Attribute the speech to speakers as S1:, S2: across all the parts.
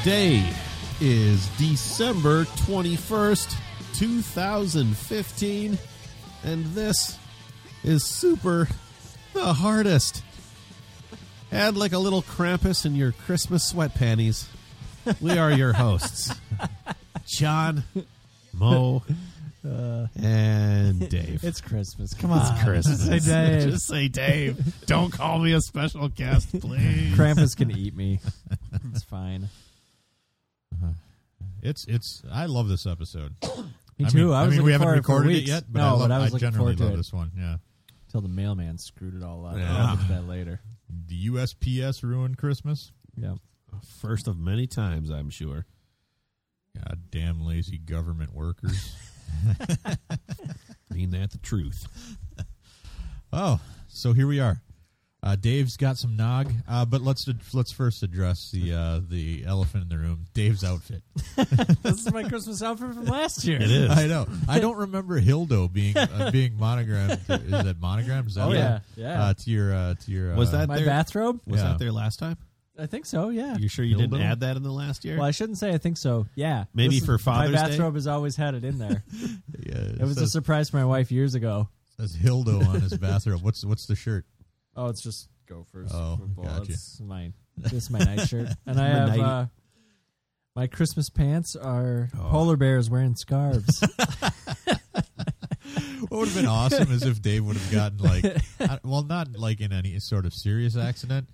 S1: Today is December 21st, 2015, and this is Super the Hardest. Add like a little Krampus in your Christmas sweat panties. We are your hosts, John, Mo, and Dave.
S2: It's Christmas. Come on.
S1: It's Christmas.
S2: Say Dave.
S1: Just say Dave. Don't call me a special guest, please.
S2: Krampus can eat me. It's fine.
S3: It's it's. I love this episode.
S2: Me
S3: I
S2: too.
S3: Mean,
S2: I was
S3: mean,
S2: looking
S3: we haven't
S2: forward for
S3: recorded it
S2: weeks.
S3: yet, but
S2: no,
S3: I, love,
S2: but I was looking forward
S3: generally
S2: to
S3: love
S2: it
S3: this one. Yeah,
S2: Till the mailman screwed it all up.
S1: Yeah.
S2: I'll get to that later.
S3: the USPS ruined Christmas.
S2: Yeah.
S1: First of many times, I'm sure.
S3: God damn lazy government workers.
S1: Mean that the truth.
S3: oh, so here we are. Uh, Dave's got some nog, uh, but let's let's first address the uh, the elephant in the room. Dave's outfit.
S2: this is my Christmas outfit from last year.
S1: It is.
S3: I know. I don't remember Hildo being uh, being monogrammed. Is that monogrammed? Is that
S2: Oh,
S3: it?
S2: yeah. Yeah.
S3: Uh, to your uh, to your
S1: Was
S3: uh,
S1: that
S2: My
S1: there-
S2: bathrobe?
S1: Was
S3: Yeah.
S1: that there last time?
S2: I think so, yeah.
S1: You sure you didn't
S3: Dildo?
S1: add that in the last year?
S2: Well, I shouldn't say I think so. Yeah.
S1: Maybe
S2: This is-
S1: for Father's
S2: My
S1: Day?
S2: bathrobe has always had it in there.
S3: Yeah,
S2: It was a
S3: says,
S2: surprise for my wife years ago.
S3: says Hildo on his bathrobe. What's what's the shirt?
S2: Oh, it's just gophers.
S3: Oh,
S2: football.
S3: gotcha.
S2: That's my this is my nightshirt, and
S1: My
S2: I have
S1: nighty.
S2: uh, my Christmas pants are
S1: Oh.
S2: polar bears wearing scarves.
S3: What would have been awesome is if Dave would have gotten like, I- well, not like in any sort of serious accident,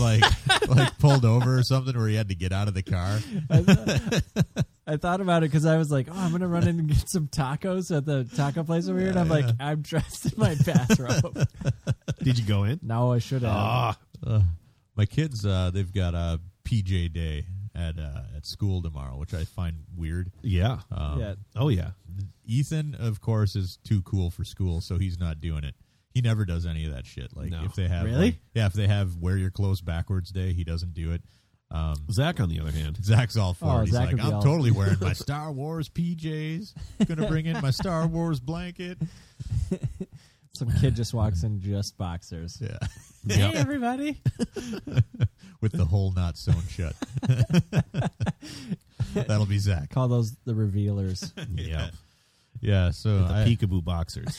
S3: like like pulled over or something where he had to get out of the car.
S2: I, th- I thought about it because I was like, oh, I'm gonna run in and get some tacos at the taco place over here, and I'm like, I'm dressed in my bathrobe.
S1: Did you go in?
S2: now I should have.
S1: Ah,
S3: Uh, my kids, uh, they've got a PJ day at uh, at school tomorrow, which I find weird.
S1: yeah.
S3: Um,
S2: yeah,
S1: Oh yeah.
S3: Ethan, of course, is too cool for school, so he's not doing it. He never does any of that shit. Like
S1: No.
S3: if they have,
S2: Really?
S3: like- yeah, if they have wear your clothes backwards day, he doesn't do it. Um,
S1: Zach, on the other hand,
S3: Zach's all for
S2: Oh,
S3: it. He's
S2: Zach would
S3: like,
S2: be
S3: I'm
S2: all-
S3: totally wearing my Star Wars PJs. Gonna bring in my Star Wars blanket.
S2: some kid just walks in just boxers.
S3: Yeah,
S2: Hey everybody!
S3: with the hole not sewn shut. That'll be Zach.
S2: Call those the revealers.
S1: yeah,
S3: Yeah. So
S1: the
S3: I,
S1: peekaboo boxers.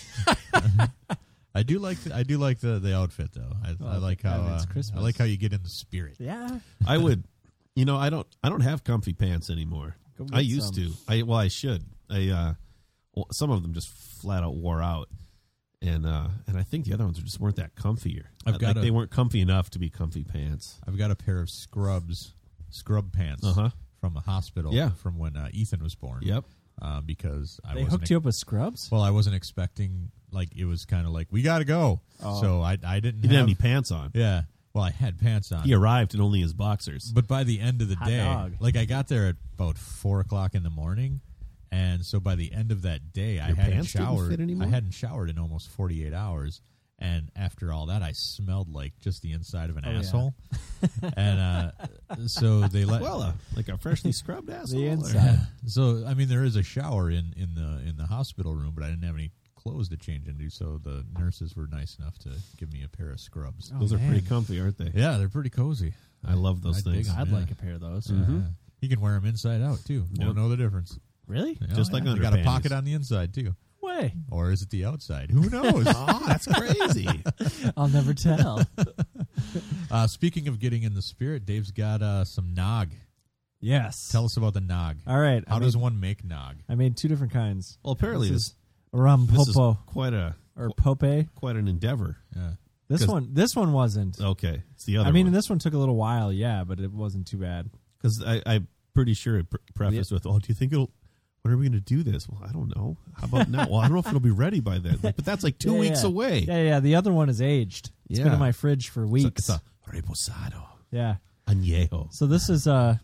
S3: I do like the, I do like the, the outfit though. I,
S2: Oh,
S3: I like
S2: yeah,
S3: how
S2: I mean, it's
S3: uh,
S2: Christmas.
S3: I like how you get in the spirit.
S2: yeah,
S1: I would, you know, I don't, I don't have comfy pants anymore.
S2: Go get
S1: I used
S2: some.
S1: to. I well, I should. I uh, well, some of them just flat out wore out, and uh, and I think the other ones just weren't that comfier.
S3: I've
S1: Like,
S3: got a-
S1: they weren't comfy enough to be comfy pants.
S3: I've got a pair of scrubs, scrub pants
S1: Uh-huh.
S3: from a hospital.
S1: Yeah.
S3: From when uh, Ethan was born.
S1: Yep.
S3: Uh, because I
S2: They
S3: wasn't
S2: hooked you up with scrubs.
S3: Well, I wasn't expecting like it was kind of like we got to go.
S2: Oh.
S3: So I I
S1: He
S3: didn't
S1: didn't have
S3: have,
S1: any pants on.
S3: yeah. Well, I had pants on.
S1: He arrived in only his boxers.
S3: But by the end of the
S2: Hot
S3: day,
S2: dog.
S3: like I got there at about four o'clock in the morning, and so by the end of that day, I
S1: Your
S3: hadn't
S1: pants didn't
S3: showered.
S1: fit anymore?
S3: I hadn't showered in almost forty eight hours, and after all that, I smelled like just the inside of an
S2: Oh, yeah.
S3: asshole. and uh, so they let.
S1: Well, uh, like a freshly scrubbed asshole. or-
S2: inside.
S3: so I mean, there is a shower in in the in the hospital room, but I didn't have any clothes to change into, so the nurses were nice enough to give me a pair of scrubs.
S1: Those
S2: Oh,
S1: are pretty
S2: man.
S1: comfy, aren't they?
S3: Yeah, they're pretty cozy.
S1: I love those
S3: I dig
S1: things.
S3: it.
S2: I'd
S3: Yeah. Mm-hmm.
S2: like a pair of those.
S1: Mhm.
S3: Yeah. You can wear them inside out too.
S1: Yep.
S3: Won't know the difference.
S2: Really?
S3: Yeah,
S1: Just like
S3: yeah. They got a
S1: underpanties.
S3: pocket on the inside too,
S2: Way.
S3: or is it the outside? Who knows?
S1: Oh, that's crazy.
S2: I'll never tell.
S3: uh, speaking of getting in the spirit, Dave's got uh, some nog.
S2: yes.
S3: Tell us about the nog.
S2: All right.
S3: How
S2: I
S3: does
S2: made,
S3: one make nog?
S2: I made two different kinds.
S1: well, apparently
S2: This
S1: this,
S2: Rum
S1: this is
S2: popo
S1: quite a
S2: or pope.
S1: quite an endeavor.
S3: Yeah.
S2: This
S1: 'Cause-
S2: one this one wasn't.
S1: Okay, it's the other.
S2: I mean, this one took a little while, yeah, but it wasn't too bad.
S1: because I, I'm pretty sure it pre- prefaced with, "Oh, do you think it'll? What are we going to do this? Well, I don't know. How about now? Well, I don't know if it'll be ready by then. Like, but that's like two
S2: Yeah,
S1: weeks
S2: yeah.
S1: away.
S2: Yeah, yeah. The other one is aged. It's been
S1: Yeah.
S2: in my fridge for
S1: It's a- It's
S2: weeks.
S1: a reposado
S2: yeah.
S1: añejo.
S2: So this is uh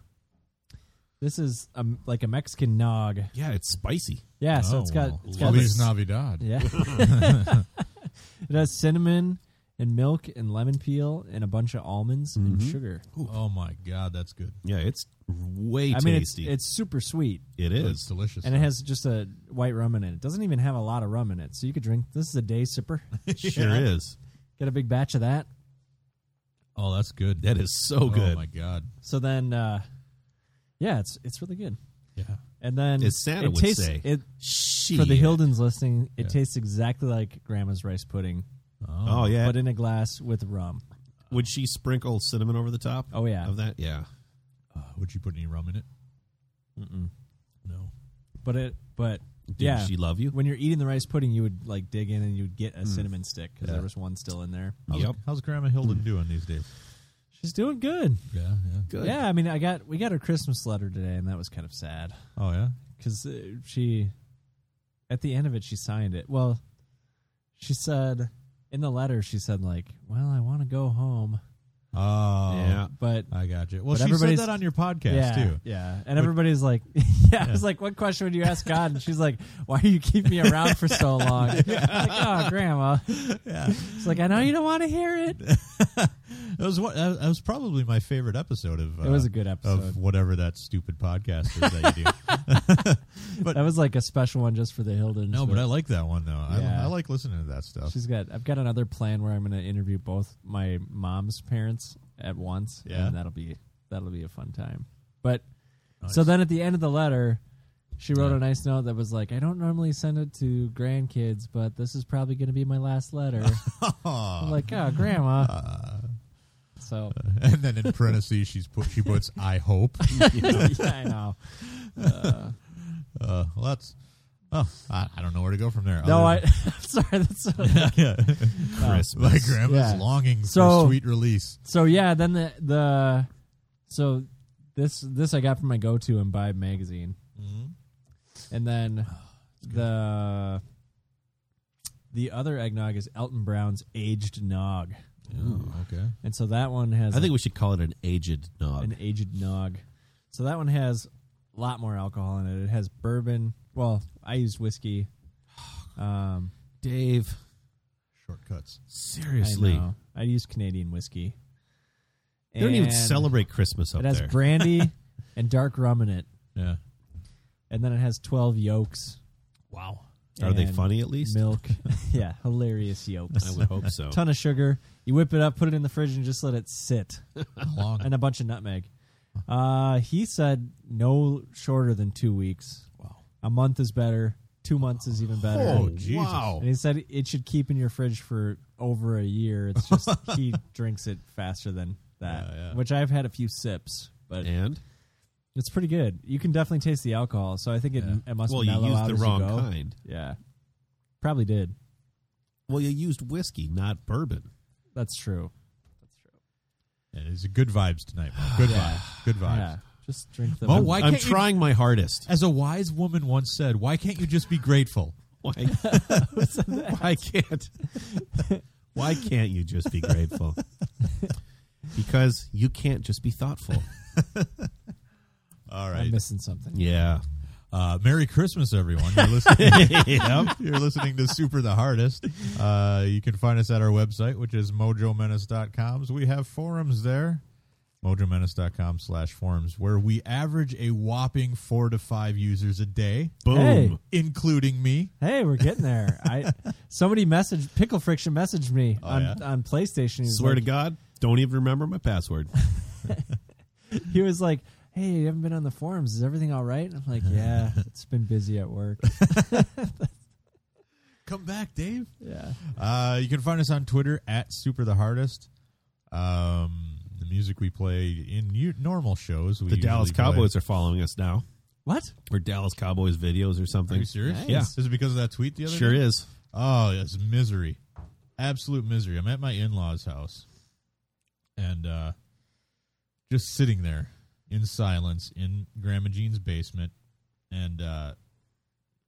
S2: this is um like a Mexican nog.
S1: Yeah, it's spicy.
S2: Yeah, so
S3: Oh,
S2: it's got
S3: well.
S2: it's got
S3: Feliz
S2: this-
S3: Navidad.
S2: Yeah. it has cinnamon and milk and lemon peel and a bunch of almonds and
S1: Mhm.
S2: sugar.
S3: Oh my God, that's good.
S1: Yeah, it's way
S2: I mean, it's,
S1: tasty.
S2: it's super sweet
S1: it
S3: It's
S1: is.
S3: delicious.
S2: and it has just a white rum in it. It doesn't even have a lot of rum in it, so you could drink. This is a day sipper.
S1: Sure is.
S2: Get a big batch of that.
S3: oh, that's good.
S1: That is so
S3: Oh
S1: good.
S3: my God.
S2: So then, uh, Yeah, it's it's really good.
S3: Yeah.
S2: And then
S1: As Santa
S2: it
S1: would
S2: tastes,
S1: say.
S2: It,
S1: Shit.
S2: for the Hilden's listening, it
S3: Yeah.
S2: tastes exactly like grandma's rice pudding,
S1: Oh yeah.
S2: but in a glass with rum.
S1: would she sprinkle cinnamon over the top?
S2: Oh yeah.
S1: Of that, yeah.
S3: Uh, would you put any rum in it?
S2: Mm-mm.
S3: No.
S2: But it but
S1: Did
S2: Yeah.
S1: she love you?
S2: when you're eating the rice pudding, you would like dig in and you'd get a
S1: Mm.
S2: cinnamon stick because
S1: Yeah.
S2: there was one still in there.
S3: How's,
S1: Yep.
S3: how's Grandma Hilden doing these days?
S2: She's doing good.
S3: Yeah, yeah.
S1: Good.
S2: Yeah, I mean, I got we got her Christmas letter today, and that was kind of sad
S3: Oh yeah.
S2: because uh, she, at the end of it, she signed it. Well, she said in the letter, she said like, "Well, I want to go home," Uh,
S3: Oh
S1: Yeah.
S2: but
S3: I got you. Well,
S2: But
S3: she said
S2: everybody's-
S3: that on your podcast
S2: yeah,
S3: too.
S2: yeah, and everybody's like, yeah, I was like, "What question would you ask God?" And she's like, "Why do you keep me around for so long?" Like, oh, Grandma.
S3: Yeah.
S2: She's like, "I know you don't want to hear it."
S3: That was what that was probably my favorite episode of. Uh,
S2: It was a good episode.
S3: of whatever that stupid podcast is that you do.
S2: that was like a special one just for the Hilden.
S3: no, but I like that one though. I,
S2: Yeah.
S3: I like listening to that stuff.
S2: she's got. I've got another plan where I'm going to interview both my mom's parents at once.
S3: Yeah.
S2: and that'll be that'll be a fun time. But
S3: Nice.
S2: so then at the end of the letter, she wrote
S3: Yeah.
S2: a nice note that was like, "I don't normally send it to grandkids, but this is probably going to be my last letter." I'm like, oh, grandma.
S3: Uh,
S2: So
S3: and then in parentheses, she's put she puts I hope.
S2: yeah, I know. Uh,
S3: Uh, well, that's oh, I, I don't know where to go from there.
S2: no, I.
S3: Other
S2: sorry, that's.
S3: than- yeah.
S1: Christmas.
S3: my grandma's
S2: Yeah.
S3: longing
S2: So-
S3: for sweet release.
S2: So yeah, then the the so this this I got from my go to imbibe magazine, Mm-hmm. and then
S1: Ah,
S2: the the other eggnog is Elton Brown's aged nog,
S3: Ooh, okay.
S2: and so that one has
S1: I think we should call it an aged nog.
S2: an aged nog. So that one has a lot more alcohol in it. It has bourbon. Well, I used whiskey. Um,
S1: Dave,
S3: Shortcuts.
S1: seriously,
S2: I, know. I used Canadian whiskey.
S1: they don't even
S2: And
S1: celebrate Christmas up
S2: It has
S1: there.
S2: brandy and dark rum in it.
S3: Yeah.
S2: and then it has 12 yolks
S3: Wow.
S1: Are they
S2: and
S1: funny at least?
S2: milk yeah hilarious
S1: I
S2: yolks
S1: would hope so.
S2: ton of sugar you whip it up put it in the fridge and just let it sit
S3: Long.
S2: and a bunch of nutmeg uh, he said no shorter than two weeks
S3: Wow.
S2: a month is better two months is even better
S3: Oh, Jesus.
S1: Wow.
S2: and he said it should keep in your fridge for over a year it's just he drinks it faster than that
S3: Yeah, yeah.
S2: which i've had a few sips but
S1: And
S2: it's pretty good you can definitely taste the alcohol so i think it,
S3: Yeah.
S2: it must
S1: well, you
S2: mellow
S1: used
S2: out
S1: the
S2: as
S1: wrong
S2: go.
S1: kind.
S2: Yeah. Probably did.
S1: Well, you used whiskey, not bourbon.
S2: That's true. That's true.
S3: And it's good vibes tonight. man. Good
S2: Yeah.
S3: vibes. Good vibes.
S2: Yeah. Just drink the
S3: Well,
S2: I'm-
S3: why
S1: I'm
S3: can't you-
S1: trying my hardest.
S3: As a wise woman once said, why can't you just be grateful?
S1: Why, why can't? Why can't you just be grateful? Because you can't just be thoughtful.
S3: All
S2: I'm
S3: right.
S2: missing something.
S1: Yeah.
S3: Uh, Merry Christmas, everyone. You're listening, Yep, you're listening to Super the Hardest. Uh, you can find us at our website, which is mojomenace.com. So we have forums there, mojomenace.com slash forums, where we average a whopping four to five users a day,
S1: Boom.
S2: Hey.
S3: including me.
S2: Hey, we're getting there. I somebody messaged Pickle Friction messaged me
S3: Oh,
S2: on,
S3: yeah?
S2: on PlayStation. He was
S1: Swear to
S2: like,
S1: God, don't even remember my password.
S2: He was like, "Hey, you haven't been on the forums. Is everything all right?" I'm like, "Yeah, it's been busy at work."
S3: Come back, Dave.
S2: Yeah.
S3: Uh, you can find us on Twitter at Super the Hardest. Um, the music we play in u- normal shows. We
S1: The Dallas
S3: usually play-
S1: Cowboys are following us now,
S2: What?
S1: or Dallas Cowboys videos or
S3: Are
S1: something.
S3: you serious?
S2: Nice.
S1: Yeah.
S3: Is it because of that tweet the other
S1: Sure
S3: day?
S1: is.
S3: Oh, it's misery. Absolute misery. I'm at my in law's house and uh, just sitting there in silence in Grandma Jean's basement. And uh,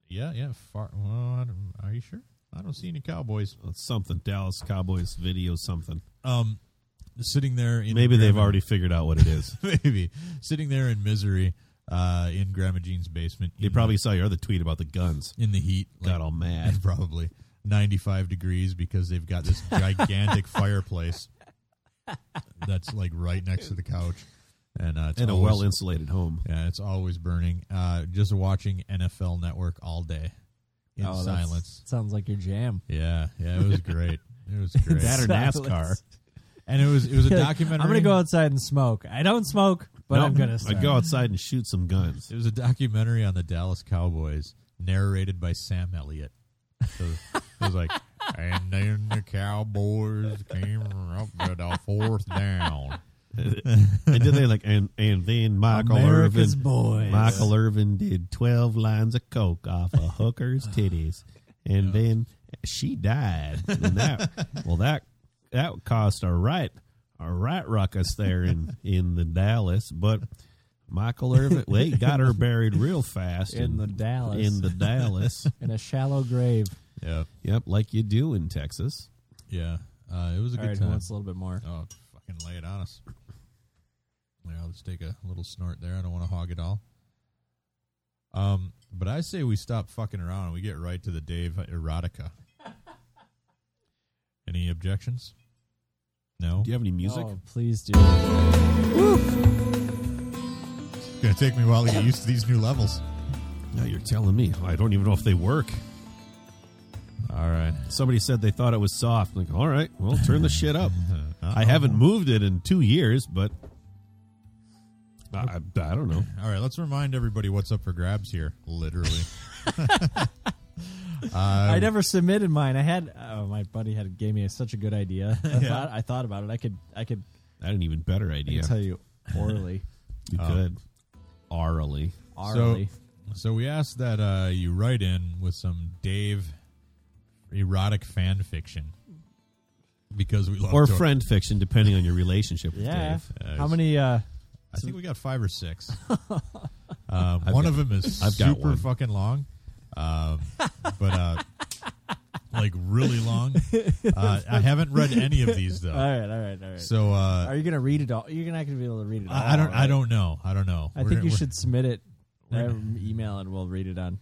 S3: yeah, yeah. Far, well, I don't- are you sure? I don't see any cowboys.
S1: It's something Dallas Cowboys video something.
S3: Um, sitting there. In
S1: Maybe they've
S3: Grandma-
S1: already figured out what it is.
S3: maybe sitting there in misery uh, in Grandma Jean's basement.
S1: they
S3: in
S1: probably saw your other tweet about the guns.
S3: the- in the heat.
S1: Got all mad.
S3: probably 95 degrees because they've got this gigantic fireplace that's like right next to the couch and uh, it's
S1: In a
S3: always-
S1: well insulated home.
S3: yeah it's always burning uh, just watching NFL network all day in
S2: Oh, that's-
S3: silence
S2: Sounds like your jam.
S3: yeah yeah it was great it was great
S1: That or
S2: Silence.
S1: NASCAR.
S3: and it was it was a
S2: Like,
S3: documentary
S2: I'm gonna go outside and smoke. I don't smoke. but
S1: No,
S2: I'm gonna start.
S1: I go outside and shoot some guns.
S3: It was a documentary on the Dallas Cowboys, narrated by Sam Elliott. So it was like, and then the Cowboys came up with a fourth down.
S1: and then they like, and and then Michael
S2: America's
S1: Irvin,
S2: boys.
S1: Michael Irvin did twelve lines of coke off a hooker's titties, and then she died. And that, well, that that caused a right a right ruckus there in in the Dallas, but. Michael Irvin, they got her buried real fast
S2: in the Dallas
S1: in the Dallas.
S2: in a shallow grave.
S3: Yeah,
S1: yep, like you do in Texas.
S3: yeah. Uh, it was a
S2: All
S3: good
S2: right, who
S3: time.
S2: wants a little bit more?
S3: Oh, fucking lay it on us. Yeah, let's take a little snort there. I don't want to hog it all. Um, but I say we stop fucking around and we get right to the Dave erotica. Any objections? No.
S1: Do you have any music?
S2: Oh, please do.
S3: It's gonna take me a while to get used to these new levels.
S1: No, you're telling me. I don't even know if they work.
S3: All right.
S1: Somebody said they thought it was soft. Like, all right, well, turn the shit up. I haven't moved it in two years, but I, I don't know.
S3: All right. Let's remind everybody what's up for grabs here. Literally. Um,
S2: I never submitted mine. I had oh, my buddy had gave me such a good idea. I, thought, I thought about it. I could I could
S1: I had an even better
S2: I
S1: idea.
S2: could tell you orally,
S1: You could orally.
S2: orally.
S3: So we asked that uh, you write in with some Dave erotic fan fiction because we love
S1: Or
S3: to-
S1: friend fiction, depending on your relationship with
S2: yeah.
S1: Dave.
S3: Uh,
S2: How many? uh
S3: I think we got five or six. um, one of them is
S1: I've got
S3: super
S1: one.
S3: fucking long, um, but uh, like really long. Uh, I haven't read any of these though.
S2: All right, all right, all right.
S3: So uh,
S2: Are you gonna read it all? You're not gonna be able to read it. all,
S3: I, I don't. I
S2: right?
S3: don't know. I don't know.
S2: I think
S3: We're gonna-
S2: you
S3: we're-
S2: should submit it. Write an email and we'll read it on.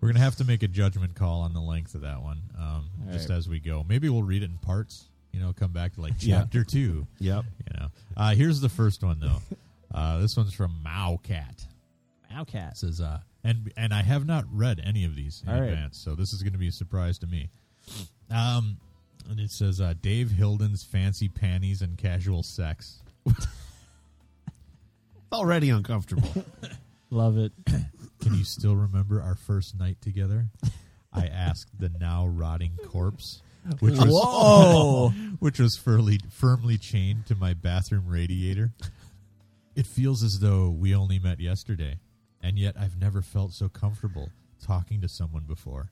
S3: We're gonna have to make a judgment call on the length of that one, um,
S2: All
S3: just
S2: right.
S3: as we go. Maybe we'll read it in parts. You know, come back to like
S1: Yeah.
S3: chapter two.
S1: Yep.
S3: You know, uh, here's the first one though. uh, this one's from Mao Cat. It
S2: Owcat.
S3: says, uh, and and I have not read any of these in
S2: All right.
S3: advance, so this is gonna be a surprise to me. Um, and it says uh, Dave Hilden's fancy panties and casual sex.
S1: Already uncomfortable.
S2: Love it.
S3: Can you still remember our first night together? I asked the now rotting corpse, which was which was firmly firmly chained to my bathroom radiator. It feels as though we only met yesterday, and yet I've never felt so comfortable talking to someone before.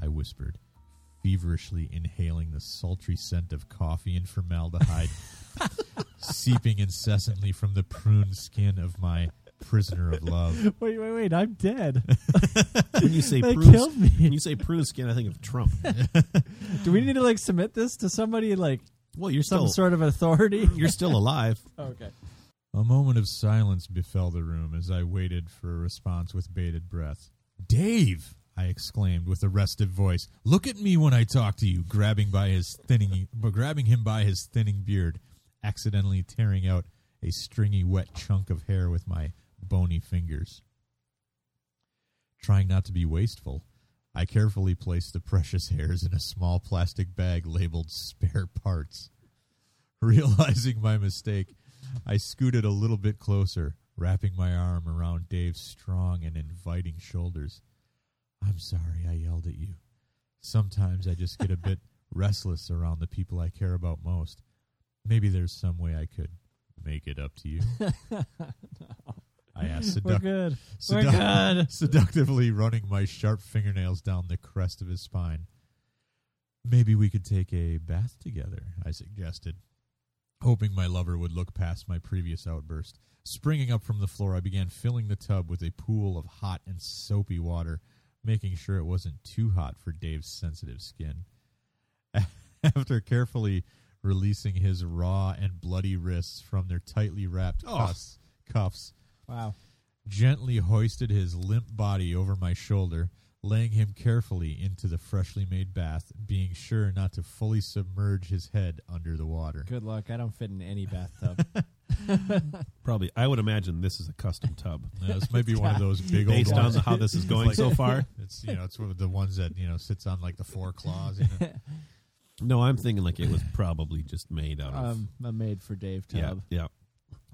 S3: I whispered, feverishly inhaling the sultry scent of coffee and formaldehyde seeping incessantly from the pruned skin of my prisoner of love.
S2: Wait, wait, wait! I'm dead.
S1: when you say
S2: They
S1: prune,
S2: killed me.
S1: when you say prune skin, I think of Trump.
S2: Do we need to like submit this to somebody like
S1: Well, you're
S2: some
S1: still
S2: sort of authority?
S1: you're still alive.
S2: okay.
S3: A moment of silence befell the room as I waited for a response with bated breath. Dave! I exclaimed with a restive voice. Look at me when I talk to you, grabbing by his thinning but grabbing him by his thinning beard, accidentally tearing out a stringy wet chunk of hair with my bony fingers. Trying not to be wasteful, I carefully placed the precious hairs in a small plastic bag labeled spare parts. Realizing my mistake, I scooted a little bit closer, wrapping my arm around Dave's strong and inviting shoulders. I'm sorry I yelled at you. Sometimes I just get a bit restless around the people I care about most. Maybe there's some way I could make it up to you. I asked
S2: We're
S3: seductively.
S2: good. We're
S3: Seduct-
S2: good.
S3: seductively running my sharp fingernails down the crest of his spine. Maybe we could take a bath together, I suggested, hoping my lover would look past my previous outburst. Springing up from the floor, I began filling the tub with a pool of hot and soapy water, making sure it wasn't too hot for Dave's sensitive skin. After carefully releasing his raw and bloody wrists from their tightly wrapped cuffs, cuffs
S2: Wow.
S3: gently hoisted his limp body over my shoulder, laying him carefully into the freshly made bath, being sure not to fully submerge his head under the water.
S2: Good luck. I don't fit in any bathtub.
S1: Probably, I would imagine this is a custom tub.
S3: Now, this might be one of those big
S1: Based
S3: old
S1: on
S3: ones.
S1: the, how this is going so far,
S3: it's you know it's one of the ones that you know sits on like the four claws. You know?
S1: no, I'm thinking like it was probably just made out of
S2: um, a made Um, for Dave tub.
S1: Yeah, yeah.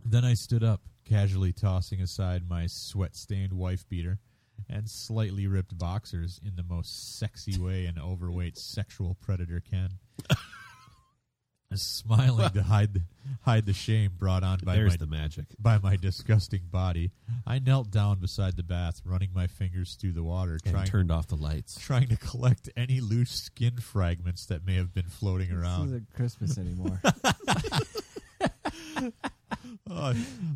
S3: Then I stood up, casually tossing aside my sweat stained wife beater and slightly ripped boxers in the most sexy way an overweight sexual predator can. Smiling to hide the, hide the shame brought on by
S1: There's
S3: my
S1: the magic.
S3: by my disgusting body, I knelt down beside the bath, running my fingers through the water,
S1: And
S3: trying
S1: turned off the lights.
S3: trying to collect any loose skin fragments that may have been floating
S2: This
S3: around.
S2: isn't Christmas anymore.
S3: Oh,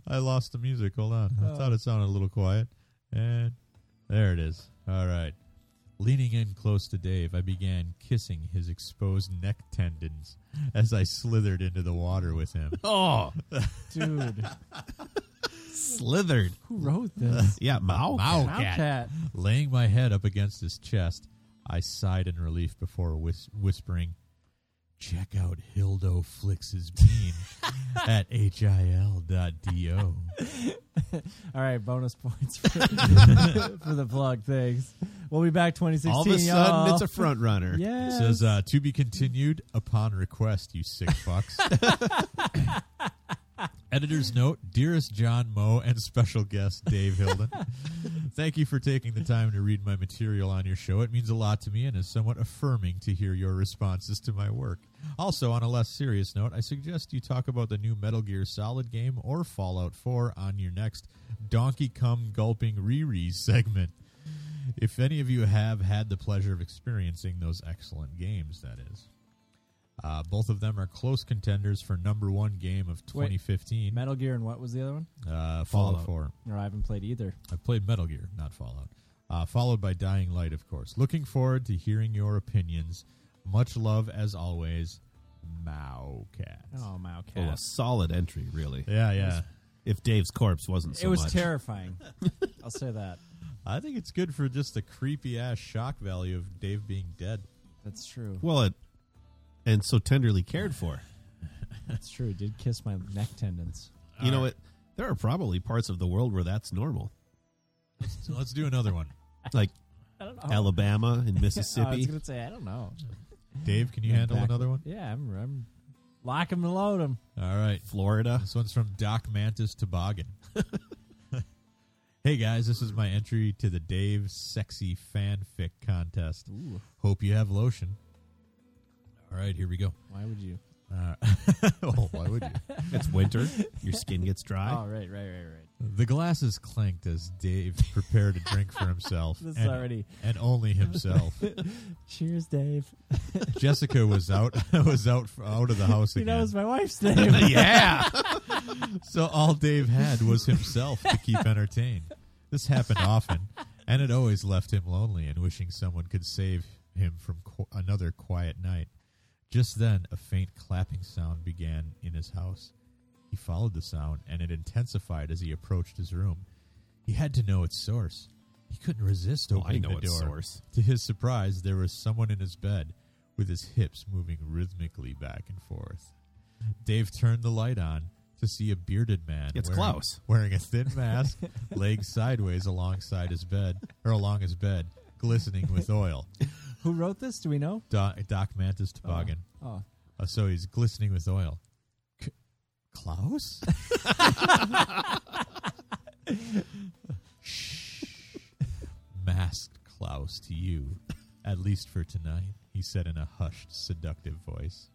S3: I lost the music. Hold on. I thought it sounded a little quiet. And there it is. All right. Leaning in close to Dave, I began kissing his exposed neck tendons as I slithered into the water with him.
S1: Oh,
S2: Dude,
S1: slithered.
S2: who wrote this?
S1: Yeah, Mao.
S3: Mao
S2: Mountcat.
S3: cat. Laying my head up against his chest, I sighed in relief before whis- whispering, Check out Hildo Flix's bean at hil.do.
S2: All right, bonus points for, for the plug. Thanks. We'll be back 2016.
S1: All of a
S2: y'all.
S1: sudden, it's a front runner.
S3: It
S2: yes.
S3: says, uh, To be continued upon request, you sick fucks. Editor's note Dearest John Moe and special guest Dave Hilden, thank you for taking the time to read my material on your show. It means a lot to me and is somewhat affirming to hear your responses to my work. Also, on a less serious note, I suggest you talk about the new Metal Gear Solid game or Fallout 4 on your next Donkey Come Gulping Riri segment. If any of you have had the pleasure of experiencing those excellent games, that is. Uh, both of them are close contenders for number one game of
S2: Wait.
S3: 2015.
S2: Metal Gear and what was the other one?
S3: Uh, Fallout
S1: Fallout.
S3: 4.
S2: No, I haven't played either.
S3: I've played Metal Gear, not Fallout. Uh, followed by Dying Light, of course. Looking forward to hearing your opinions. Much love as always, Maucat.
S2: Oh, Mao
S1: Oh, a
S2: cat.
S1: solid entry, really.
S3: Yeah, yeah.
S1: If Dave's corpse wasn't so
S2: it was
S1: much.
S2: terrifying. I'll say that.
S3: I think it's good for just the creepy ass shock value of Dave being dead.
S2: That's true.
S1: Well, it and so tenderly cared for.
S2: That's true. It did kiss my neck tendons.
S1: you know, it, there are probably parts of the world where that's normal,
S3: So let's do another one.
S1: like
S2: I don't know.
S1: Alabama and
S2: I was
S1: Mississippi.
S2: Oh. gonna say I don't know.
S3: Dave, can you handle
S2: Back-
S3: another one?
S2: Yeah, I'm. I'm lock 'em and load 'em.
S3: All right.
S1: Florida.
S3: This one's from Doc Mantis Toboggan. hey guys, this is my entry to the Dave Sexy Fanfic Contest.
S2: Ooh,
S3: Hope you have lotion. All right, here we go.
S2: why would you?
S3: Uh, oh, why would you?
S1: It's winter. Your skin gets dry.
S2: Oh, right, right, right, right.
S3: The glasses clanked as Dave prepared a drink for himself.
S2: This is
S3: and,
S2: already.
S3: and only himself.
S2: Cheers, Dave.
S3: Jessica was out was out out of the house
S2: He
S3: again.
S2: knows my wife's name.
S1: yeah.
S3: So all Dave had was himself to keep entertained. This happened often, and it always left him lonely and wishing someone could save him from qu- another quiet night. Just then, a faint clapping sound began in his house. He followed the sound, and it intensified as he approached his room. He had to know its source. He couldn't resist
S1: Oh, I
S3: opening
S1: know
S3: the
S1: its
S3: door.
S1: source.
S3: To his surprise, there was someone in his bed, with his hips moving rhythmically back and forth. Dave turned the light on to see a bearded man.
S1: It's
S3: wearing,
S1: Klaus.
S3: wearing a thin mask, legs sideways alongside his bed or along his bed, glistening with oil.
S2: Who wrote this? Do we know?
S3: Doc, Doc Mantis toboggan.
S2: Oh,
S3: Uh, so he's glistening with oil. K- Klaus? Shh. Masked Klaus to you, at least for tonight, he said in a hushed, seductive voice.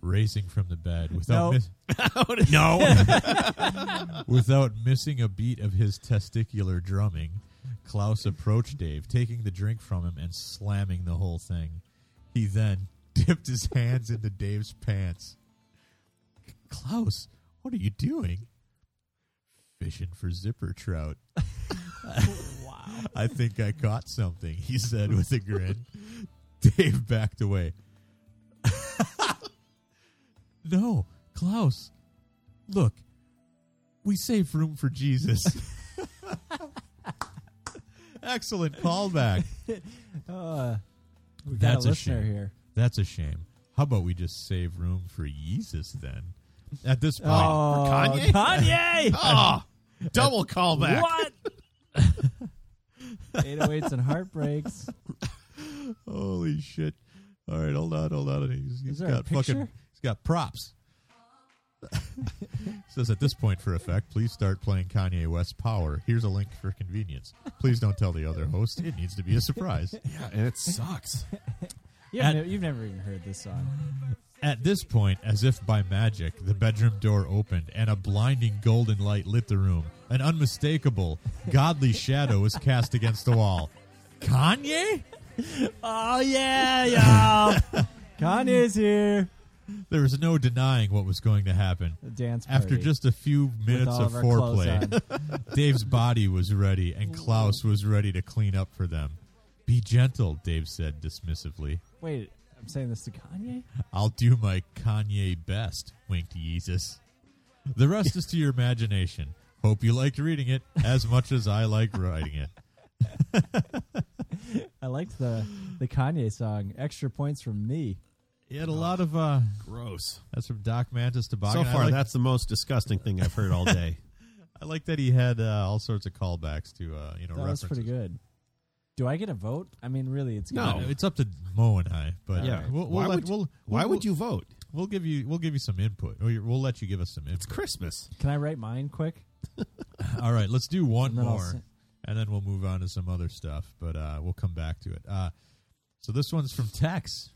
S3: Raising from the bed without
S2: No.
S3: mis-
S1: no.
S3: Without missing a beat of his testicular drumming, Klaus approached Dave, taking the drink from him and slamming the whole thing. He then dipped his hands into Dave's pants. Klaus, what are you doing? Fishing for zipper trout.
S2: wow.
S3: I think I caught something, he said with a grin. Dave backed away. no, Klaus, look, we save room for Jesus. Excellent callback.
S2: Uh, we got
S3: That's
S2: a
S3: a
S2: listener
S3: shame.
S2: here.
S3: That's a shame. How about we just save room for Jesus then? At this point,
S2: Oh,
S1: Kanye?
S2: Kanye!
S1: Oh, double callback.
S2: what? 808s and heartbreaks.
S3: holy shit! All right, hold on, hold on. He's- he's
S2: Is there a
S3: got fucking,
S2: picture?
S3: he's got props. Says at this point, for effect, please start playing Kanye West Power. Here's a link for convenience. Please don't tell the other host. It needs to be a surprise.
S1: Yeah, and it sucks.
S3: At-
S4: Yeah, no, e-, you've never even heard this song.
S3: At this point, as if by magic, the bedroom door opened and a blinding golden light lit the room. An unmistakable, godly shadow was cast against the wall. Kanye?
S4: Oh yeah, y'all. Kanye's here.
S3: There was no denying what was going to happen.
S4: The dance party
S3: After just a few
S4: with
S3: minutes
S4: all
S3: of
S4: our clothes
S3: foreplay,
S4: on.
S3: Dave's body was ready, and Klaus was ready to clean up for them. Be gentle, Dave said dismissively.
S4: Wait, I'm saying this to Kanye.
S3: I'll do my Kanye best, winked Yeezus. The rest is to your imagination. Hope you liked reading it as much as I liked writing it.
S4: I liked the the Kanye song. Extra points from me.
S3: He had a lot of uh
S1: Gross.
S3: that's from Doc Mantis to
S1: So
S3: I
S1: far,
S3: like,
S1: that's the most disgusting thing I've heard all day.
S3: I like that he had uh, all sorts of callbacks to uh you know
S4: That was
S3: references.
S4: pretty good. Do I get a vote? I mean, really, it's
S1: No.
S4: Kanye.
S3: It's up to Mo and I, but
S1: Yeah.
S3: we'll, we'll
S1: Why
S3: let,
S1: would-
S3: we'll,
S1: Why
S3: we'll-
S1: would you vote?
S3: We'll give you we'll give you some input. Or you- We'll let you give us some
S1: It's
S3: input.
S1: Christmas.
S4: Can I write mine quick?
S3: All right, let's do one
S4: And then I'll
S3: more,
S4: s-
S3: and then we'll move on to some other stuff. But uh, we'll come back to it. Uh, so this one's from Tex.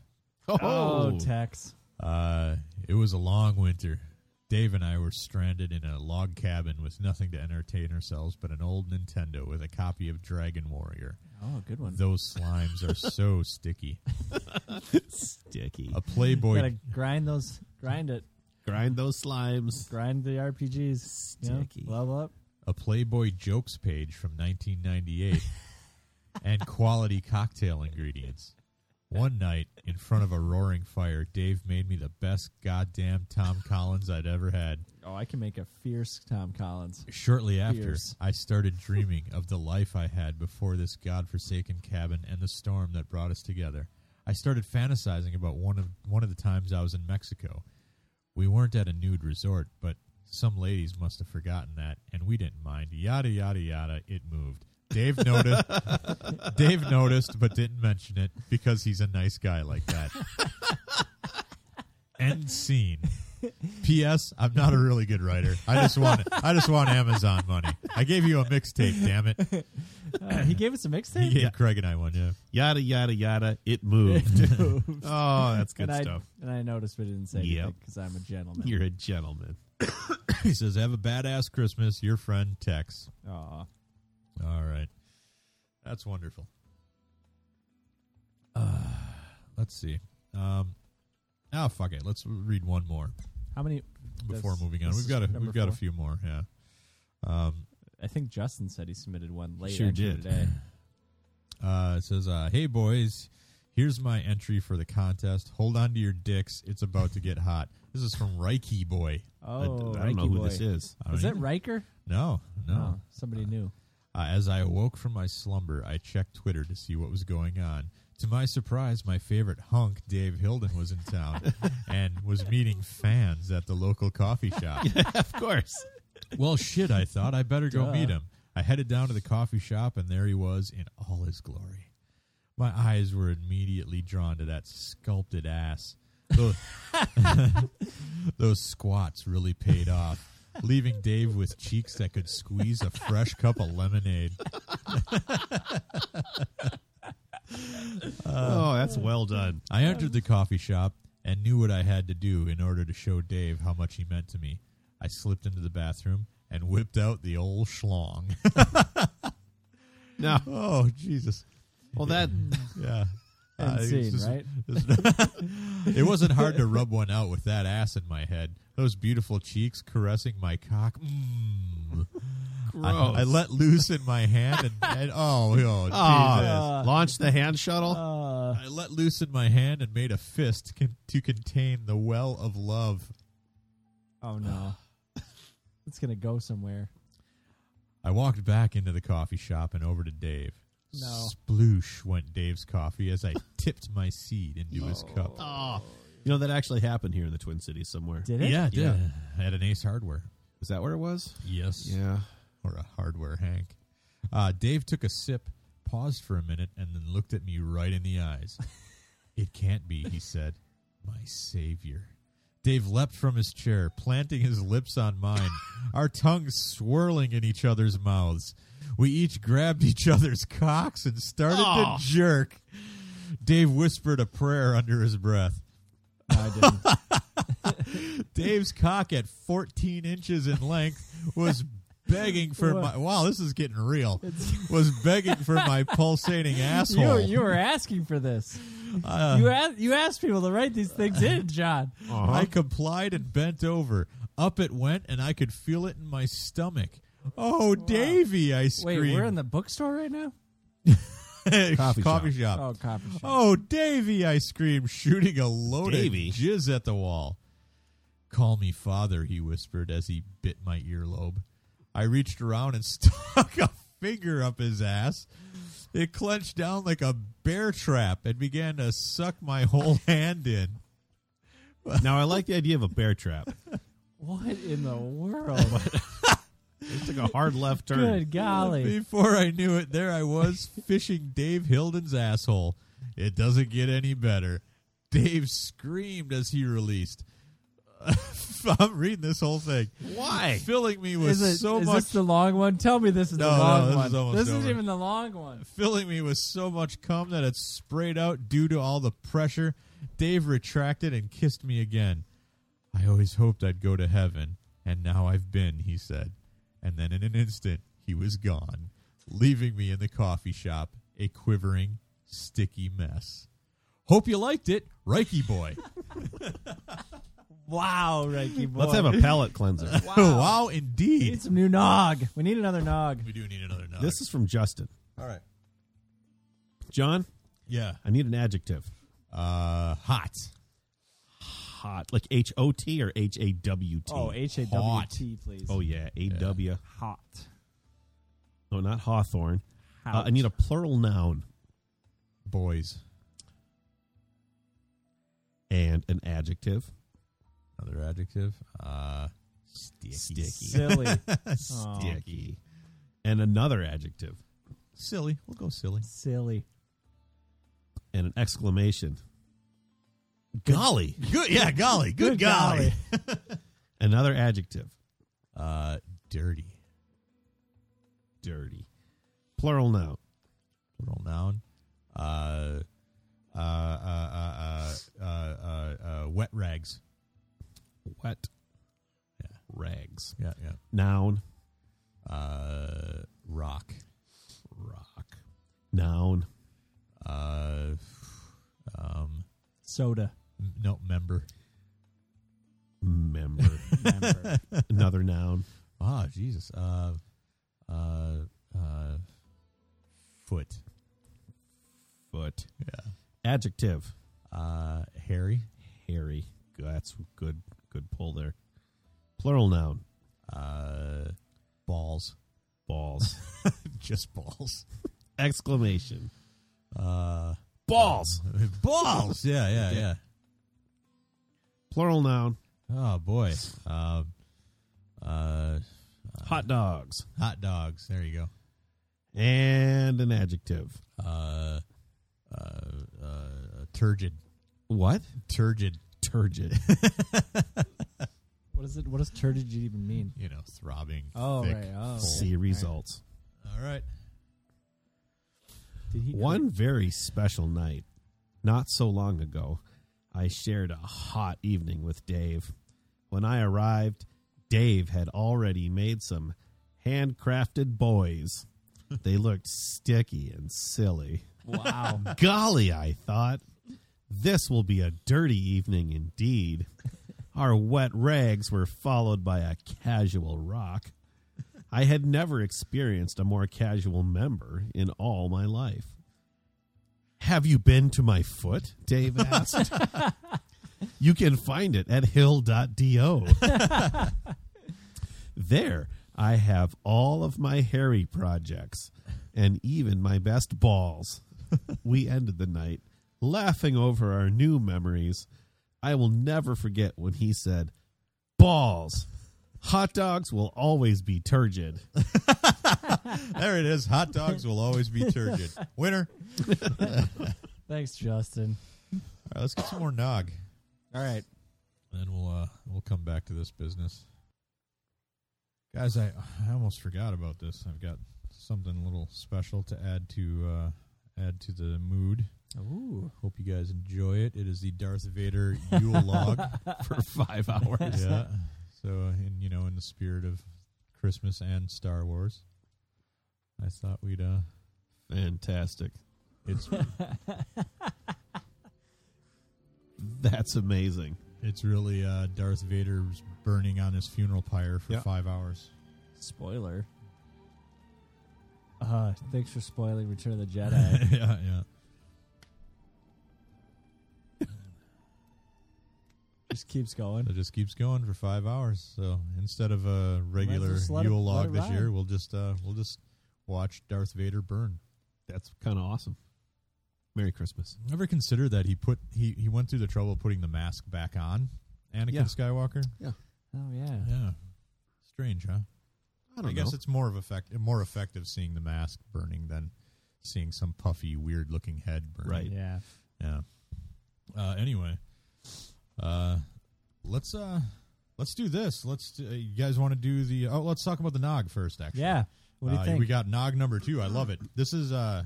S4: Oh, Tex.
S3: Uh, it was a long winter. Dave and I were stranded in a log cabin with nothing to entertain ourselves but an old Nintendo with a copy of Dragon Warrior.
S4: Oh, good one.
S3: Those slimes are so sticky.
S1: sticky.
S3: A Playboy
S4: Gotta grind those. Grind it.
S1: Grind those slimes.
S4: Grind the RPGs. you know?
S1: Sticky.
S4: level up.
S3: a Playboy jokes page from 1998, and quality cocktail ingredients. One night, in front of a roaring fire, Dave made me the best goddamn Tom Collins I'd ever had.
S4: Oh, I can make a fierce Tom Collins.
S3: Shortly after,
S4: Fierce.
S3: I started dreaming of the life I had before this godforsaken cabin and the storm that brought us together. I started fantasizing about one of one of the times I was in Mexico. We weren't at a nude resort, but some ladies must have forgotten that, and we didn't mind. Yada yada yada. It moved. Dave noticed. Dave noticed, but didn't mention it because he's a nice guy like that. End scene. P.S. I'm not a really good writer. I just want I just want Amazon money. I gave you a mixtape. Damn it.
S4: Uh, he gave us a
S3: He
S4: mixtape.
S3: gave Craig and I one. Yeah.
S1: Yada yada yada. It moved. oh, that's good
S4: and
S1: stuff.
S4: I and I noticed but didn't say
S1: Yep.
S4: anything because I'm a gentleman.
S1: You're a gentleman.
S3: He says, "Have a badass Christmas." Your friend Tex.
S4: Aw.
S3: All right. That's wonderful. Uh, let's see. Um, ah, fuck it. Let's read one more
S4: How many?
S3: before
S4: That's-
S3: moving on.
S4: this
S3: We've
S4: is
S3: got a
S4: number
S3: we've got a
S4: four.
S3: few more. Yeah. Um,
S4: I think Justin said he submitted one late
S1: Sure
S4: entry
S1: did.
S4: today.
S3: Uh, it says, uh, "Hey boys, here's my entry for the contest. Hold on to your dicks; it's about to get hot." This is from Reiki Boy.
S4: Oh,
S1: I, I don't know
S4: Reiki
S1: who
S4: boy.
S1: this is.
S3: I don't
S4: Is that Oh.
S3: even-
S4: Riker?
S3: No, no.
S4: Oh, somebody new.
S3: Uh, as I awoke from my slumber, I checked Twitter to see what was going on. To my surprise, my favorite hunk, Dave Hilden, was in town and was meeting fans at the local coffee shop.
S1: of course.
S3: well, shit, I thought. I better go
S4: Duh.
S3: meet him. I headed down to the coffee shop, and there he was in all his glory. My eyes were immediately drawn to that sculpted ass. Those, those squats really paid off, leaving Dave with cheeks that could squeeze a fresh cup of lemonade.
S1: oh, that's well done.
S3: I entered the coffee shop and knew what I had to do in order to show Dave how much he meant to me. I slipped into the bathroom and whipped out the old schlong.
S1: No.
S3: oh, Jesus.
S1: Well, that
S3: Yeah. Uh, it's
S4: Insane,
S3: just-
S4: right?
S3: It wasn't hard to rub one out with that ass in my head. Those beautiful cheeks caressing my cock. Mm. I,
S1: gross.
S3: I let loose in my hand and, and oh, oh, Jesus.
S1: Ah, launch the hand shuttle.
S4: Uh,
S3: I let loose in my hand and made a fist con- to contain the well of love.
S4: oh no, it's gonna go somewhere.
S3: I walked back into the coffee shop and over to Dave.
S4: No.
S3: Sploosh went Dave's coffee as I tipped my seed into his cup.
S1: oh. You know that actually happened here in the Twin Cities somewhere.
S4: Did it?
S3: it
S1: Yeah.
S3: At an Ace Hardware.
S1: Is that where it was?
S3: Yes.
S1: Yeah.
S3: or a hardware Hank. Uh, Dave took a sip, paused for a minute, and then looked at me right in the eyes. it can't be, he said. My savior. Dave leapt from his chair, planting his lips on mine, our tongues swirling in each other's mouths. We each grabbed each other's cocks and started
S1: Aw.
S3: to jerk. Dave whispered a prayer under his breath.
S2: No, I didn't.
S3: Dave's cock at 14 inches in length was begging for my wow this is getting real was begging for my pulsating
S2: you,
S3: asshole
S2: you were asking for this.
S3: Uh,
S2: you asked you asked people to write these things in, John.
S1: Oh. Uh-huh.
S3: I complied and bent over. Up it went, and I could feel it in my stomach. Oh, Davy! I
S2: Wait,
S3: screamed.
S2: we're in the bookstore right now.
S3: the
S1: Coffee
S3: shop.
S2: Oh, coffee shop.
S3: Oh, Davy! I screamed, shooting a load
S1: Davey?
S3: of jizz at the wall. Call me father, he whispered as he bit my earlobe. I reached around and stuck a finger up his ass. It clenched down like a bear trap and began to suck my whole hand in.
S1: Now I like the idea of a bear trap.
S2: What in the world?
S1: It took a hard left turn.
S2: Good golly!
S3: Before I knew it, there I was fishing Dave Hilden's asshole. It doesn't get any better. Dave screamed as he released. I'm reading this whole thing,
S1: Why?
S3: filling me with
S2: Is, it,
S3: so
S2: is
S3: much,
S2: this the long one? Tell me this is
S3: No,
S2: the
S3: no,
S2: long
S3: this
S2: one.
S3: is almost
S2: this isn't
S3: over.
S2: even the long one.
S3: filling me with so much cum that it sprayed out due to all the pressure. Dave retracted and kissed me again. I always hoped I'd go to heaven, and now I've been, he said. And then in an instant, he was gone, leaving me in the coffee shop, a quivering, sticky mess. Hope you liked it, Reiki boy.
S2: Wow, Reiki boy.
S1: Let's have a palate cleanser.
S3: wow.
S2: We
S3: indeed.
S2: need some new nog. We need another nog.
S3: We do need another nug.
S1: This is from Justin.
S3: all right.
S1: John,
S3: Yeah.
S1: I need an adjective.
S3: Uh, hot.
S1: Hot, like H O T or H A W T.
S2: Oh, H A W T, please.
S1: Oh, yeah, A W.
S2: hot.
S1: No, not Hawthorne. Uh,
S2: Hot.
S1: I need a plural noun
S3: Boys.
S1: and an adjective.
S3: Another adjective. Uh, sticky.
S2: silly. Oh.
S1: Sticky. And another adjective
S3: Silly. We'll go silly.
S2: silly.
S1: and an exclamation. Golly.
S3: Good. Yeah. Golly.
S2: Good golly.
S1: Another adjective.
S3: Uh, dirty.
S1: Dirty. Plural noun.
S3: Plural noun. Uh, uh, uh, uh, uh, uh, uh, uh, wet rags.
S1: Wet. Rags.
S3: Yeah. Yeah.
S1: Noun.
S3: Uh, rock.
S1: Rock. Noun.
S3: Uh, um,
S2: Soda.
S3: m- no member.
S1: Member.
S2: Member.
S1: Another noun.
S3: Ah, Jesus. Uh, uh, uh, foot.
S1: Foot.
S3: Yeah.
S1: Adjective.
S3: Uh, hairy.
S1: Hairy. That's good. Good pull there. Plural noun.
S3: Uh, balls.
S1: Balls.
S3: Just balls.
S1: Exclamation.
S3: Uh,
S1: Balls.
S3: balls. Yeah. Yeah. Yeah.
S1: Plural noun.
S3: Oh boy. Um, uh,
S1: Hot dogs.
S3: hot dogs. There you go.
S1: And an adjective.
S3: Uh, uh, uh, turgid.
S1: What?
S3: Turgid.
S1: Turgid.
S2: what is it? What does turgid even mean?
S3: You know, throbbing.
S1: Uh,
S2: Oh,
S3: thick,
S2: right. Oh.
S3: full.
S1: See results.
S3: All right.
S2: Did he
S1: One very special night, not so long ago, I shared a hot evening with Dave. When I arrived, Dave had already made some handcrafted boys. They looked sticky and silly.
S2: Wow.
S1: Golly, I thought, this will be a dirty evening indeed. Our wet rags were followed by a casual rock. I had never experienced a more casual member in all my life. Have you been to my foot? Dave asked. you can find it at hill.do. there, I have all of my hairy projects and even my best balls we ended the night laughing over our new memories. I will never forget when he said, Balls, hot dogs will always be turgid.
S3: There it is. Hot dogs will always be turgid. Winner.
S2: Thanks, Justin.
S3: All right, let's get some more nog.
S2: All right.
S3: Then we'll uh, we'll come back to this business, guys. I I almost forgot about this. I've got something a little special to add to uh, add to the mood.
S4: Ooh.
S3: Hope you guys enjoy it. It is the Darth Vader Yule log.
S5: for five hours.
S3: yeah. So, in you know, in the spirit of Christmas and Star Wars, I thought we'd uh,
S1: Fantastic.
S3: it's
S1: That's amazing.
S3: it's really uh, Darth Vader's burning on his funeral pyre for
S1: Yeah.
S3: five hours.
S2: Spoiler.
S4: Uh,
S2: Thanks for spoiling Return of the Jedi.
S3: yeah, yeah.
S2: Just keeps going.
S3: So it just keeps going for five hours. So instead of a regular
S4: just let it-
S3: Yule
S4: let
S3: log
S4: it
S3: this
S4: ride.
S3: year, we'll just uh, we'll just watch Darth Vader burn.
S1: That's kind of awesome. Merry Christmas.
S3: Never considered that he put he, he went through the trouble of putting the mask back on, Anakin
S1: Yeah.
S3: Skywalker.
S2: Oh yeah.
S3: Yeah, strange, huh?
S1: I
S3: I,
S1: don't
S3: guess
S1: know.
S3: it's more of effect more effective seeing the mask burning than seeing some puffy, weird looking head burning.
S1: Right.
S4: yeah.
S3: Yeah. Uh, anyway, uh, let's uh, let's do this. Let's. Do, uh, you guys want to do the? Oh, let's talk about the nog first. Actually,
S2: Yeah. What do you
S3: Uh,
S2: think?
S3: We got nog number two. I love it. This is uh,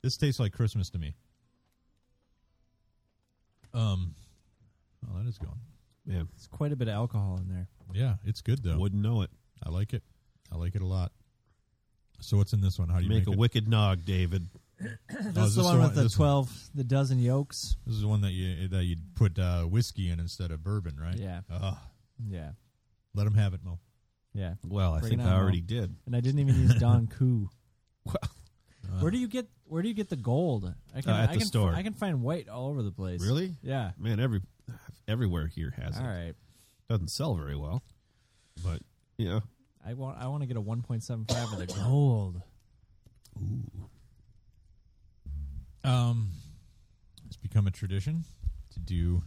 S3: this tastes like Christmas to me. Um, oh, that is going.
S1: man.
S2: it's quite a bit of alcohol in there.
S3: Yeah, it's good though.
S1: Wouldn't know it.
S3: I like it. I like it a lot. So what's in this one? How do you
S1: make,
S3: make,
S1: a
S3: it?
S1: wicked nog, David.
S3: Oh,
S2: That's
S3: is
S2: the
S3: this
S2: one with the
S3: this
S2: twelve, the dozen yolks.
S3: This is the one that you that you put uh, whiskey in instead of bourbon, right?
S2: Yeah.
S3: Ugh.
S2: Yeah.
S3: let them have it, Mo.
S2: Yeah.
S1: Well, I
S2: Bring
S1: think
S2: it
S1: I
S2: on,
S1: already
S2: Mom.
S1: did.
S2: And I didn't even use Don Coup.
S3: Uh,
S2: Where do you get Where do you get the gold? I
S1: Uh, at
S2: I
S1: the
S2: can,
S1: store.
S2: I can find white all over the place.
S1: Really?
S2: Yeah.
S1: Man, every everywhere here has
S2: All
S1: it.
S2: right.
S1: Doesn't sell very well, but yeah.
S2: I want I want to get a 1.75 of the gold.
S3: Um, it's become a tradition to do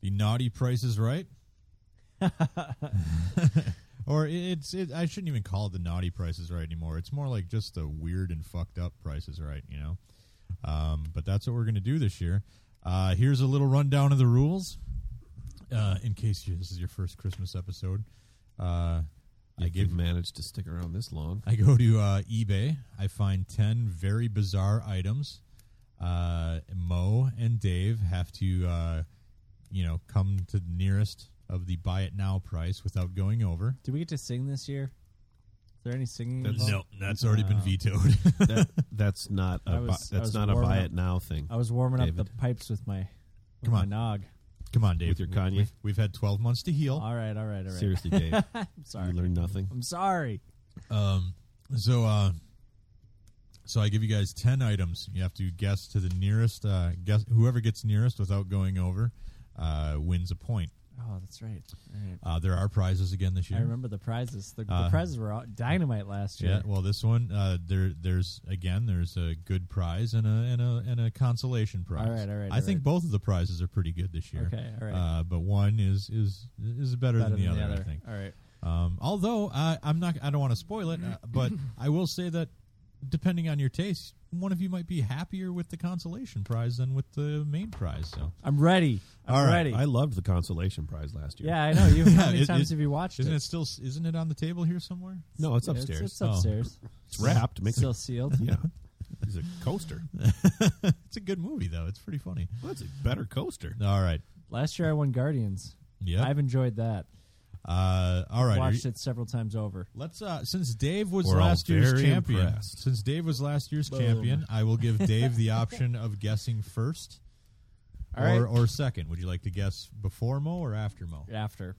S3: the naughty prices right. or it's it, I shouldn't even call it the naughty prices right anymore. It's more like just the weird and fucked up prices right, you know. Um, but that's what we're going to do this year. Uh, here's a little rundown of the rules. Uh, in case you, this is your first Christmas episode, uh, I
S1: I
S3: give
S1: did manage to stick around this long.
S3: I go to uh, eBay. I find 10 very bizarre items. Uh, Mo and Dave have to, uh, you know, come to the nearest of the buy it now price without going over.
S2: Do we get to sing this year? Is there any singing?
S1: That's-
S2: involved?
S3: that's already been
S2: Wow.
S3: vetoed.
S1: That, that's not
S2: I
S1: a bu-
S2: was- I
S1: that's
S2: was
S1: not a
S2: warming
S1: buy
S2: up.
S1: it now thing.
S2: I was warming up the
S1: David.
S2: pipes with my with
S3: Come
S2: my
S3: on.
S2: nog.
S3: Come on, Dave.
S1: With your Kanye.
S3: We've, we've had 12 months to heal.
S2: All right, all right, all right.
S1: Seriously, Dave,
S2: I'm
S1: you
S2: sorry.
S1: learned nothing.
S2: I'm sorry.
S3: Um, so, uh, so I give you guys 10 items. You have to guess to the nearest, uh, guess whoever gets nearest without going over uh, wins a point.
S2: Oh, that's right. All right.
S3: Uh, there are prizes again this year.
S2: I remember the prizes. The, the
S3: Uh,
S2: prizes were all dynamite last year.
S3: Yeah, well, this one uh, there there's again there's a good prize and a and a and a consolation prize.
S2: All right, all right,
S3: I
S2: all
S3: think
S2: right.
S3: both of the prizes are pretty good this year.
S2: Okay, all right.
S3: Uh, but one is is is better,
S2: Better
S3: than, the, other, I think.
S2: All right.
S3: Um, although I, I'm not, I don't want to spoil it, uh, but I will say that depending on your taste, one of you might be happier with the consolation prize than with the main prize. So
S2: I'm ready. I'm
S3: All right,
S2: ready.
S1: I loved the consolation prize last year.
S2: yeah, I know. You. How
S3: Yeah,
S2: many
S3: it-
S2: times
S3: it-
S2: have you watched
S3: isn't
S2: it?
S3: it still isn't it on the table here somewhere?
S1: No, it's
S2: It's-
S1: upstairs.
S2: It's,
S3: Oh.
S2: upstairs.
S1: It's wrapped. Makes
S2: Still
S1: it,
S2: sealed.
S1: yeah. It's a coaster.
S3: It's a good movie though. It's pretty funny.
S1: That's a better coaster.
S3: All right.
S2: Last year I won Guardians.
S3: Yeah.
S2: I've enjoyed that.
S3: Uh, all right. Are you-
S2: Watched it several times over.
S3: Let's uh since Dave was
S1: We're all
S3: last year's
S1: very
S3: champion.
S1: impressed.
S3: Since Dave was last year's champion, I will give Dave the option of guessing first
S2: All
S3: or
S2: right.
S3: or second. Would you like to guess before Mo or after Mo?
S2: After.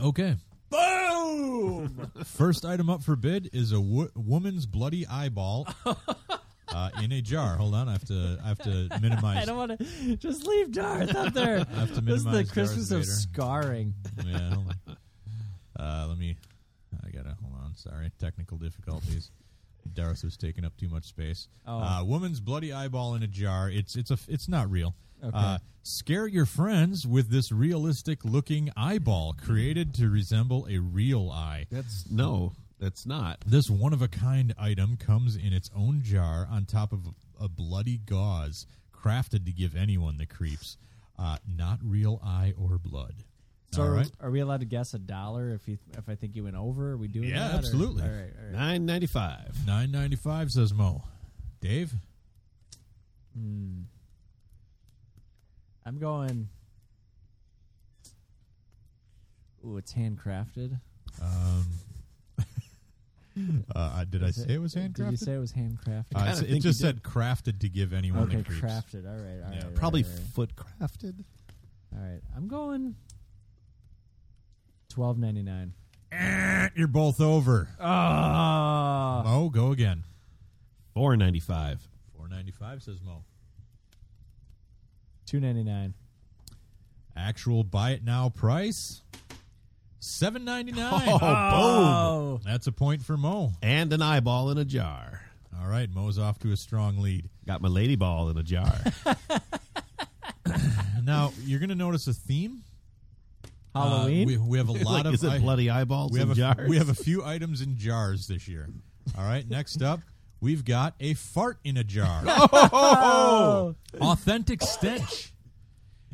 S3: Okay. Boom! first item up for bid is a wo- woman's bloody eyeball uh, in a jar. Hold on, I have to I have to minimize.
S2: I don't want to just leave Darth up there.
S3: have to
S2: this is the
S3: minimize
S2: Christmas
S3: Darth
S2: of
S3: Vader.
S2: scarring.
S3: yeah, hold on. Uh, let me. I gotta hold on. Sorry, technical difficulties. Darth was taking up too much space.
S2: Oh.
S3: Uh, woman's bloody eyeball in a jar. It's it's a it's not real.
S2: Okay.
S3: Uh, scare your friends with this realistic looking eyeball created to resemble a real eye.
S1: That's no, that's not.
S3: This one of a kind item comes in its own jar on top of a bloody gauze crafted to give anyone the creeps. Uh, not real eye or blood.
S2: So
S3: All
S2: are-
S3: right.
S2: are we allowed to guess a dollar if you if I think you went over? Are we doing
S3: Yeah,
S2: that? or-
S3: absolutely.
S2: All right, all right.
S1: Nine ninety five.
S3: Nine ninety five says Mo. Dave,
S2: Hmm. I'm going. Ooh, it's handcrafted.
S3: um, uh, did I say it was handcrafted?
S2: Did you say it was handcrafted?
S3: Uh,
S1: kinda
S3: it's- it
S1: think you
S3: just said crafted to give anyone
S2: okay,
S3: the creeps.
S2: crafted. All right, all right.
S3: Yeah,
S2: all right,
S1: Probably
S2: all right.
S1: foot crafted.
S2: All right, I'm going. Twelve ninety nine.
S3: Eh, You're both over.
S2: Ah,
S3: Mo, go again.
S1: Four ninety five.
S3: Four ninety five says Mo.
S2: two ninety nine.
S3: Actual buy it now price seven ninety nine.
S2: Oh.
S3: That's a point for Mo.
S1: And an eyeball in a jar.
S3: All right, Mo's off to a strong lead.
S1: Got my lady ball in a jar.
S3: Now you're going to notice a theme. Uh,
S2: Halloween.
S3: we, we have a lot
S1: Like,
S3: of
S1: is it
S3: i-
S1: bloody eyeballs
S3: we have
S1: in
S3: a,
S1: jars?
S3: We have a few items in jars this year. All right, next up, we've got a fart in a jar.
S1: Oh!
S3: Authentic stench.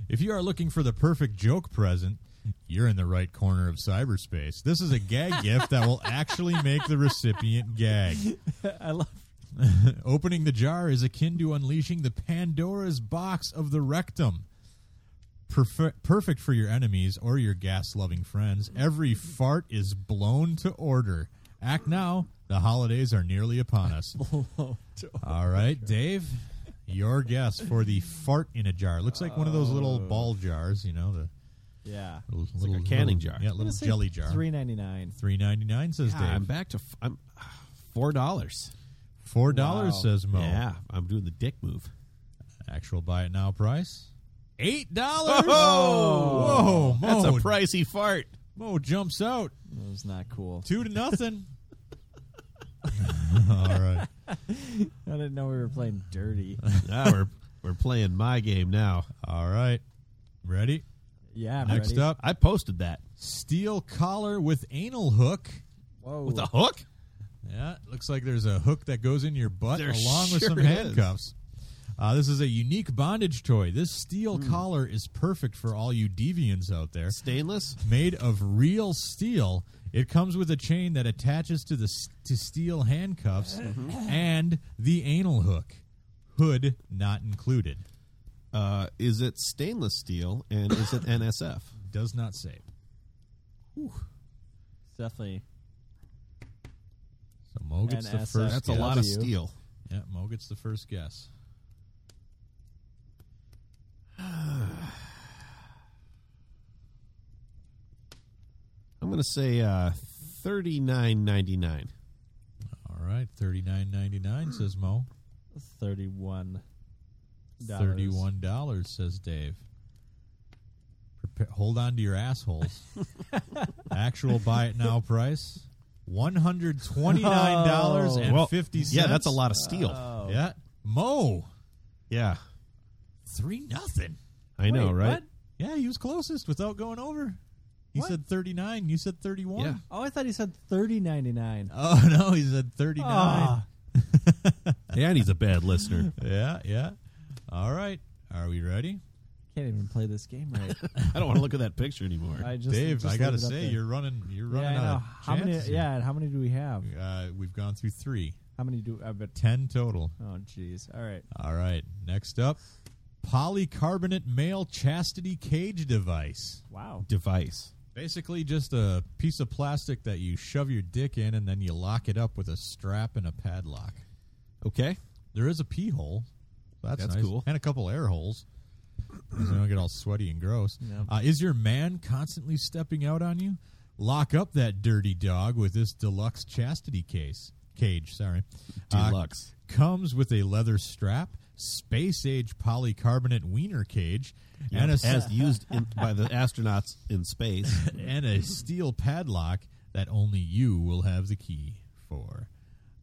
S3: If you are looking for the perfect joke present, you're in the right corner of cyberspace. This is a gag gift that will actually make the recipient gag.
S2: I love.
S3: Opening the jar is akin to unleashing the Pandora's box of the rectum. Perfe- perfect for your enemies or your gas loving friends. Every fart is blown to order. Act now. The holidays are nearly upon us. All right, Dave, your guess for the fart in a jar. Looks like one of those little ball jars, you know, the
S2: Yeah.
S3: little,
S1: Uh, like a
S3: little-
S1: canning
S3: little-
S1: jar.
S3: Yeah,
S1: I'm
S3: little jelly jar.
S2: Three ninety nine.
S3: Three ninety nine says
S1: Yeah, I'm
S3: Dave.
S1: back to f- I'm four dollars.
S3: Four dollars
S2: Wow.
S3: says Mo.
S1: Yeah, I'm doing the dick move.
S3: Actual buy it now price. Eight dollars. Whoa, Mo,
S1: That's a pricey fart.
S3: Mo jumps out
S2: That was not cool.
S3: two to nothing. All right,
S2: I didn't know we were playing dirty.
S1: Ah, we're we're playing my game now.
S3: all right. Ready?
S2: Yeah. I'm
S3: Next
S2: ready.
S3: up,
S1: I posted that
S3: steel collar with anal hook.
S2: Whoa.
S1: with a hook.
S3: Yeah, looks like there's a hook that goes in your butt
S1: There
S3: along with
S1: sure
S3: some
S1: is.
S3: handcuffs. Uh, this is a unique bondage toy. This steel
S1: Hmm.
S3: collar is perfect for all you deviants out there.
S1: Stainless.
S3: made of real steel. It comes with a chain that attaches to the s- to steel handcuffs
S1: Mm-hmm.
S3: and the anal hook. Hood not included.
S1: Uh, is it stainless steel and is it NSF?
S3: Does not say.
S2: It's definitely.
S3: So Mo gets the
S2: NSF.
S3: first.
S1: That's a
S3: guess.
S1: lot of
S2: W.
S1: steel.
S3: Yeah, Mo gets the first guess.
S1: I'm gonna say uh, thirty nine ninety nine.
S3: All right, thirty nine ninety nine says Mo.
S2: 31
S3: Thirty one dollars says Dave. Prepare, hold on to your assholes. Actual buy it now price. One hundred twenty nine dollars
S1: Oh, Well,
S3: and fifty cents.
S1: Yeah, that's a lot of steel.
S2: Oh,
S3: Yeah, Mo.
S1: yeah,
S3: Three nothing.
S1: I know,
S2: Wait,
S1: right?
S2: what?
S3: Yeah, he was closest without going over. He
S2: What?
S3: said thirty nine. You said thirty one.
S1: Yeah.
S2: Oh, I thought he said 30.99.
S3: Oh no, he said thirty nine.
S2: Ah.
S1: And he's a bad listener.
S3: Yeah, yeah. All right. Are we ready,
S2: Can't even play this game right.
S1: I don't want to look at that picture anymore.
S2: I just,
S3: Dave?
S2: just
S3: I gotta
S2: leave it up
S3: say,
S2: there.
S3: you're running. You're
S2: yeah, I
S3: running out
S2: know.
S3: of
S2: how many?
S3: chances here.
S2: Yeah, and how many do we have?
S3: Uh, we've gone through three,
S2: How many do? I bet.
S3: ten total.
S2: Oh, jeez. All right.
S3: All right. Next up, polycarbonate male chastity cage device.
S2: Wow.
S1: Device.
S3: Basically, just a piece of plastic that you shove your dick in, and then you lock it up with a strap and a padlock.
S1: Okay.
S3: There is a pee hole. That's,
S1: That's
S3: nice.
S1: cool.
S3: And a couple air holes. So you don't get all sweaty and gross.
S2: Yep.
S3: Uh, is your man constantly stepping out on you? Lock up that dirty dog with this deluxe chastity case cage. Sorry, Uh,
S1: Deluxe.
S3: comes with a leather strap, space age polycarbonate wiener cage, and a
S1: Uh, as used in, by the astronauts in space.
S3: and a steel padlock that only you will have the key for.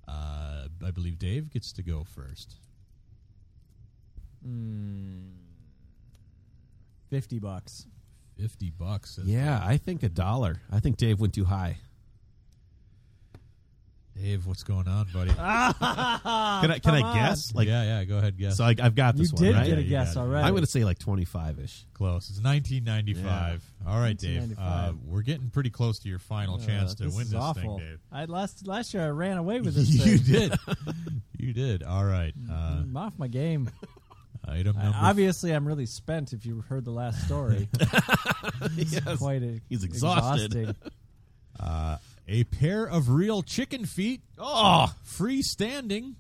S3: Uh, I believe Dave gets to go first.
S2: Fifty bucks.
S3: Fifty bucks. says
S1: Yeah, I think a dollar. I think Dave went too high.
S3: Dave, what's going on, buddy?
S2: Ah,
S1: Can I can I guess? Like
S3: yeah, yeah. Go ahead, guess.
S1: so, I, I've got
S2: You
S1: this one
S2: did
S1: right.
S2: get a
S3: you
S2: guess
S3: got it.
S2: already.
S1: I'm going to say like 25 ish.
S3: Close. It's 1995. All right, Dave. Uh,
S2: 1995.
S3: we're getting pretty close to your final
S2: Uh,
S3: chance to
S2: this
S3: win
S2: is
S3: this
S2: awful.
S3: thing, Dave.
S2: I last last year I ran away with this
S3: you
S2: thing.
S3: did. you did. All right. Uh,
S2: I'm off my game.
S3: item
S2: I-
S3: number.
S2: obviously, I'm really spent. If you heard the last story, It's quite e-, a,
S1: He's exhausted.
S2: exhausting.
S3: uh, a pair of real chicken feet, Ah,
S1: Oh,
S3: freestanding,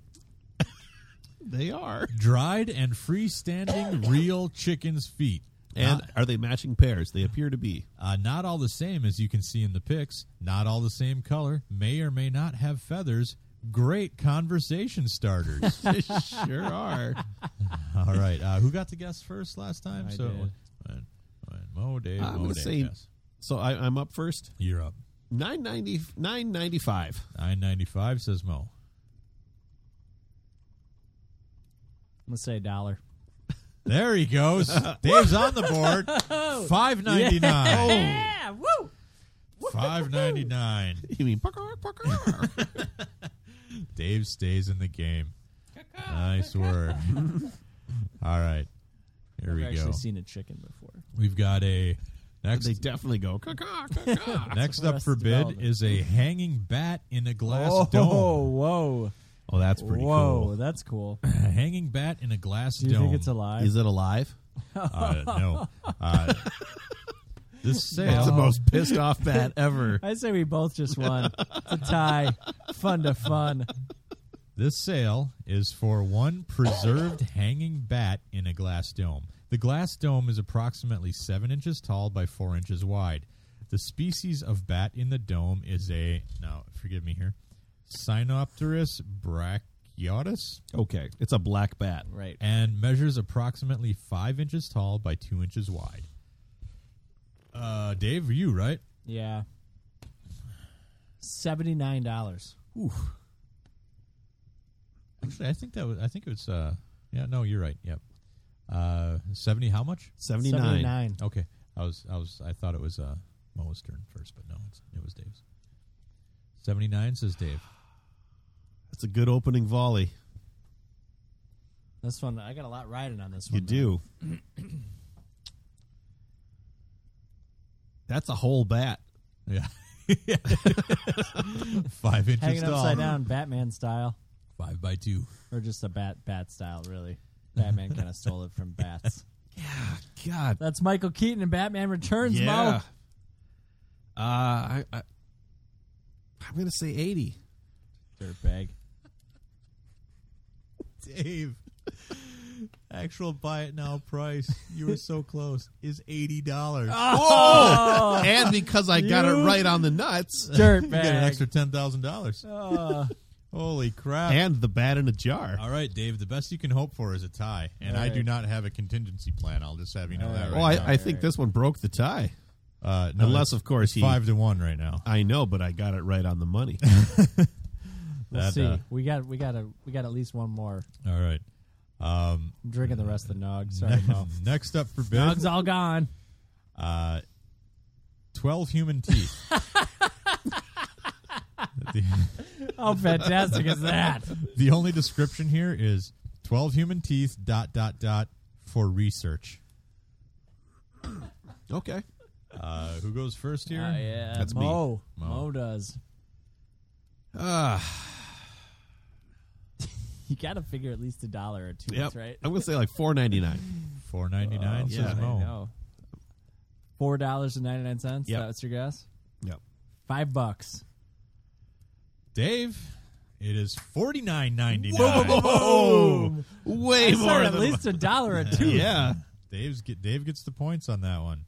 S1: they are.
S3: dried and freestanding real chicken's feet.
S1: And
S3: Not-
S1: are they matching pairs? They appear to be.
S3: Uh, not all the same, as you can see in the pics. Not all the same color. May or may not have feathers. Great conversation starters.
S1: They sure are.
S3: all right. Uh, who got to guess first last time?
S2: I
S3: so
S2: did.
S3: When, when Mo, Dave,
S1: I'm
S3: Mo,
S1: gonna
S3: Dave,
S1: say-
S3: yes.
S1: So I, I'm up first.
S3: you're up.
S1: 990, 995.
S3: Nine ninety five says Mo.
S2: I'm gonna say a dollar.
S3: There he goes. Dave's on the board. Five ninety nine.
S2: Yeah, woo!
S3: Five ninety nine.
S1: You mean pucker, pucker.
S3: Dave stays in the game. Nice work. All right. Here
S2: I've
S3: we go.
S2: actually seen a chicken before.
S3: We've got a next
S1: they definitely go caw-caw, caw-caw.
S3: Next up
S2: Arrested
S3: for bid
S2: Development.
S3: is a hanging bat in a glass
S2: oh,
S3: dome.
S2: whoa,
S1: Oh, that's pretty
S2: whoa, that's cool.
S3: A hanging bat in a glass
S2: Do you
S3: dome.
S2: think it's
S1: cool.
S2: alive?
S1: Is it alive?
S3: uh, no. Uh, this
S1: That's the
S3: sale.
S1: most pissed off bat ever.
S2: I say we both just won. It's a tie, fun to fun.
S3: This sale is for one preserved hanging bat in a glass dome. The glass dome is approximately seven inches tall by four inches wide. The species of bat in the dome is a now forgive me here, Cynopterus brachiotis.
S1: Okay, it's a black bat.
S2: Right.
S3: and measures approximately five inches tall by two inches wide. Uh, Dave, you right?
S2: Yeah. Seventy nine dollars.
S3: Actually, I think that was. I think it was. Uh, yeah, no, you're right. Yep. Uh, seventy. How much?
S1: 79.
S2: nine.
S3: Okay. I was. I was. I thought it was uh, Mo's turn first, but no, it's, it was Dave's. Seventy nine says Dave.
S1: That's a good opening volley.
S2: This one I got a lot riding on this one.
S1: You do. That's a whole bat.
S3: Yeah. five inches
S2: Hanging
S3: tall.
S2: upside down, Batman style,
S3: Five by two.
S2: or just a bat bat style, really. Batman kind of stole it from bats.
S1: God.
S2: That's Michael Keaton and Batman Returns.
S1: yeah.
S2: Mo.
S1: Uh, I, I, I'm going to say 80.
S2: Dirtbag.
S3: Dave. Actual buy it now price. You were so close. Is eighty dollars.
S1: Ah, Oh!
S2: Oh,
S1: and because I got it right on the nuts.
S3: You get an
S2: Dirtbag.
S3: extra ten thousand dollars.
S2: Oh,
S3: Holy crap!
S1: And the bat in a jar.
S3: all right, Dave. The best you can hope for is a tie, and I do
S2: Alright.
S3: not have a contingency plan. I'll just have you know that.
S1: Oh,
S3: Right
S1: I, I think this one broke the tie.
S3: now. Uh, no,
S1: Unless,
S3: it's
S1: of course, he.
S3: five to one right now.
S1: I know, but I got it right on the money.
S2: we'll
S3: That,
S2: see.
S3: uh,
S2: we got we got a we got at least one more.
S3: All right. Um,
S2: I'm drinking the rest of the nog. Sorry, Mo.
S3: next up for bid,
S2: Nog's all gone.
S3: uh, twelve human teeth. The-
S2: How fantastic is that? Uh,
S3: The only description here is 12 human teeth dot dot dot for research.
S1: okay.
S3: Uh, who goes first here?
S2: yeah,
S1: That's me.
S2: Mo.
S3: Mo.
S2: Mo does.
S1: Uh,
S2: You got to figure at least a dollar or two,
S1: yep.
S2: right?
S1: I'm going to say like 4.99.
S2: Oh,
S3: 499 says
S1: yeah, I
S3: Mo.
S2: No. Four dollars and ninety nine cents.
S1: Yep.
S2: That's your guess.
S1: Yep.
S2: Five bucks.
S3: Dave, it is 49.99.
S1: Oh, way
S2: I
S1: more
S2: said
S1: than
S2: at least a dollar or two.
S1: yeah.
S3: Dave's get Dave gets the points on that one.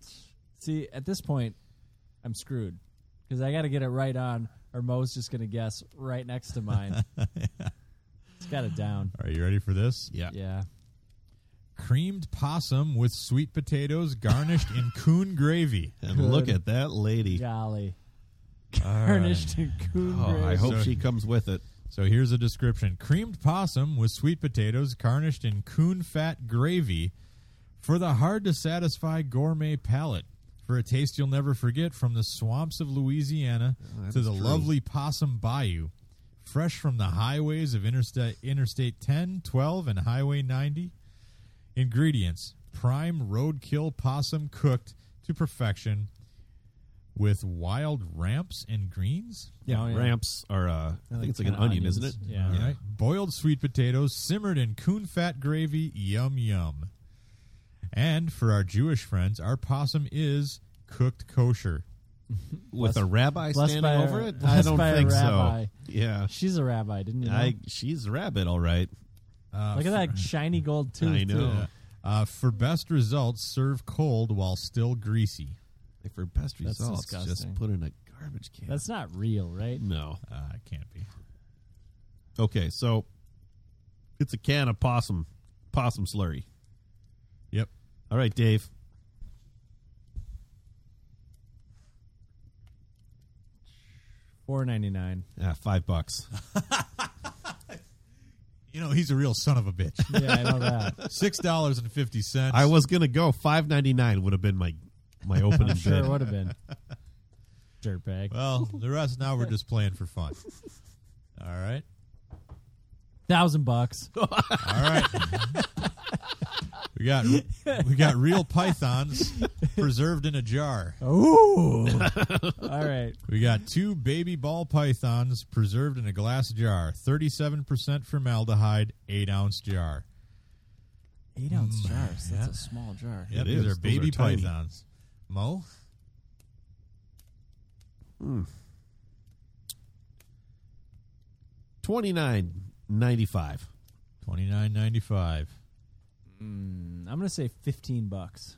S2: See, at this point, I'm screwed because I got to get it right on, or Mo's just gonna guess right next to mine. It's got it down.
S3: Are you ready for this?
S1: Yeah.
S2: Yeah.
S3: Creamed possum with sweet potatoes garnished in coon gravy.
S1: And look at that lady.
S2: Golly.
S3: All
S2: Garnished in coon
S1: Oh, I
S2: gravy.
S1: hope
S3: So-
S1: she comes with it.
S3: So here's a description creamed possum with sweet potatoes garnished in coon fat gravy for the hard to satisfy gourmet palate. For a taste you'll never forget from the swamps of Louisiana to the lovely Possum Bayou. fresh from the highways of Interstate, Interstate 10, 12, and Highway 90. Ingredients prime roadkill possum cooked to perfection with wild ramps and greens.
S1: Yeah,
S2: Oh, yeah.
S1: ramps are. Uh, I think
S2: like
S1: it's like an
S2: kinda
S1: onion, isn't it?
S2: onions. Yeah.
S3: All right. Boiled sweet potatoes simmered in coon fat gravy. Yum, yum. And for our Jewish friends, our possum is cooked kosher.
S1: With
S2: Blessed-
S1: a rabbi
S2: blessed
S1: standing
S2: by a-
S1: over it. I
S2: blessed
S1: don't
S2: by a
S1: think so.
S2: rabbi.
S1: Yeah,
S2: She's a rabbi, didn't you? know?
S1: I, she's a rabbit, all right.
S3: Uh,
S2: Look
S3: for-
S2: at that shiny gold tooth.
S1: I
S2: too.
S1: know.
S3: Yeah. Uh, for best results, serve cold while still greasy.
S1: Like for best
S2: That's
S1: results, just
S2: disgusting.
S1: put in a garbage can.
S2: That's not real, right?
S1: no.
S3: Uh, it can't be.
S1: Okay, so it's a can of possum possum slurry.
S3: Yep.
S1: All right, Dave.
S2: Four ninety nine.
S1: Ah, five bucks.
S3: You know he's a real son of a bitch.
S2: Yeah, I know that.
S3: Six dollars and fifty cents.
S1: I was gonna go five ninety nine would have been my my opening
S2: I'm sure it
S1: bid.
S2: would have been. Dirtbag.
S3: Well, the rest now we're just playing for fun. All right.
S2: Thousand bucks.
S3: All right. we got we got real pythons preserved in a jar.
S2: Ooh. All right.
S3: We got two baby ball pythons preserved in a glass jar. Thirty-seven percent formaldehyde, eight ounce jar.
S2: Eight
S1: Mm,
S2: ounce jars. That's a small jar.
S3: Yep,
S1: It
S3: these
S1: is.
S3: are
S1: Those
S3: baby
S1: are tiny.
S3: pythons. Mo,
S1: Twenty nine ninety five.
S3: twenty nine ninety five.
S2: Mm, I'm gonna say fifteen bucks.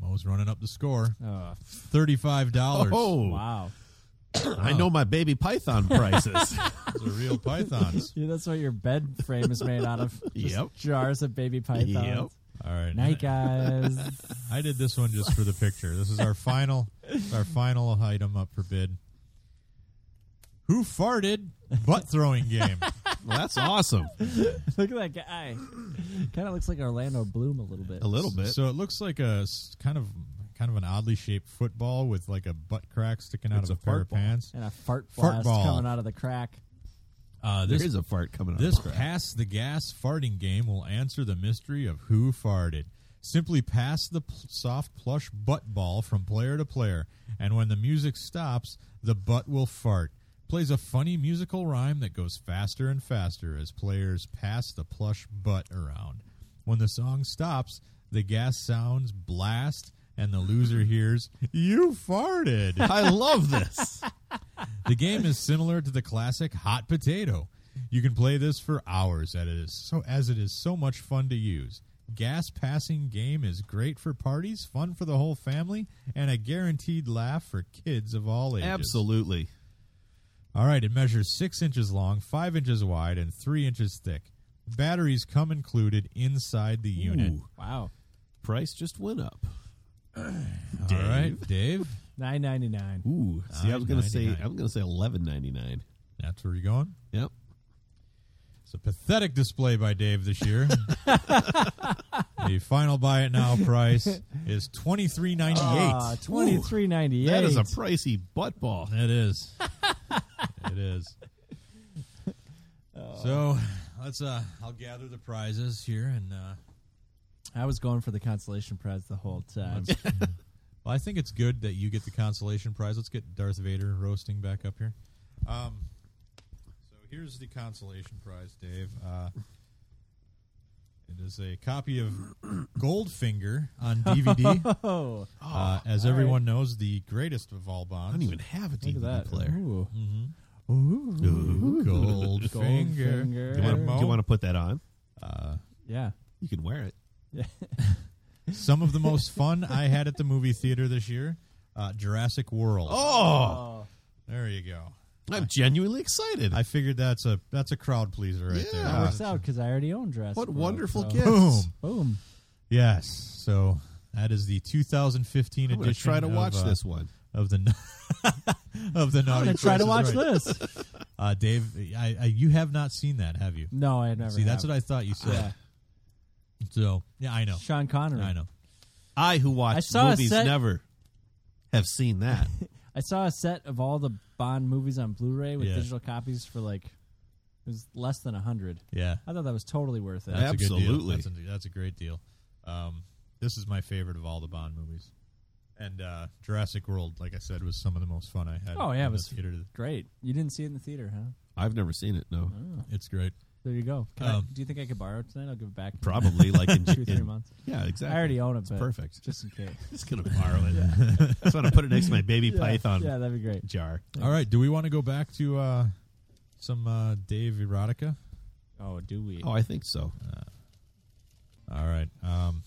S3: Mo's running up the score.
S2: Oh,
S3: Thirty-five dollars.
S1: Oh,
S2: wow.
S1: I know my baby python prices.
S3: Those are real pythons.
S2: Yeah, that's what your bed frame is made out of. Just
S1: Yep.
S2: Jars of baby pythons.
S1: Yep.
S3: All right.
S2: Night, guys.
S3: I did this one just for the picture. This is our final, our final item up for bid. Who farted? Butt throwing game.
S1: well, that's awesome.
S2: Look at that guy. Kind of looks like Orlando Bloom a little bit.
S1: A little bit.
S3: So it looks like a s- kind of, kind of an oddly shaped football with like a butt crack sticking out
S1: It's
S3: of
S1: a
S3: a, pair
S1: fart
S3: of
S1: ball.
S3: pants.
S2: And a fart
S3: Fart
S2: blast
S3: ball.
S2: coming out of the crack.
S3: Uh,
S1: there
S3: this
S1: is a fart coming out.
S3: This
S1: of my crack.
S3: pass the gas farting game will answer the mystery of who farted. Simply pass the pl- soft plush butt ball from player to player, and when the music stops, the butt will fart. Plays a funny musical rhyme that goes faster and faster as players pass the plush butt around. When the song stops, the gas sounds blast, and the loser hears, You farted!
S1: I love this.
S3: The game is similar to the classic hot potato. You can play this for hours as it is so as it is so much fun to use. Gas passing game is great for parties, fun for the whole family, and a guaranteed laugh for kids of all ages.
S1: Absolutely.
S3: All right, it measures six inches long, five inches wide, and three inches thick. Batteries come included inside the unit.
S1: Ooh,
S2: Wow.
S1: price just went up.
S3: All right, Dave,
S2: Nine ninety nine.
S1: Ooh. See, I was gonna say
S3: $9.99.
S1: I'm gonna say eleven ninety nine.
S3: that's where you're going.
S1: Yep.
S3: It's a pathetic display by Dave this year. the final buy it now price is twenty three ninety
S2: Ah,
S3: eight.
S2: twenty three ninety eight.
S1: That is a pricey butt ball.
S3: It is. it is. So let's. uh I'll gather the prizes here, and uh
S2: I was going for the consolation prize the whole time.
S3: well, I think it's good that you get the consolation prize. Let's get Darth Vader roasting back up here. Um, so here's the consolation prize, Dave. Uh, it is a copy of Goldfinger on DVD.
S2: oh,
S3: Uh, as everyone knows, the greatest of all
S1: I
S3: bonds.
S1: don't even have a DVD
S2: look at that.
S1: player.
S2: Ooh.
S1: Ooh.
S3: Goldfinger.
S2: Goldfinger.
S1: Do you, want,
S3: And Mo,
S1: do you want to put that on?
S3: uh,
S2: Yeah.
S1: You can wear it.
S3: some of the most fun I had at the movie theater this year uh, Jurassic World.
S1: Oh,
S3: There you go.
S1: I'm genuinely excited.
S3: I figured that's a that's a crowd pleaser right there. Uh,
S1: Yeah.
S2: Works out because I already own dress.
S1: what wonderful
S2: so.
S1: gifts!
S3: Boom.
S2: Boom.
S3: Yes. So that is the 2015
S1: I'm gonna
S3: edition.
S1: try to
S3: of,
S1: watch
S3: uh,
S1: this one.
S3: of the of the
S2: I'm
S3: naughty.
S2: gonna try to watch
S3: Price is Right.
S2: this.
S3: Uh, Dave, I, I, you have not seen that, have you?
S2: No, I never.
S3: See, that's what I thought you said.
S2: Yeah.
S3: So yeah, I know.
S2: Sean Connery.
S3: I know.
S1: I who watch
S2: I saw a
S1: movies
S2: set-
S1: never have seen that.
S2: I
S4: I saw a set of all the Bond movies on Blu-ray with
S3: Yeah.
S4: digital copies for like it was less than a hundred.
S3: Yeah.
S4: I thought that was totally worth it.
S1: Yeah.
S3: That's A good deal.
S1: Absolutely.
S3: That's, a, that's a great deal. Um, this is my favorite of all the Bond movies. And uh, Jurassic World, like I said, was some of the most fun I had.
S4: Oh, yeah, it
S3: in the
S4: was-
S3: theater.
S4: Great. You didn't see it in the theater, huh?
S1: I've never seen it. No,
S4: Oh,
S3: It's great.
S4: there you go. Can
S3: Um,
S4: I, do you think I could borrow it tonight? I'll give it back. in
S1: probably like in,
S4: Two or three
S1: in-
S4: months.
S1: yeah, exactly.
S4: I already own it, but
S1: perfect.
S4: just in case.
S1: Just gonna borrow it. Just want to put it next to my baby python
S4: Yeah, that'd be great.
S1: jar.
S3: All right, do we want to go back to uh, some uh, Dave erotica?
S4: Oh, do we?
S1: Oh, I think so.
S3: All right, um,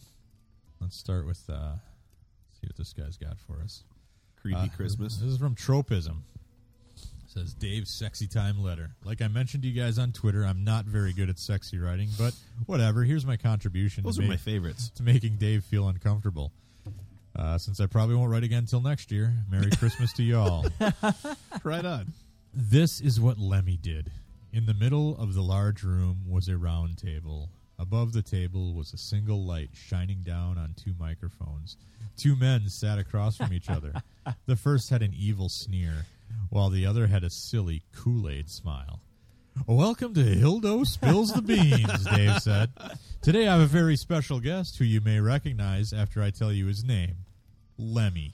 S3: let's start with uh, see what this guy's got for us.
S1: Creepy
S3: Uh,
S1: Christmas.
S3: This is from Tropism. It says Dave's sexy time letter. Like I mentioned to you guys on Twitter, I'm not very good at sexy writing, but whatever. Here's my contribution.
S1: Those
S3: to
S1: are my
S3: make-
S1: favorites.
S3: to making Dave feel uncomfortable. Uh, since I probably won't write again until next year, Merry Christmas to y'all.
S1: right on.
S3: This is what Lemmy did. In the middle of the large room was a round table. Above the table was a single light shining down on two microphones. Two men sat across from each other. The first had an evil sneer, while the other had a silly Kool Aid smile. Welcome to Hildo Spills the Beans, Dave said. Today I have a very special guest who you may recognize after I tell you his name Lemmy.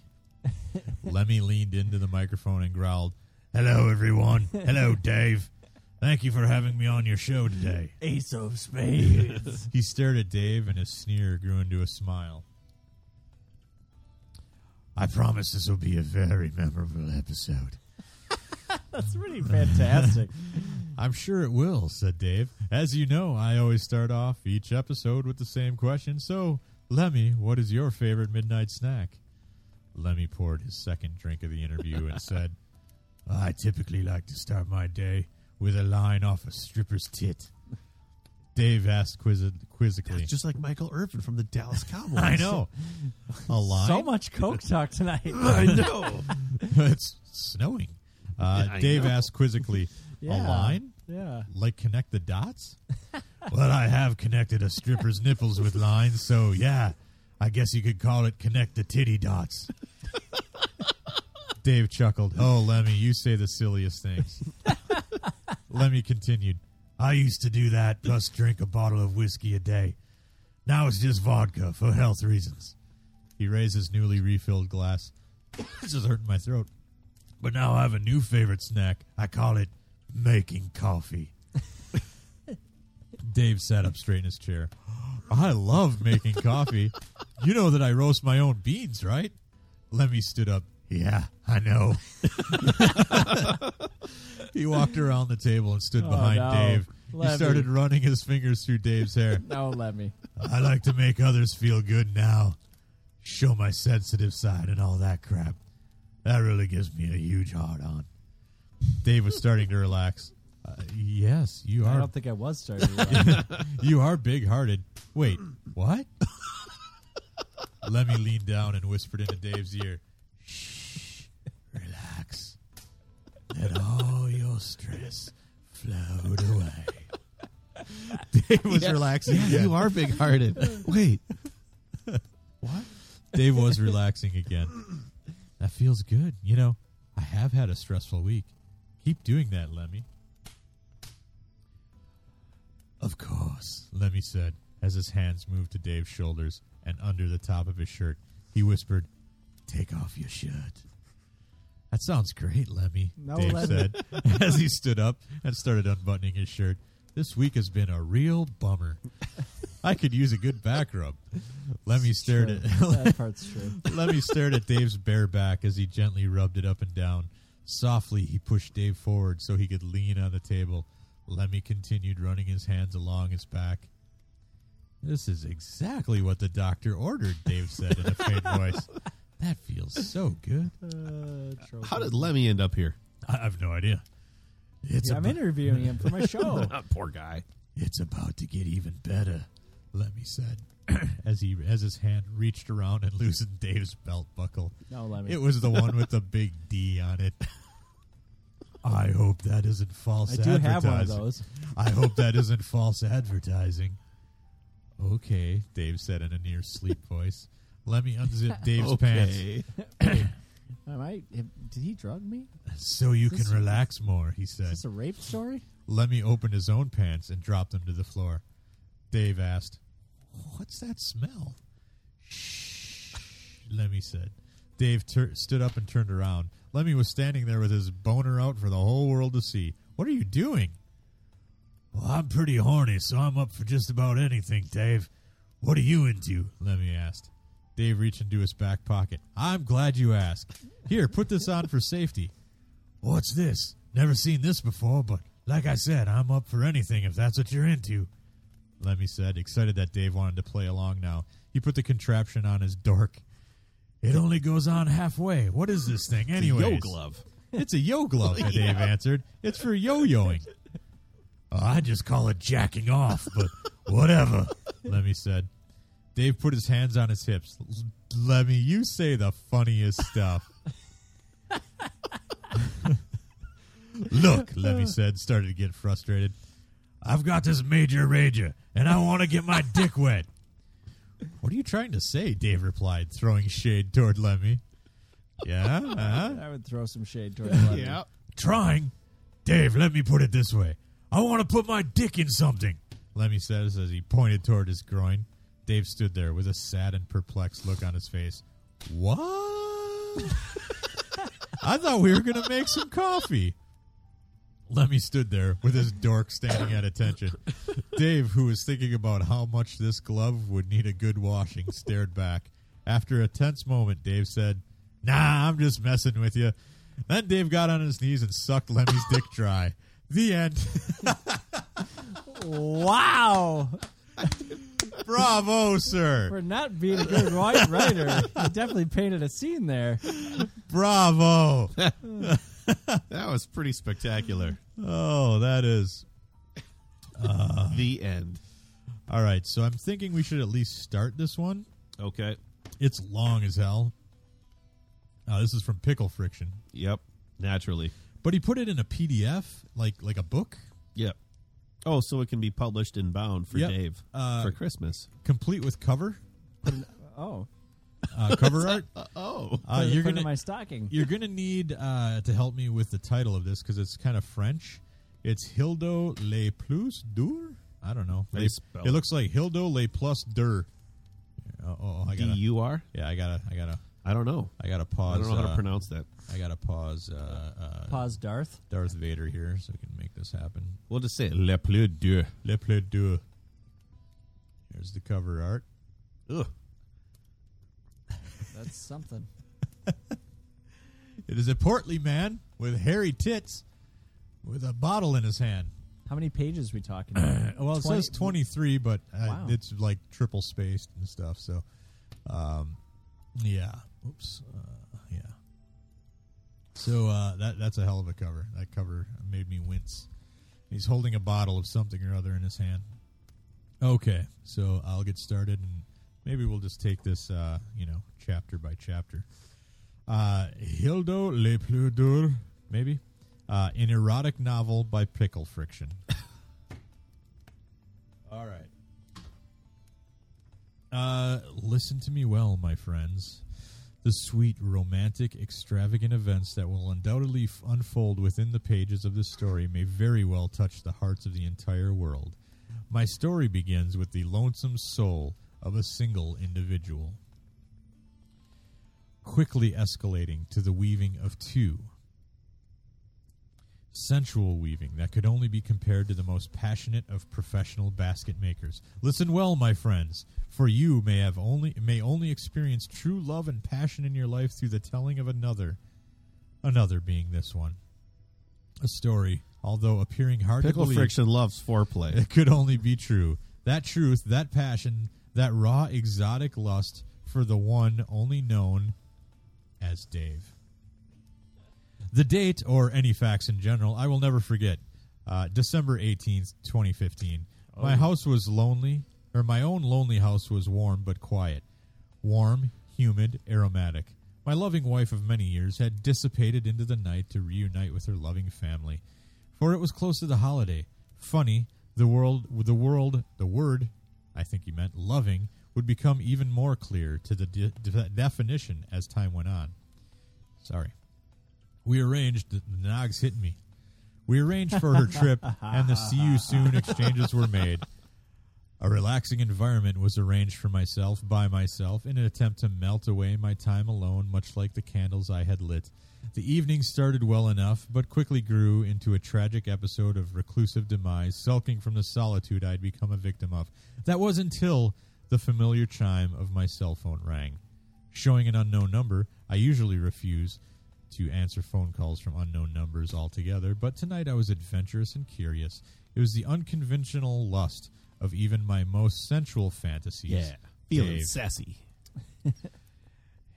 S3: Lemmy leaned into the microphone and growled, Hello, everyone. Hello, Dave. Thank you for having me on your show today.
S4: Ace of Spades.
S3: He stared at Dave, and his sneer grew into a smile. I promise this will be a very memorable episode.
S4: That's pretty fantastic.
S3: I'm sure it will, said Dave. As you know, I always start off each episode with the same question. So, Lemmy, what is your favorite midnight snack? Lemmy poured his second drink of the interview and said, I typically like to start my day with a line off a stripper's tit. Dave asked quizz- quizzically.
S1: Just like Michael Irvin from the Dallas Cowboys.
S3: I know. A line?
S4: so much Coke talk tonight.
S1: I know.
S3: it's snowing. Uh,
S1: I
S3: Dave
S1: know.
S3: asked quizzically, a
S4: Yeah.
S3: line?
S4: yeah.
S3: uh, like connect the dots? well, I have connected a stripper's nipples with lines, so yeah, I guess you could call it connect the titty dots. Dave chuckled. Oh, Lemmy, you say the silliest things. Lemmy continued. I used to do that, plus drink a bottle of whiskey a day. Now it's just vodka for health reasons. He raised his newly refilled glass. this is hurting my throat. But now I have a new favorite snack. I call it making coffee. Dave sat up straight in his chair. I love making coffee. You know that I roast my own beans, right? Lemmy stood up. Yeah, I know. he walked around the table and stood
S4: Oh,
S3: behind
S4: no.
S3: Dave. He
S4: Lemmy.
S3: started running his fingers through Dave's hair.
S4: No, let me.
S3: I like to make others feel good now. Show my sensitive side and all that crap. That really gives me a huge hard on. Dave was starting to relax. Uh, yes, you
S4: I
S3: are.
S4: don't think I was starting. to-
S3: you are big-hearted. Wait, what? Lemmy leaned down and whispered into Dave's ear. Shh, relax. Let all your stress float away. Dave was relaxing. again.
S1: You are big hearted. Wait.
S3: Dave was relaxing again. That feels good. You know, I have had a stressful week. Keep doing that, Lemmy. Of course, Lemmy said as his hands moved to Dave's shoulders and under the top of his shirt. He whispered, Take off your shirt. That sounds great, Lemmy,
S4: No,
S3: Dave
S4: Lemmy.
S3: said as he stood up and started unbuttoning his shirt. This week has been a real bummer. I could use a good back rub. Lemmy stared at
S4: that part's true.
S3: Lemmy stared at Dave's bare back as he gently rubbed it up and down. Softly, he pushed Dave forward so he could lean on the table. Lemmy continued running his hands along his back. This is exactly what the doctor ordered, Dave said in a faint voice. That feels so good.
S4: Uh, trope.
S1: How did Lemmy end up here?
S3: I have no idea. It's
S4: Yeah, I'm
S3: about,
S4: interviewing him for my show.
S1: poor guy.
S3: it's about to get even better, Lemmy said as he as his hand reached around and loosened Dave's belt buckle.
S4: No, let me.
S3: It was the one with the big D on it. I hope that isn't false
S4: I do
S3: advertising.
S4: have one of those.
S3: I hope that isn't false advertising. Okay, Dave said in a near sleep voice. Let me unzip Dave's pants.
S4: I might. have- Did he drug me?
S3: So you
S4: This-
S3: can relax more, he
S4: Is
S3: said.
S4: this a rape story?
S3: Let me open his own pants and drop them to the floor. Dave asked, What's that smell? Shh, Lemmy said. Dave tur- stood up and turned around. Lemmy was standing there with his boner out for the whole world to see. What are you doing? Well, I'm pretty horny, so I'm up for just about anything, Dave. What are you into? Lemmy asked. Dave reached into his back pocket. I'm glad you asked. Here, put this on for safety. What's this? Never seen this before, but like I said, I'm up for anything if that's what you're into. Lemmy said, excited that Dave wanted to play along now. He put the contraption on his dork. It only goes on halfway. What is this thing, anyway?
S5: Yo glove.
S3: It's a yo glove, Dave answered. It's for yo yoing. Uh, I just call it jacking off, but whatever, Lemmy said. Dave put his hands on his hips. "L- Lemmy, you say the funniest stuff. Look, Lemmy said, started to get frustrated. I've got this major rager, and I want to get my dick wet. What are you trying to say? Dave replied, throwing shade toward Lemmy. Yeah, uh-huh. huh?
S4: I would throw some shade toward him.
S3: Trying? Dave, let me put it this way. I want to put my dick in something, Lemmy says as he pointed toward his groin. Dave stood there with a sad and perplexed look on his face. What? I thought we were going to make some coffee. Lemmy stood there with his dork standing at attention. Dave, who was thinking about how much this glove would need a good washing, stared back. After a tense moment, Dave said, Nah, I'm just messing with you. Then Dave got on his knees and sucked Lemmy's dick dry. The end.
S4: Wow.
S3: Bravo, sir.
S4: For not being a good wi- writer, you definitely painted a scene there.
S3: Bravo.
S1: That was pretty spectacular.
S3: Oh, that is.
S4: Uh.
S1: the end.
S3: All right, so I'm thinking we should at least start this one.
S1: Okay.
S3: It's long as hell. Uh, this is from Pickle Friction.
S1: Yep. Naturally.
S3: But he put it in a PDF, like like a book,
S1: Yep. Oh, so it can be published and bound for
S3: Yep.
S1: Dave
S3: Uh,
S1: for Christmas.
S3: complete with cover,
S4: Oh,
S3: uh, cover art.
S1: Oh.
S3: Uh,
S4: put it in
S3: you're
S4: front of
S3: gonna
S4: my stocking.
S3: you're gonna need uh, to help me with the title of this because it's kind of French. It's Hildo Le Plus Dur. I don't know.
S1: How do
S3: Le-
S1: you spell
S3: it
S1: it?
S3: looks like Hildo Le Plus Dur. Oh, oh, I
S1: D
S3: gotta.
S1: U R?
S3: Yeah, I gotta. I gotta.
S1: I don't know.
S3: I gotta
S1: I
S3: pause.
S1: don't know how
S3: uh,
S1: to pronounce that.
S3: I gotta pause. Uh, uh,
S4: Pause, Darth.
S3: Darth Vader here, so we can make this happen.
S1: We'll just say Le Plus Deux.
S3: Le Plus Dur. Here's the cover art.
S1: Ugh.
S4: That's something.
S3: It is a portly man with hairy tits with a bottle in his hand.
S4: How many pages we talking about?
S3: Well, it says 23, but uh,
S4: Wow.
S3: it's like triple spaced and stuff. So, um, yeah. Oops. Uh, yeah. So uh, that that's a hell of a cover. That cover made me wince. He's holding a bottle of something or other in his hand. Okay, so I'll get started, and maybe we'll just take this, uh, you know, chapter by chapter. Uh, Hildo Le Plus Dur, maybe, uh, an erotic novel by Pickle Friction. All right. Uh, listen to me well, my friends. The sweet, romantic, extravagant events that will undoubtedly f- unfold within the pages of this story may very well touch the hearts of the entire world. My story begins with the lonesome soul of a single individual, quickly escalating to the weaving of two sensual weaving that could only be compared to the most passionate of professional basket makers. Listen well, my friends, for you may have only may only experience true love and passion in your life through the telling of another, another being this one. A story, although appearing hard to
S1: Pickle
S3: believe,
S1: Friction loves foreplay.
S3: it could only be true. That truth, that passion, that raw exotic lust for the one only known as Dave. The date, or any facts in general, I will never forget. Uh, December 18th, 2015. My house was lonely, or my own lonely house was warm but quiet. Warm, humid, aromatic. My loving wife of many years had dissipated into the night to reunite with her loving family, for it was close to the holiday. Funny, the world, the world, the word, I think he meant loving, would become even more clear to the de- de- definition as time went on. Sorry. We arranged, the Nog's hitting me. We arranged for her trip, and the see you soon exchanges were made. A relaxing environment was arranged for myself by myself in an attempt to melt away my time alone, much like the candles I had lit. The evening started well enough, but quickly grew into a tragic episode of reclusive demise, sulking from the solitude I had become a victim of. That was until the familiar chime of my cell phone rang. Showing an unknown number, I usually refuse to answer phone calls from unknown numbers altogether, but tonight I was adventurous and curious. It was the unconventional lust of even my most sensual fantasies.
S1: Feeling
S3: Dave.
S1: sassy.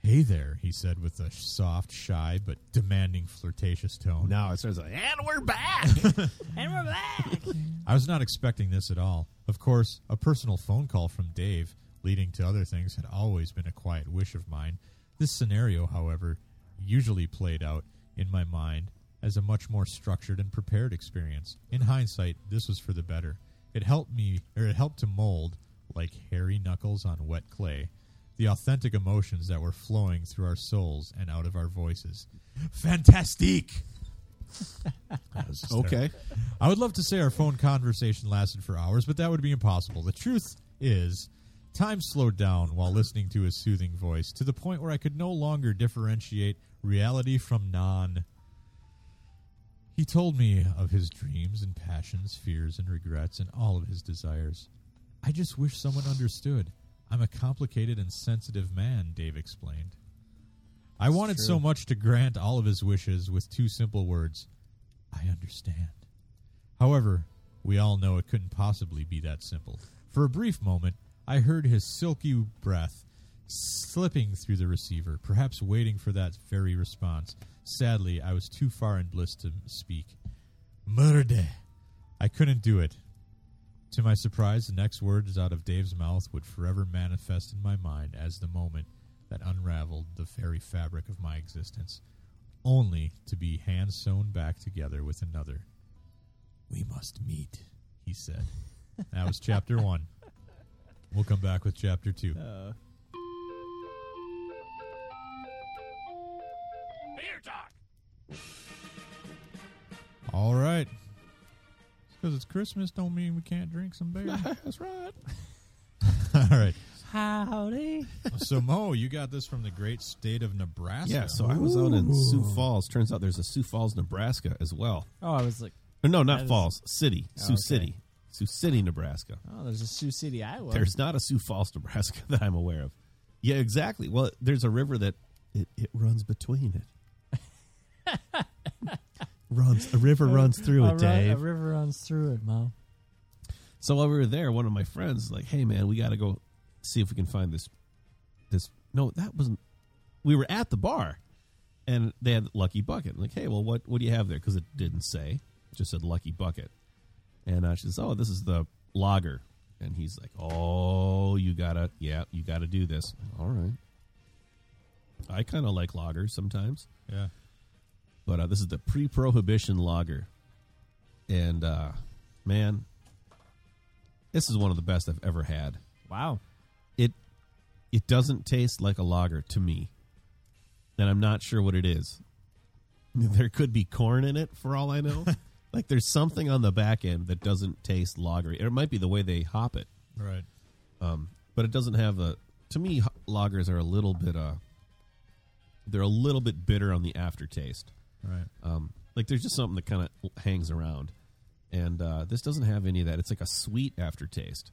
S3: Hey there, he said with a soft, shy, but demanding flirtatious tone.
S1: Now it starts like, and we're back.
S4: And we're back.
S3: I was not expecting this at all. Of course, a personal phone call from Dave, leading to other things, had always been a quiet wish of mine. This scenario, however, usually played out in my mind as a much more structured and prepared experience. In hindsight, this was for the better. It helped me, or it helped to mold, like hairy knuckles on wet clay, the authentic emotions that were flowing through our souls and out of our voices. Fantastique! That was just
S1: okay.
S3: I would love to say our phone conversation lasted for hours, but that would be impossible. The truth is, time slowed down while listening to his soothing voice to the point where I could no longer differentiate reality from non. He told me of his dreams and passions, fears and regrets, and all of his desires. I just wish someone understood. I'm a complicated and sensitive man, Dave explained. I wanted so much to grant all of his wishes with two simple words I understand. However, we all know it couldn't possibly be that simple. For a brief moment, I heard his silky breath slipping through the receiver, perhaps waiting for that very response. Sadly, I was too far in bliss to speak. Murder! I couldn't do it. To my surprise, the next words out of Dave's mouth would forever manifest in my mind as the moment that unraveled the very fabric of my existence, only to be hand sewn back together with another. We must meet, he said. That was chapter one. We'll come back with chapter two.
S1: Uh.
S3: All right. Because it's Christmas, don't mean we can't drink some beer.
S1: That's right.
S3: All right.
S2: Howdy.
S3: So Mo, you got this from the great state of Nebraska.
S1: Yeah, so I was out in Sioux Falls. Turns out there's a Sioux Falls, Nebraska as well.
S2: Oh, I was like,
S1: Or no, not
S2: That is-
S1: Falls. City. Sioux
S2: okay.
S1: City. Sioux City, Nebraska.
S2: oh, there's a Sioux City, Iowa.
S1: There's not a Sioux Falls, Nebraska that I'm aware of. Yeah, exactly. Well, there's a river that it, it runs between it. runs a river runs through
S2: a,
S1: it,
S2: ri- a
S1: Dave.
S2: river runs through it, Mo.
S1: So while we were there, one of my friends was like, "Hey, man, we got to go see if we can find this." This no, that wasn't. We were at the bar, and they had Lucky Bucket. I'm like, hey, well, what what do you have there? Because it didn't say, it just said Lucky Bucket. And uh, she says, "Oh, this is the lager." And he's like, "Oh, you gotta, yeah, you gotta do this." All right. I kind of like lagers sometimes
S3: Yeah.
S1: but uh, this is the pre-prohibition lager, and uh, man, this is one of the best I've ever had.
S2: Wow.
S1: It it doesn't taste like a lager to me, and I'm not sure what it is. There could be corn in it, for all I know. like there's something on the back end that doesn't taste lagery. It might be the way they hop it,
S3: Right.
S1: um, but it doesn't have a. To me, h- lagers are a little bit uh, they're a little bit bitter on the aftertaste
S3: Right.
S1: um, like there's just something that kind of hangs around and uh, this doesn't have any of that it's like a sweet aftertaste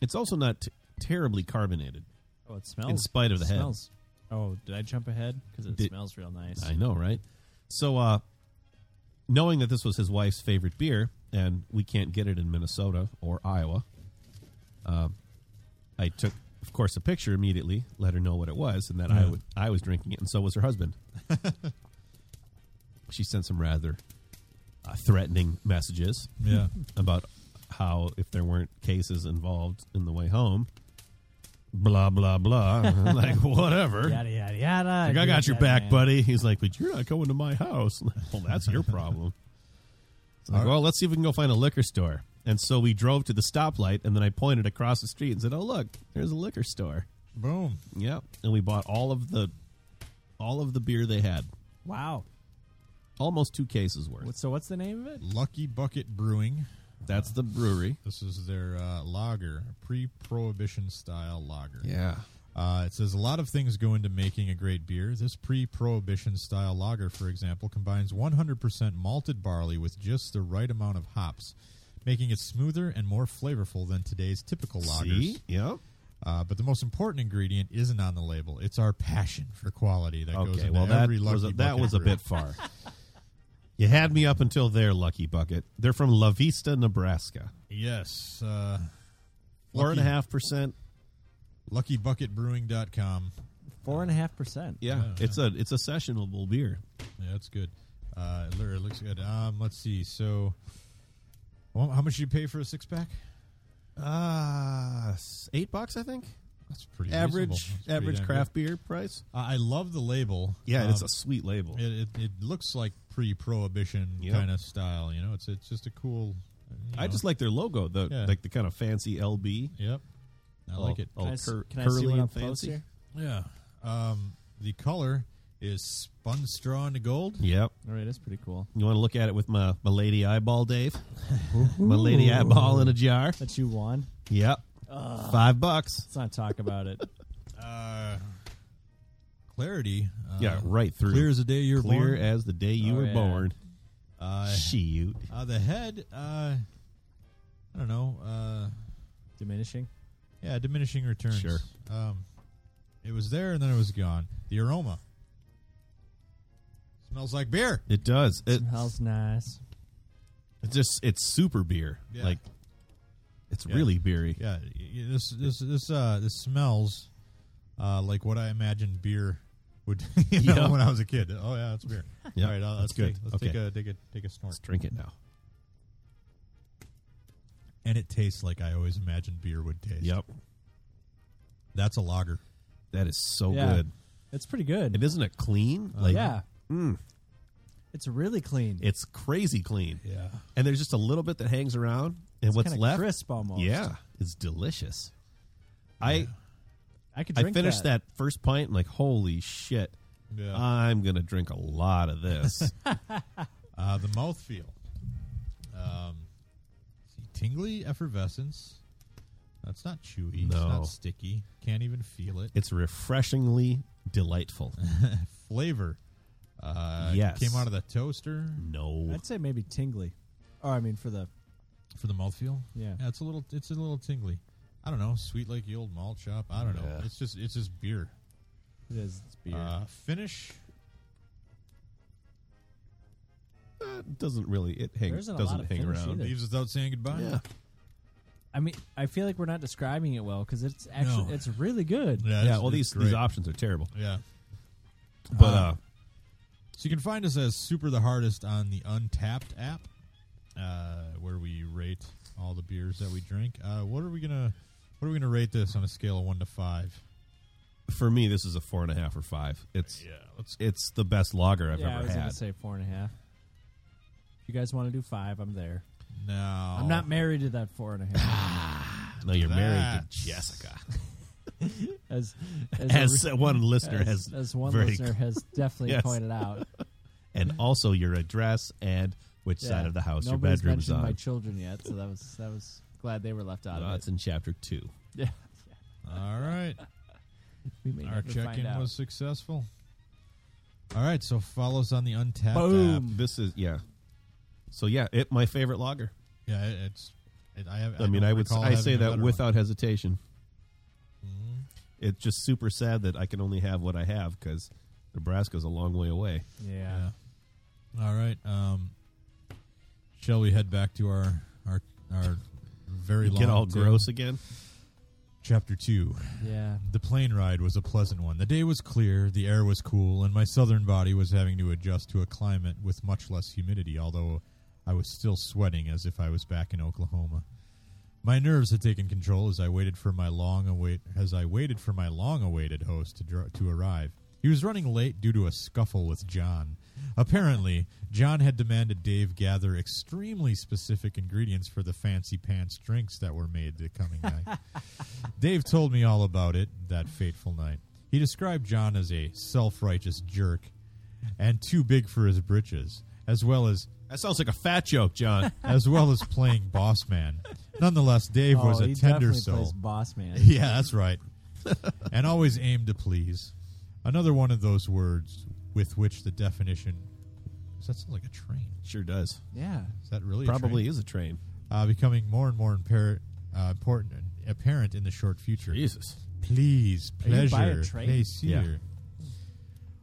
S1: it's also not t- terribly carbonated
S2: Oh, it smells.
S1: in spite of the head
S2: smells. Oh, did I jump ahead? Because it
S1: Did-
S2: smells real nice.
S1: i know right so uh, knowing that this was his wife's favorite beer and we can't get it in minnesota or iowa um, i took of course a picture immediately let her know what it was and that I
S3: Yeah.
S1: wa- I was drinking it and so was her husband she sent some rather uh, threatening messages
S3: Yeah.
S1: about how if there weren't cases involved in the way home, blah blah blah. I'm like whatever.
S2: Yada yada yada.
S1: like I got
S2: Dude,
S1: your
S2: that
S1: back,
S2: man.
S1: buddy. He's like, but you're not going to my house. I'm like, well, that's your problem. It's like,
S3: All right.
S1: well, let's see if we can go find a liquor store. And so we drove to the stoplight, and then I pointed across the street and said, "Oh, look, there's a liquor store."
S3: Boom.
S1: Yep. And we bought all of the all of the beer they had,
S4: Wow.
S1: almost two cases worth.
S4: What- So what's the name of it?
S3: Lucky Bucket Brewing.
S1: That's the brewery.
S3: This is their uh, lager, pre-prohibition style lager.
S1: Yeah.
S3: Uh, it says a lot of things go into making a great beer. This pre prohibition style lager, for example, combines 100% malted barley with just the right amount of hops, making it smoother and more flavorful than today's typical lagers.
S1: See? Yep.
S3: Uh, but the most important ingredient isn't on the label. It's our passion for quality that goes
S1: Okay.
S3: into
S1: Well, that
S3: every lucky
S1: was a, that
S3: Bucket
S1: was a
S3: brew.
S1: bit far. you had me up until there, Lucky Bucket. They're from La Vista, Nebraska.
S3: Yes. Uh,
S1: Four and a
S3: Lucky-
S1: half percent.
S3: LuckyBucketBrewing.com.
S4: Four and a half percent.
S1: Yeah, it's a it's a sessionable beer.
S3: Yeah, that's good. Uh, it loo- it looks good. Um, let's see. So, well, how much do you pay for a six pack?
S1: Ah, eight bucks, I think.
S3: That's pretty reasonable.
S1: average
S3: That's pretty
S1: average
S3: damn
S1: craft beer price.
S3: good. I I love the label.
S1: Yeah, and it's
S3: Um,
S1: a sweet label.
S3: it, it it looks like pre-prohibition
S1: Yep.
S3: kind of style. You know, it's it's just a cool. you
S1: I
S3: know.
S1: just like their logo, the
S3: Yeah.
S1: like the kind of fancy LB.
S3: Yep,
S1: Oh,
S3: I like it.
S1: All
S4: Can I s-
S1: cur-
S4: can I see
S1: curly
S4: one
S1: and
S4: up close
S1: fancy.
S4: here?
S3: Yeah. Um, the color is spun straw into gold.
S1: Yep.
S4: All right, that's pretty cool.
S1: You want to look at it with my my lady eyeball, Dave? my lady eyeball in a jar.
S4: That you won.
S1: Yep. Five bucks.
S4: Let's not talk about it.
S3: Uh, clarity. Uh,
S1: yeah, right through.
S3: Clear as the day you're
S1: Clear
S3: born.
S1: as the day you
S4: Oh,
S1: were
S4: yeah.
S1: born.
S3: uh,
S1: Shoot.
S3: uh, the head. Uh, I don't know. Uh,
S4: Diminishing.
S3: yeah, diminishing returns.
S1: Sure.
S3: Um, it was there and then it was gone. The aroma smells like beer.
S1: It does. It,
S4: Smells nice.
S1: it's just it's super beer.
S3: Yeah.
S1: Like it's
S3: Yeah.
S1: really beery.
S3: Yeah, y- y- this this this uh this smells uh like what I imagined beer would you know,
S1: Yeah.
S3: when I was a kid. Oh yeah, that's beer.
S1: Yeah,
S3: All right, I'll,
S1: that's
S3: let's
S1: good.
S3: Take, let's
S1: Okay.
S3: take a take a take a snort.
S1: Let's drink it now.
S3: And it tastes like I always imagined beer would taste.
S1: Yep.
S3: that's a lager.
S1: That is so
S4: Yeah.
S1: good.
S4: It's pretty good.
S1: And isn't it clean? Like mm.
S4: yeah. It's really clean.
S1: it's crazy clean.
S3: Yeah,
S1: And there's just a little bit that hangs around and
S4: It's
S1: what's
S4: kinda
S1: left
S4: Crisp almost.
S1: Yeah, it's delicious. I
S4: I could
S1: I
S4: drink
S1: finished that. first pint and like holy shit.
S3: yeah. Uh,
S1: I'm gonna drink a lot of this.
S3: Uh, the mouthfeel, um, see, tingly effervescence. That's not chewy. It's
S1: No.
S3: not sticky. Can't even feel it.
S1: it's refreshingly delightful.
S3: Flavor. Uh,
S1: Yes.
S3: Came out of the toaster
S1: No,
S4: I'd say maybe tingly. Oh, I mean for the
S3: for the mouthfeel.
S4: yeah.
S3: Yeah, it's a little it's a little tingly. I don't know, sweet like the old malt shop. I don't know.
S1: Yeah.
S3: It's just it's just beer.
S4: It is it's beer.
S3: Uh, finish.
S1: Uh, it doesn't really. It
S4: There
S1: hangs
S4: isn't a lot
S1: doesn't
S4: of
S1: hang
S4: finish
S1: around.
S4: either.
S3: Leaves without saying goodbye.
S1: Yeah,
S4: I mean, I feel like we're not describing it well because it's actually
S3: No.
S4: it's really good.
S3: Yeah.
S1: yeah.
S3: it's-
S1: Well,
S3: it's
S1: these
S3: great.
S1: these options are terrible.
S3: yeah.
S4: Uh-huh.
S1: But
S3: Uh,
S1: uh,
S3: So you can find us as Super the Hardest on the Untapped app, uh, where we rate all the beers that we drink. Uh, what are we gonna What are we gonna rate this on a scale of one to five?
S1: for me, this is a four and a half or five. It's
S3: Yeah. Let's.
S1: it's the best lager I've
S4: yeah, I
S1: ever
S4: was
S1: had.
S4: gonna say four and a half. If you guys want to do five, I'm there.
S3: No.
S1: Oh.
S4: I'm not married to that four and a half.
S1: no, you're married to
S3: That's-
S1: Jessica.
S4: As
S1: As
S4: a-
S1: one listener
S4: as,
S1: has
S4: as one
S1: very
S4: listener has definitely
S1: Yes.
S4: pointed out.
S1: and also your address and which side
S4: Yeah.
S1: of the house
S4: Nobody's
S1: your bedroom's
S4: mentioned
S1: on.
S4: my children yet, so that was that was glad they were left out
S1: No,
S4: of
S1: it's
S4: it.
S1: in chapter two.
S4: Yeah,
S3: All right.
S4: we may
S3: Our
S4: never
S3: check
S4: find
S3: in
S4: out.
S3: was successful. All right. So follow us on the Untapped app.
S4: Boom.
S1: This is yeah. So yeah, it my favorite lager.
S3: Yeah, it, it's. It, I, have,
S1: I, mean,
S3: don't
S1: I would
S3: recall
S1: I
S3: having Mm-hmm.
S1: say
S3: a
S1: that
S3: better
S1: without
S3: one.
S1: hesitation. It's just super sad that I can only have what I have because Nebraska's a long way away.
S4: Yeah.
S3: Yeah. All right. Um, shall we head back to our our our very long
S1: Get all
S3: tale?
S1: gross again.
S3: Chapter two.
S4: yeah,
S3: The plane ride was a pleasant one. The day was clear, the air was cool, and my southern body was having to adjust to a climate with much less humidity, although I was still sweating as if I was back in Oklahoma. My nerves had taken control as I waited for my long await as I waited for my long awaited host to dr- to arrive. He was running late due to a scuffle with John. Apparently, John had demanded Dave gather extremely specific ingredients for the fancy pants drinks that were made the coming night. Dave told me all about it that fateful night. He described John as a self righteous jerk and too big for his britches, as well as
S1: That sounds like a fat joke, John.
S3: as well as playing boss man. Nonetheless, Dave was
S4: oh,
S3: a
S4: he
S3: tender
S4: definitely
S3: soul.
S4: plays boss man.
S3: Yeah, that's right. and always aimed to please. Another one of those words with which the definition. Does that sound like a train?
S1: sure does.
S4: Yeah.
S3: Is that really a
S1: Probably
S3: train?
S1: is a train.
S3: Uh, becoming more and more impar- uh, important apparent in the short future.
S1: Jesus.
S3: Please,
S4: Are you
S3: pleasure,
S4: by a train?
S3: plaisir.
S1: Yeah.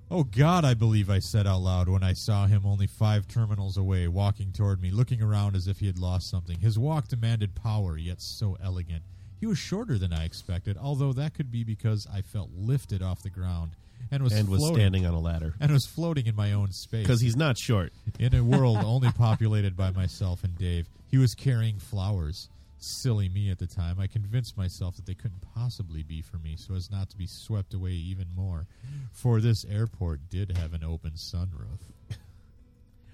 S3: Oh God, I believe I said out loud when I saw him only five terminals away, walking toward me, looking around as if he had lost something. His walk demanded power, yet so elegant. He was shorter than I expected, although that could be because I felt lifted off the ground and was
S1: and was
S3: floating,
S1: standing on a ladder
S3: and was floating in my own space
S1: because he's not short.
S3: in a world only populated by myself and Dave. He was carrying flowers. Silly me at the time. I convinced myself that they couldn't possibly be for me so as not to be swept away even more. For this airport did have an open sunroof.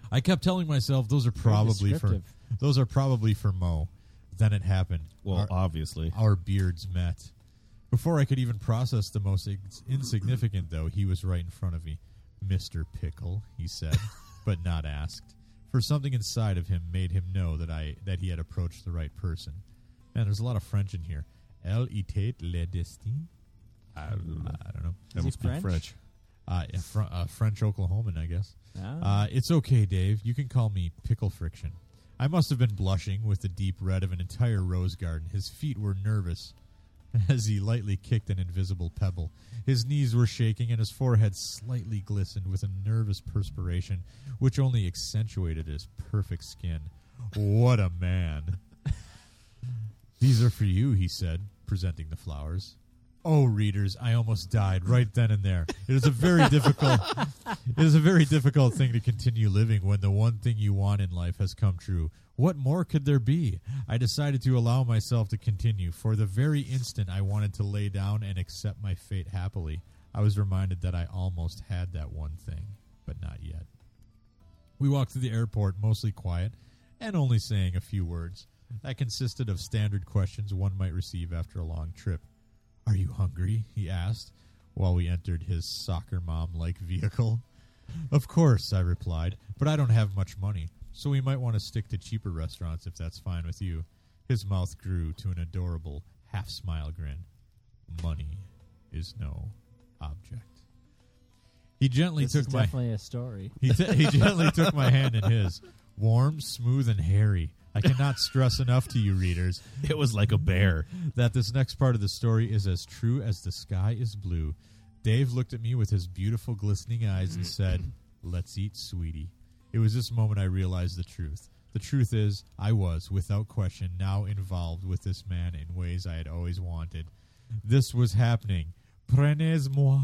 S3: I kept telling myself those are probably for
S4: descriptive.
S3: those are probably for Mo. Then it happened.
S1: Well,
S3: Our-
S1: obviously.
S3: our beards met. Before I could even process the most ins- insignificant, though, he was right in front of me. Mr. Pickle, he said, but not asked, for something inside of him made him know that I that he had approached the right person. Man, there's a lot of French in here. El était le destin? I don't know. I don't know.
S1: I don't
S4: he
S1: speak
S4: French?
S1: French.
S3: Uh, a Fr- uh, French Oklahoman, I guess.
S4: Ah.
S3: Uh, it's okay, Dave. You can call me Pickle Friction. I must have been blushing with the deep red of an entire rose garden. His feet were nervous as he lightly kicked an invisible pebble. His knees were shaking and his forehead slightly glistened with a nervous perspiration, which only accentuated his perfect skin. What a man! These are for you, he said, presenting the flowers. Oh, readers, I almost died right then and there. It is a very difficult it is a very difficult thing to continue living when the one thing you want in life has come true. What more could there be? I decided to allow myself to continue, for the very instant I wanted to lay down and accept my fate happily, I was reminded that I almost had that one thing, but not yet. We walked through the airport, mostly quiet, and only saying a few words. That consisted of standard questions one might receive after a long trip. Are you hungry? he asked, while we entered his soccer mom like vehicle. Of course, I replied, but I don't have much money, so we might want to stick to cheaper restaurants if that's fine with you. His mouth grew to an adorable half smile grin. Money is no object. He gently
S4: this
S3: took
S4: is
S3: my
S4: definitely a story.
S3: he, t- he gently took my hand in his. Warm, smooth, and hairy. I cannot stress enough to you, readers,
S1: It was like a bear.
S3: that this next part of the story is as true as the sky is blue. Dave looked at me with his beautiful, glistening eyes and said, Let's eat, sweetie. It was this moment I realized the truth. The truth is, I was, without question, now involved with this man in ways I had always wanted. This was happening. Prenez-moi.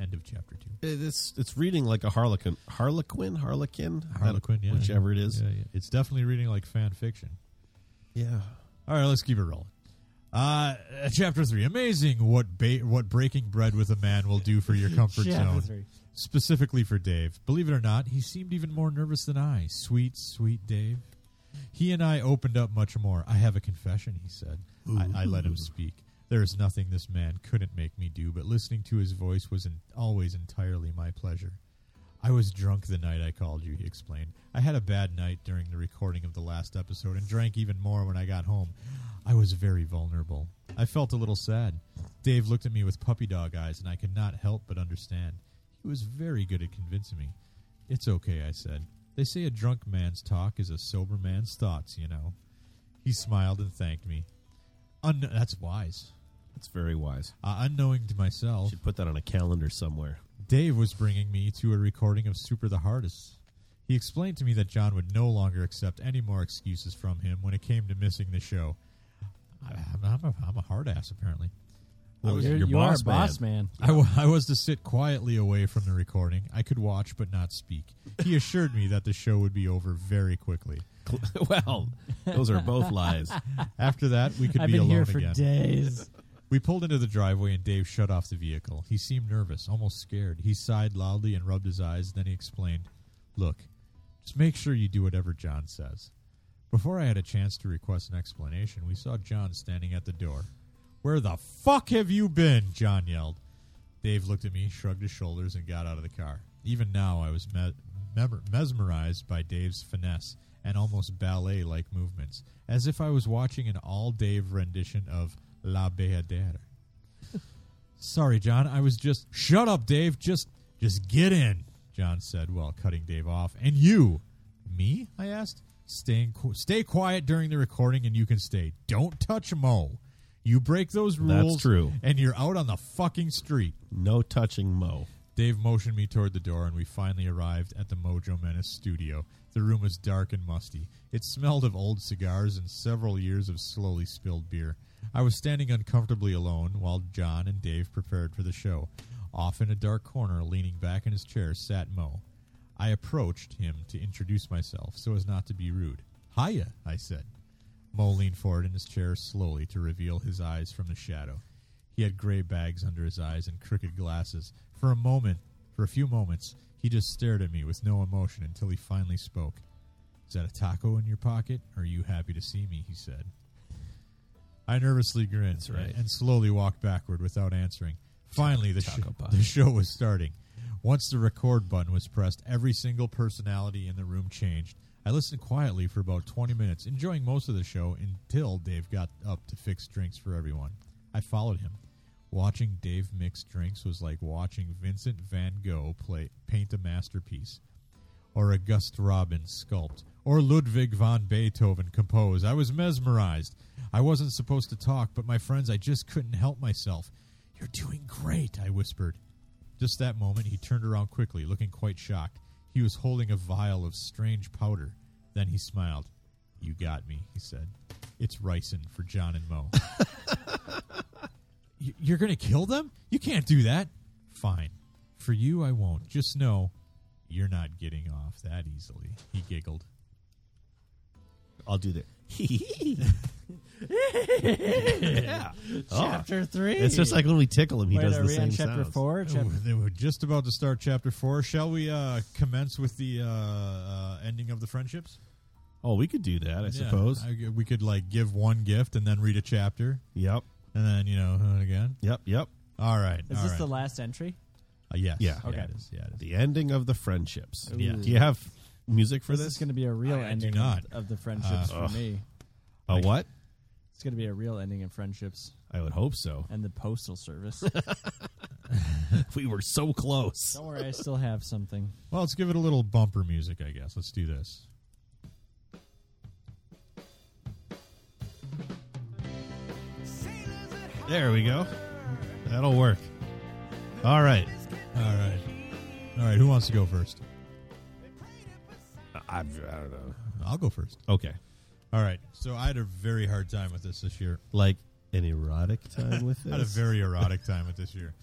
S3: End of chapter two.
S1: It- It's it's reading like a harlequin, harlequin, harlequin,
S3: Harlequin, yeah.
S1: whichever it is.
S3: Yeah, yeah. It's definitely reading like fan fiction.
S1: Yeah.
S3: All right, let's keep it rolling. Uh, chapter three. Amazing what ba- what breaking bread with a man will do for your comfort
S4: Chapter
S3: zone,
S4: three.
S3: specifically for Dave. Believe it or not, he seemed even more nervous than I. Sweet, sweet Dave. He and I opened up much more. I have a confession, he said. I, I let him speak. There is nothing this man couldn't make me do, but listening to his voice was en- always entirely my pleasure. I was drunk the night I called you, he explained. I had a bad night during the recording of the last episode and drank even more when I got home. I was very vulnerable. I felt a little sad. Dave looked at me with puppy dog eyes, and I could not help but understand. He was very good at convincing me. It's okay, I said. They say a drunk man's talk is a sober man's thoughts, you know. He smiled and thanked me. Un- that's wise.
S1: That's very wise.
S3: Uh, unknowing to myself,
S1: Should put that on a calendar somewhere.
S3: Dave was bringing me to a recording of Super the Hardest. He explained to me that John would no longer accept any more excuses from him when it came to missing the show. I, I'm, I'm, a, I'm a hard ass, apparently.
S1: Well,
S4: You're,
S1: your
S4: you
S1: boss,
S4: are a boss man.
S3: I, w- I was to sit quietly away from the recording. I could watch but not speak. He assured me that the show would be over very quickly.
S1: well, those are both lies.
S3: After that, we could
S4: I've
S3: be
S4: been
S3: alone
S4: here for
S3: again.
S4: days.
S3: We pulled into the driveway and Dave shut off the vehicle. He seemed nervous, almost scared. He sighed loudly and rubbed his eyes. Then he explained, Look, just make sure you do whatever John says. Before I had a chance to request an explanation, we saw John standing at the door. Where the fuck have you been? John yelled. Dave looked at me, shrugged his shoulders, and got out of the car. Even now, I was me- mem- mesmerized by Dave's finesse and almost ballet like movements, as if I was watching an all Dave rendition of La Beadere. Sorry, John, I was just. Shut up, Dave. Just, just get in, John said while cutting Dave off. And you, me? I asked. Staying, qu- stay quiet during the recording, and you can stay. Don't touch Mo. You break those
S1: That's
S3: rules,
S1: true.
S3: and you're out on the fucking street.
S1: No touching Mo.
S3: Dave motioned me toward the door, and we finally arrived at the Mojo Menace studio. The room was dark and musty. It smelled of old cigars and several years of slowly spilled beer. I was standing uncomfortably alone while John and Dave prepared for the show. Off in a dark corner, leaning back in his chair, sat Mo. I approached him to introduce myself so as not to be rude. Hiya, I said. Mo leaned forward in his chair slowly to reveal his eyes from the shadow. He had gray bags under his eyes and crooked glasses. For a moment, for a few moments, he just stared at me with no emotion until he finally spoke. Is that a taco in your pocket? Or are you happy to see me? He said. I nervously grinned
S5: right.
S3: and slowly walked backward without answering. Finally, the, sh-
S5: Taco Pie.
S3: the show was starting. Once the record button was pressed, every single personality in the room changed. I listened quietly for about 20 minutes, enjoying most of the show until Dave got up to fix drinks for everyone. I followed him. Watching Dave mix drinks was like watching Vincent van Gogh play paint a masterpiece or August Robin sculpt, or Ludwig van Beethoven compose. I was mesmerized. I wasn't supposed to talk, but my friends, I just couldn't help myself. You're doing great, I whispered. Just that moment, he turned around quickly, looking quite shocked. He was holding a vial of strange powder. Then he smiled. You got me, he said. It's ricin for John and Mo. "Y- You're going to kill them? You can't do that. Fine. For you, I won't. Just know you're not getting off that easily. He giggled.
S1: I'll do that.
S3: Oh.
S2: Chapter three.
S1: Oh. It's just like when we tickle him, he
S2: Wait,
S1: does
S2: are
S1: the
S2: we
S1: same
S2: on chapter
S1: sounds.
S2: four? Chap-
S3: They were just about to start chapter four. Shall we uh, commence with the uh, uh, ending of the friendships?
S1: Oh, we could do that, I suppose.
S3: I, we could like give one gift and then read a chapter,
S1: Yep,
S3: and then you know uh, again.
S1: yep, yep.
S3: All right.
S2: is this the last entry?
S3: the? Uh, yes.
S1: Yeah.
S3: Okay.
S2: Okay.
S3: Yeah, it is. Yeah, it is.
S1: The ending of the friendships.
S3: Yeah.
S1: Do you have music for
S2: This,
S1: this?
S2: is going to be a real
S3: I- I do
S2: ending
S3: not.
S2: of the friendships
S1: Uh,
S2: for me.
S1: a what?
S2: It's going to be a real ending of friendships
S1: I would hope so.
S2: and the postal service.
S1: we were so close.
S2: Don't worry, I still have something.
S3: Well, let's give it a little bumper music, I guess. Let's do this.
S1: There we go. That'll work. All right.
S3: All right. All right. Who wants to go first?
S1: I, I don't know.
S3: I'll go first.
S1: Okay.
S3: All right. So I had a very hard time with this this year.
S1: Like an erotic time with this.
S3: I had a very erotic time with this year.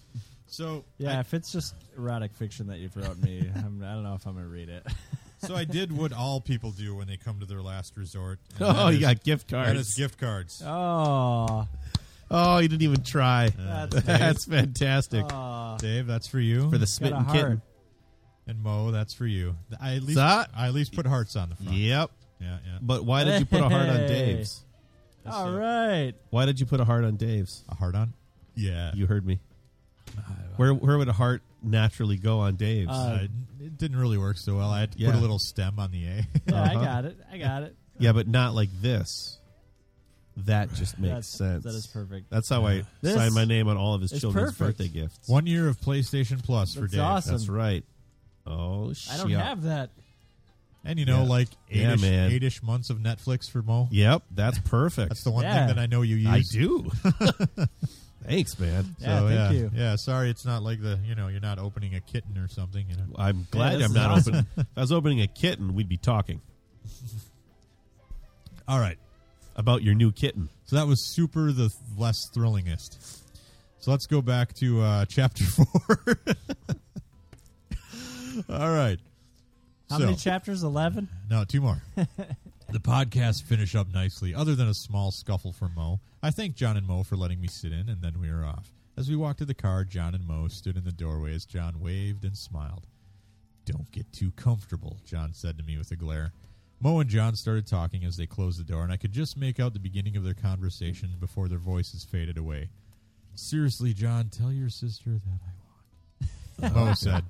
S3: So
S2: Yeah, if it's just erotic fiction that you've wrote me, I'm, I don't know if I'm going to read it.
S3: So I did what all people do when they come to their last resort. and
S1: oh,
S3: that
S1: you
S3: is-
S1: got gift
S3: that is
S1: cards.
S3: gift cards.
S2: Oh,
S1: oh, you didn't even try.
S2: that's
S1: That's fantastic.
S2: aw.
S3: Dave, that's for you.
S1: Ah. for the
S2: got a
S1: smitten
S2: heart.
S1: kitten.
S3: and Mo, that's for you. I at least
S1: Sa-
S3: I at least put hearts on the front.
S1: Yep.
S3: yeah, yeah.
S1: But why did you put a heart on
S2: Hey.
S1: Dave's?
S2: All right.
S1: Why did you put a heart on Dave's?
S3: A heart on. Yeah,
S1: You heard me. Where where would a heart naturally go on Dave's?
S2: Uh,
S3: Uh, it didn't really work so well. I had to put
S1: Yeah.
S3: a little stem on the A.
S2: Yeah, I
S1: Uh-huh.
S2: got it. I got it.
S1: yeah, but not like this. That just makes
S2: That's,
S1: sense.
S2: That is perfect.
S1: That's how I
S2: This
S1: sign my name on all of his
S2: is
S1: children's
S2: perfect.
S1: birthday gifts.
S3: One year of PlayStation Plus for
S2: That's
S3: Dave.
S2: awesome.
S1: That's right. Oh shit.
S2: I don't have that.
S3: And you know,
S1: Yeah.
S3: like
S1: Yeah,
S3: eight-ish,
S1: man.
S3: eight-ish months of Netflix for Mo.
S1: Yep, that's perfect.
S3: That's the one
S2: Yeah.
S3: thing that I know you use.
S1: I do. Thanks, man.
S2: Yeah,
S3: So,
S2: thank
S3: yeah,
S2: you.
S3: Yeah, sorry, it's not like the you know you're not opening a kitten or something. You know.
S1: I'm glad
S2: this
S1: I'm
S2: is
S1: not
S2: awesome.
S1: opening. If I was opening a kitten, we'd be talking
S3: All right.
S1: about your new kitten.
S3: So that was super the th- less thrillingest. So let's go back to uh, chapter four. All right.
S2: How
S3: so,
S2: many chapters? 11?
S3: no, two more. the podcast finished up nicely, other than a small scuffle for Mo. I thanked John and Mo for letting me sit in, and then we were off. As we walked to the car, John and Mo stood in the doorway as John waved and smiled. Don't get too comfortable, John said to me with a glare. Mo and John started talking as they closed the door, and I could just make out the beginning of their conversation before their voices faded away. Seriously, John, tell your sister that I want. Mo said.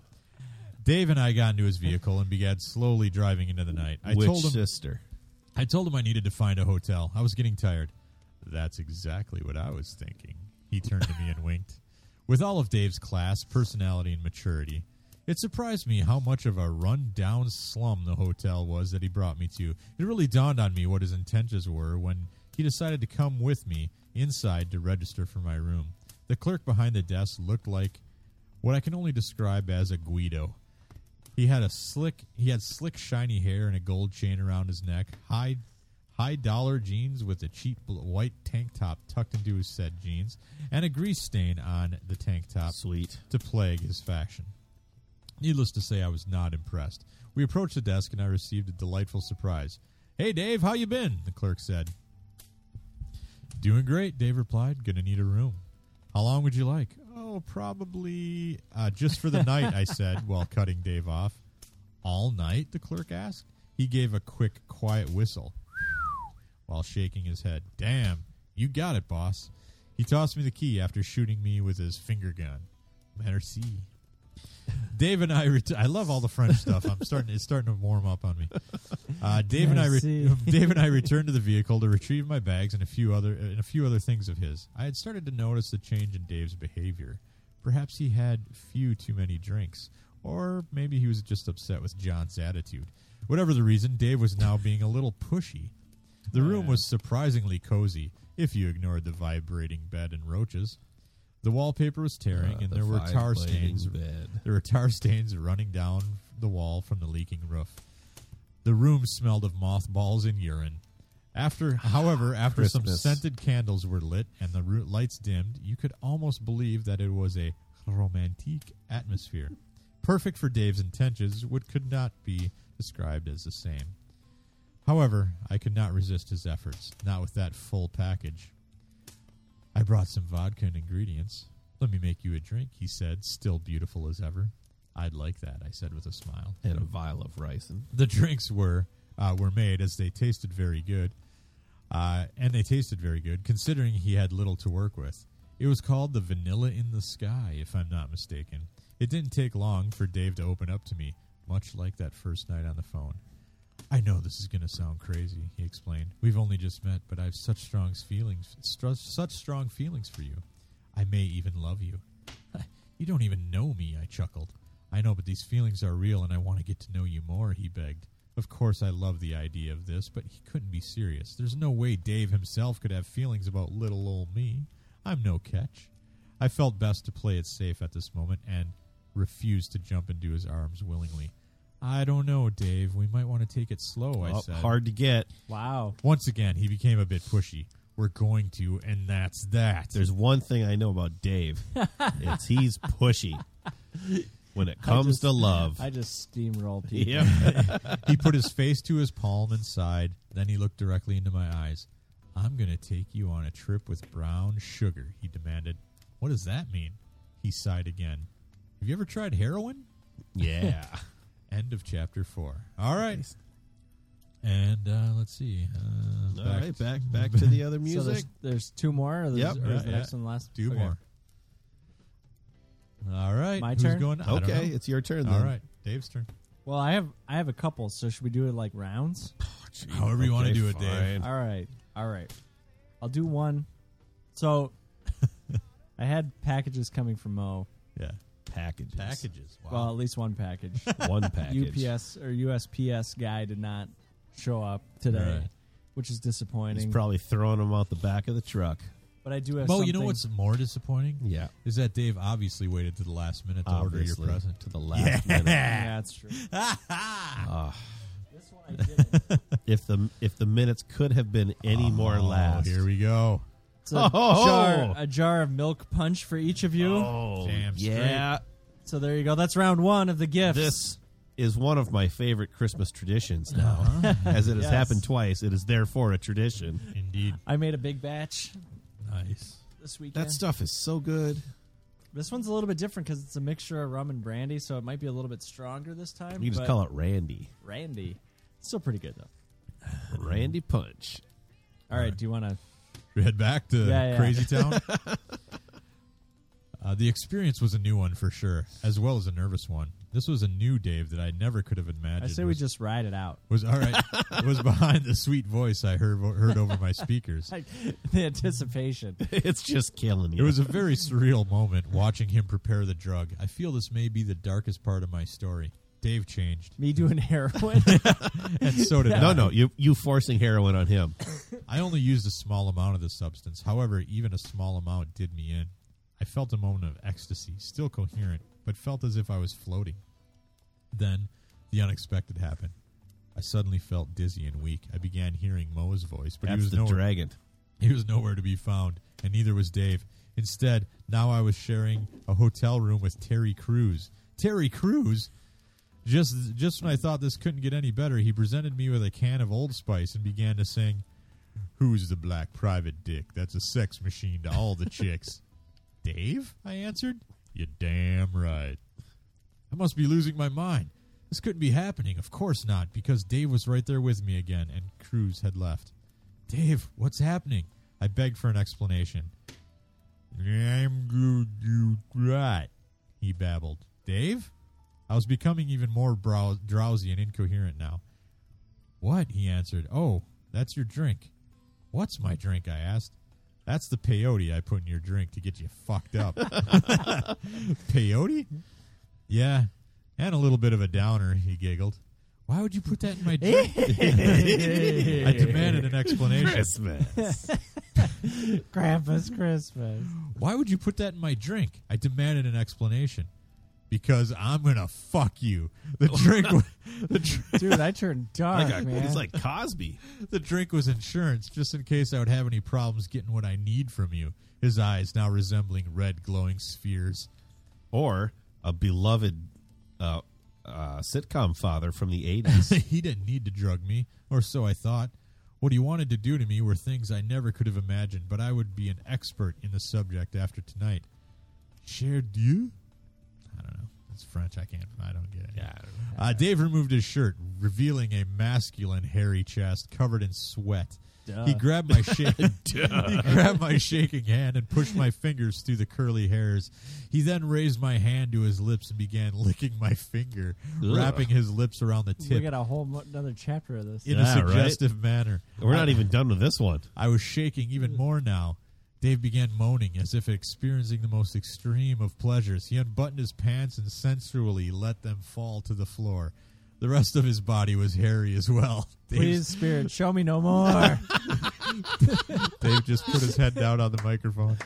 S3: Dave and I got into his vehicle and began slowly driving into the night. I
S1: Which
S3: told him
S1: sister?
S3: I told him I needed to find a hotel. I was getting tired. That's exactly what I was thinking. He turned to me and winked. With all of Dave's class, personality, and maturity, it surprised me how much of a run-down slum the hotel was that he brought me to. It really dawned on me what his intentions were when he decided to come with me inside to register for my room. The clerk behind the desk looked like what I can only describe as a Guido. He had a slick he had slick shiny hair and a gold chain around his neck, high high dollar jeans with a cheap bl- white tank top tucked into his said jeans, and a grease stain on the tank top
S1: Sweet.
S3: to plague his faction. Needless to say, I was not impressed. We approached the desk and I received a delightful surprise. "Hey Dave, how you been?" the clerk said. "Doing great," Dave replied. "Gonna need a room." "How long would you like?" "Oh, probably uh, just for the night," I said while cutting Dave off. "All night?" the clerk asked. He gave a quick, quiet whistle while shaking his head. "Damn, you got it, boss." He tossed me the key after shooting me with his finger gun. Merci. Dave and I, ret- I love all the French stuff. I'm starting. It's starting to warm up on me. Uh, Dave and I, re-
S2: Merci.
S3: Dave and I returned to the vehicle to retrieve my bags and a few other uh, and a few other things of his. I had started to notice the change in Dave's behavior. Perhaps he had few too many drinks, or maybe he was just upset with John's attitude. Whatever the reason, Dave was now being a little pushy. The room was surprisingly cozy, if you ignored the vibrating bed and roaches. The wallpaper was tearing,
S1: Uh,
S3: and there were tar stains. There were tar stains running down the wall from the leaking roof. The room smelled of mothballs and urine. After, however, after some
S1: Christmas.
S3: scented candles were lit and the ru- lights dimmed, you could almost believe that it was a romantic atmosphere, perfect for Dave's intentions, which could not be described as the same. However, I could not resist his efforts, not with that full package. I brought some vodka and ingredients. Let me make you a drink, he said, still beautiful as ever. I'd like that, I said with a smile.
S5: And a vial of ricin.
S3: The drinks were uh, were made as they tasted very good, uh, and they tasted very good considering he had little to work with. It was called the Vanilla in the Sky, if I'm not mistaken. It didn't take long for Dave to open up to me, much like that first night on the phone. I know this is going to sound crazy, he explained. We've only just met, but I have such strong feelings, stru- such strong feelings for you. I may even love you. You don't even know me, I chuckled. I know, but these feelings are real and I want to get to know you more, he begged. Of course, I love the idea of this, but he couldn't be serious. There's no way Dave himself could have feelings about little old me. I'm no catch. I felt best to play it safe at this moment and refused to jump into his arms willingly. I don't know, Dave. We might want to take it slow, I
S1: Well,
S3: said.
S1: hard to get.
S2: Wow.
S3: Once again, he became a bit pushy. We're going to, and that's that.
S1: There's one thing I know about Dave. it's he's pushy when it comes
S2: just-
S1: to love.
S2: I just steamroll people.
S1: yep.
S3: he put his face to his palm and sighed. Then he looked directly into my eyes. I'm going to take you on a trip with brown sugar, he demanded. What does that mean? He sighed again. Have you ever tried heroin?
S1: Yeah.
S3: End of chapter four. All right. And uh, let's see. Uh,
S1: All right, back back to the other
S2: So
S1: music.
S2: there's, there's two more. Or there's,
S1: Yep.
S2: or is
S3: Yeah,
S2: the
S3: yeah.
S2: next one last.
S3: Two
S2: Okay.
S3: more. All right.
S2: My
S3: Who's
S2: turn?
S3: Going? I don't
S1: okay,
S3: know.
S1: it's your turn then.
S3: All right. Dave's turn.
S2: Well, I have I have a couple. So should we do it like rounds?
S3: However you wanna
S1: Okay,
S3: do it,
S1: fine.
S3: Dave.
S2: All right. All right. I'll do one. So I had packages coming from Mo.
S3: Yeah.
S1: Packages.
S3: Packages. Wow.
S2: Well, at least one package.
S1: One package.
S2: UPS or USPS guy did not show up today,
S3: Right.
S2: which is
S1: He's
S2: disappointing.
S1: probably throwing them out the back of the truck.
S2: but I do have.
S3: Mo,
S2: something.
S3: you know what's more disappointing?
S1: Yeah.
S3: Is that Dave obviously waited to the last minute to order
S1: Obviously,
S3: your present?
S1: to the last minute.
S2: Yeah, that's true.
S1: Ah.
S2: This one I did.
S1: if the if the minutes could have been any more
S3: Oh,
S1: last.
S3: Here we go.
S2: It's a,
S1: Oh!
S2: jar, a jar of milk punch for each of you.
S1: Oh,
S3: Damn straight.
S1: yeah.
S2: So there you go. That's round one of the gifts.
S1: This is one of my favorite Christmas traditions now,
S3: Uh-huh.
S1: as it has
S2: Yes.
S1: happened twice. It is therefore a tradition.
S3: Indeed.
S2: I made a big batch
S3: Nice.
S2: this weekend.
S1: That stuff is so good.
S2: this one's a little bit different because it's a mixture of rum and brandy, so it might be a little bit stronger this time.
S1: You can just
S2: but
S1: call it Randy.
S2: Randy. It's still pretty good though.
S1: Randy Punch.
S2: All right, do you want to?
S3: We head back to
S2: Yeah, yeah.
S3: Crazy Town. uh, the experience was a new one for sure, as well as a nervous one. This was a new Dave that I never could have imagined.
S2: I say we
S3: was,
S2: just ride it out.
S3: was all right. was behind the sweet voice I heard heard over my speakers.
S2: Like the anticipation.
S1: It's just killing
S3: It
S1: you.
S3: was a very surreal moment watching him prepare the drug. I feel this may be the darkest part of my story. Dave changed,
S2: Me doing heroin.
S3: and so did I.
S1: no, no, you you forcing heroin on him.
S3: I only used a small amount of the substance. However, even a small amount did me in. I felt a moment of ecstasy, still coherent, but felt as if I was floating. Then, the unexpected happened. I suddenly felt dizzy and weak. I began hearing Moa's voice, but he
S1: That's
S3: was
S1: the
S3: nowhere.
S1: dragon.
S3: He was nowhere to be found, and neither was Dave. Instead, now I was sharing a hotel room with Terry Crews. Terry Crews? Just just when I thought this couldn't get any better, he presented me with a can of Old Spice and began to sing, Who's the black private dick that's a sex machine to all the chicks? Dave? I answered. You damn right. I must be losing my mind. This couldn't be happening. Of course not, because Dave was right there with me again, and Cruz had left. Dave, what's happening? I begged for an explanation. I'm good, you right, he babbled. Dave? I was becoming even more brow- drowsy and incoherent now. What? he answered. Oh, that's your drink. What's my drink? I asked. That's the peyote I put in your drink to get you fucked up. peyote? Yeah, and a little bit of a downer, he giggled. Why would you put that in my drink? I demanded an explanation.
S1: Christmas.
S2: Grandpa's Christmas.
S3: Why would you put that in my drink? I demanded an explanation. Because I'm gonna fuck you. The drink, wa- the, dr-
S2: Dude, I turned dark,
S1: like a,
S2: man.
S1: he's like Cosby.
S3: the drink was insurance, just in case I would have any problems getting what I need from you. His eyes now resembling red glowing spheres.
S1: or a beloved uh, uh, sitcom father from the 80s.
S3: he didn't need to drug me, or so I thought. What he wanted to do to me were things I never could have imagined, but I would be an expert in the subject after tonight. Cher Dieu? I don't know. It's French. I can't. I don't get it. Yeah. Uh, Dave removed his shirt, revealing a masculine, hairy chest covered in sweat. He grabbed my shake. He grabbed my shaking hand and pushed my fingers through the curly hairs. He then raised my hand to his lips and began licking my finger,
S1: Ugh.
S3: wrapping his lips around the
S2: we
S3: tip
S2: got a whole mo- another chapter of this.
S3: in
S1: Yeah,
S3: a
S1: right.
S3: suggestive manner.
S1: We're not even done with this one.
S3: I was shaking even more now. Dave began moaning as if experiencing the most extreme of pleasures. He unbuttoned his pants and sensually let them fall to the floor. The rest of his body was hairy as well.
S2: Please,
S3: Dave,
S2: Spirit, show me no more.
S3: Dave just put his head down on the microphone.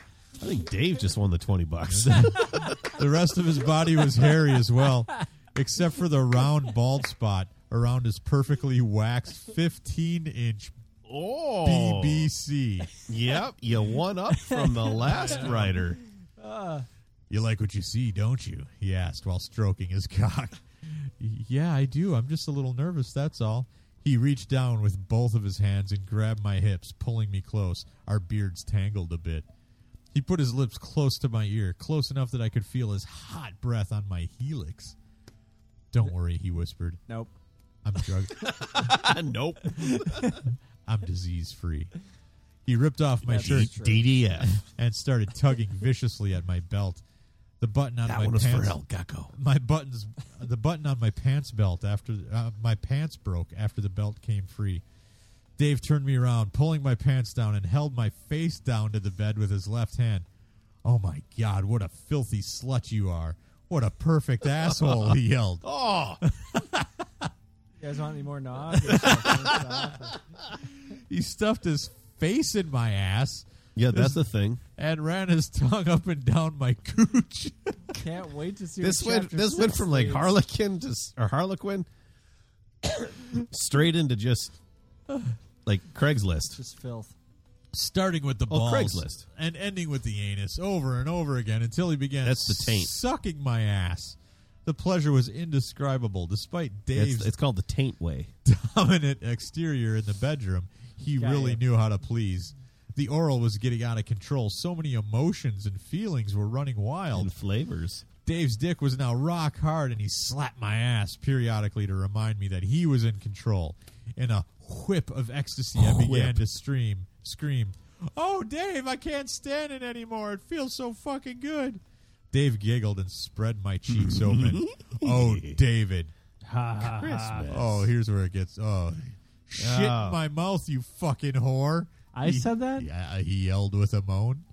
S1: I think Dave just won the 20 bucks.
S3: The rest of his body was hairy as well, except for the round bald spot around his perfectly waxed 15 inch
S1: oh.
S3: BBC.
S1: Yep, you won up from the last rider.
S3: You like what you see, don't you? He asked while stroking his cock. yeah, I do. I'm just a little nervous, that's all. He reached down with both of his hands and grabbed my hips, pulling me close, our beards tangled a bit. He put his lips close to my ear, close enough that I could feel his hot breath on my helix. Don't worry, he whispered.
S2: nope.
S3: I'm drug
S1: nope.
S3: I'm disease free. He ripped off my shirt
S1: DDF.
S3: and started tugging viciously at my belt. The button on
S1: That
S3: my
S1: one was
S3: pants
S1: for El Gecko.
S3: my buttons the button on my pants belt after uh, my pants broke after the belt came free dave turned me around pulling my pants down and held my face down to the bed with his left hand oh my god what a filthy slut you are what a perfect asshole he yelled
S1: Oh,
S2: You guys want any more nog? or something?
S3: he stuffed his face in my ass
S1: yeah, that's the thing.
S3: and ran his tongue up and down my cooch
S2: Can't wait to see
S1: This
S2: what
S1: went
S2: chapter
S1: this went
S2: six
S1: from like
S2: is.
S1: Harlequin to s- or Harlequin straight into just like Craigslist.
S2: Just filth.
S3: starting with the
S1: Oh,
S3: balls
S1: Craigslist.
S3: and ending with the anus over and over again until he began
S1: That's the taint.
S3: sucking my ass. The pleasure was indescribable. Despite Dave's
S1: It's, it's called the Taint Way.
S3: dominant exterior in the bedroom, he
S2: Got
S3: really
S2: you.
S3: knew how to please. The oral was getting out of control. So many emotions and feelings were running wild.
S1: and flavors.
S3: Dave's dick was now rock hard, and he slapped my ass periodically to remind me that he was in control. In a whip of ecstasy, I began
S1: Whip.
S3: to stream, scream, "Oh, Dave, I can't stand it anymore! It feels so fucking good." Dave giggled and spread my cheeks open. Oh, David!
S1: Ah. Christmas.
S3: Oh, here's where it gets. Oh, shit in
S2: Oh.
S3: my mouth, you fucking whore!
S2: I said that?
S3: Yeah, he yelled with a moan.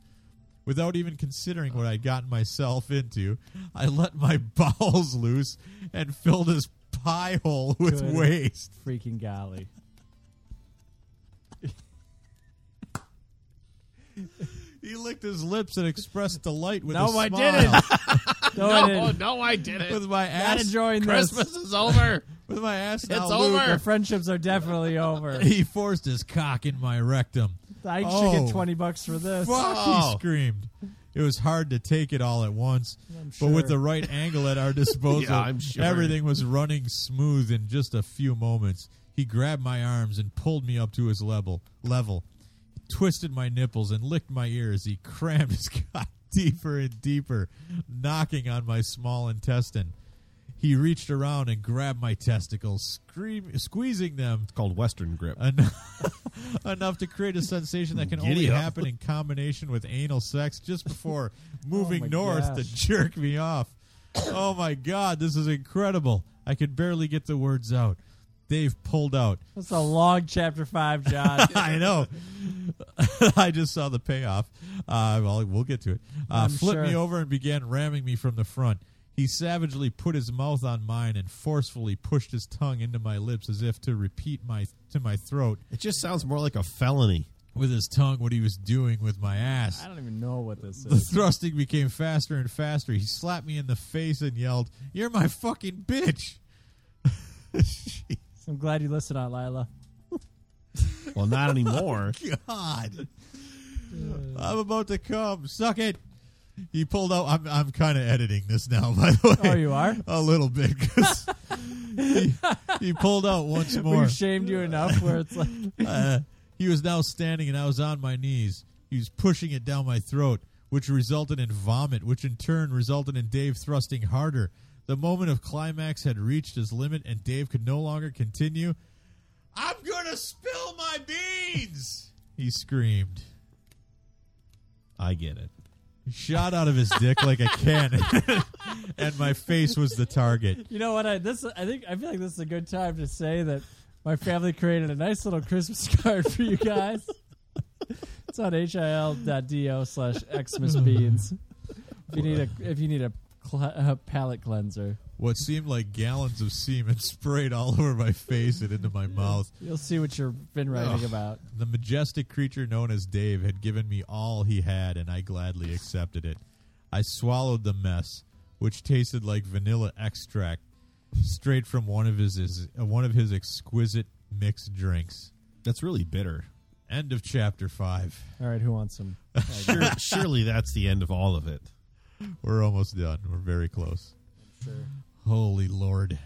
S3: Without even considering what I'd gotten myself into, I let my bowels loose and filled his pie hole with
S2: Good.
S3: waste.
S2: Freaking golly.
S3: He licked his lips and expressed delight with
S2: No,
S3: a smile.
S2: I didn't. No, I
S5: Oh
S2: didn't.
S5: no, I didn't.
S3: With my
S2: Not
S3: ass,
S2: enjoying
S5: Christmas
S2: this.
S5: is over.
S3: with my ass now
S5: It's
S3: lubed,
S2: The
S5: over.
S2: friendships are definitely over.
S3: He forced his cock in my rectum.
S2: I should
S3: Oh.
S2: get 20 bucks for this.
S3: Fuck!
S5: Oh.
S3: He screamed. It was hard to take it all at once,
S2: sure.
S3: but with the right angle at our disposal,
S5: Yeah, I'm sure.
S3: everything was running smooth in just a few moments. He grabbed my arms and pulled me up to his level. Level, twisted my nipples and licked my ears. He crammed his cock deeper and deeper, knocking on my small intestine. He reached around and grabbed my testicles, scream, squeezing them
S1: called Western Grip. Uh,
S3: enough, enough to create a sensation that can only happen in combination with anal sex just before moving
S2: Oh my
S3: north to
S2: gosh.
S3: jerk me off. Oh my god, this is incredible. I could barely get the words out. Dave pulled out.
S2: That's a long chapter five, John.
S3: I know. I just saw the payoff. Uh, well, we'll get to it. Uh,
S2: I'm
S3: flipped me
S2: sure.
S3: over and began ramming me from the front. He savagely put his mouth on mine and forcefully pushed his tongue into my lips as if to repeat my to my throat
S1: It just sounds more like a felony.
S3: with his tongue what he was doing with my ass.
S2: I don't even know what this
S3: The
S2: is.
S3: thrusting became faster and faster. He slapped me in the face and yelled, You're my fucking bitch.
S2: I'm glad you listened out, Lila.
S1: Well, not anymore.
S3: God.
S2: Uh.
S3: I'm about to come. Suck it. He pulled out. I'm, I'm kind of editing this now, by the way.
S2: Oh, you are?
S3: A little bit. 'cause he, he pulled out once more.
S2: We've shamed you enough where it's like,
S3: Uh, he was now standing and I was on my knees. He was pushing it down my throat, which resulted in vomit, which in turn resulted in Dave thrusting harder. The moment of climax had reached his limit and Dave could no longer continue. I'm going to spill my beans! He screamed.
S1: I get it.
S3: Shot out of his dick like a cannon, and my face was the target.
S2: you know what? I this I think I feel like this is a good time to say that my family created a nice little Christmas card for you guys. it's on hil.do slash Xmas beans. If you need a if you need a, cl- a palate cleanser,
S3: What seemed like gallons of semen sprayed all over my face and into my mouth.
S2: you'll see what you've been writing about.
S3: The majestic creature known as Dave had given me all he had, and I gladly accepted it. I swallowed the mess, which tasted like vanilla extract, straight from one of his, his uh, one of his exquisite mixed drinks.
S1: That's really bitter.
S3: End of chapter five.
S2: All right, who wants some?
S1: Sure, surely that's the end of all of it.
S3: We're almost done. We're very close.
S2: Sure.
S3: Holy Lord!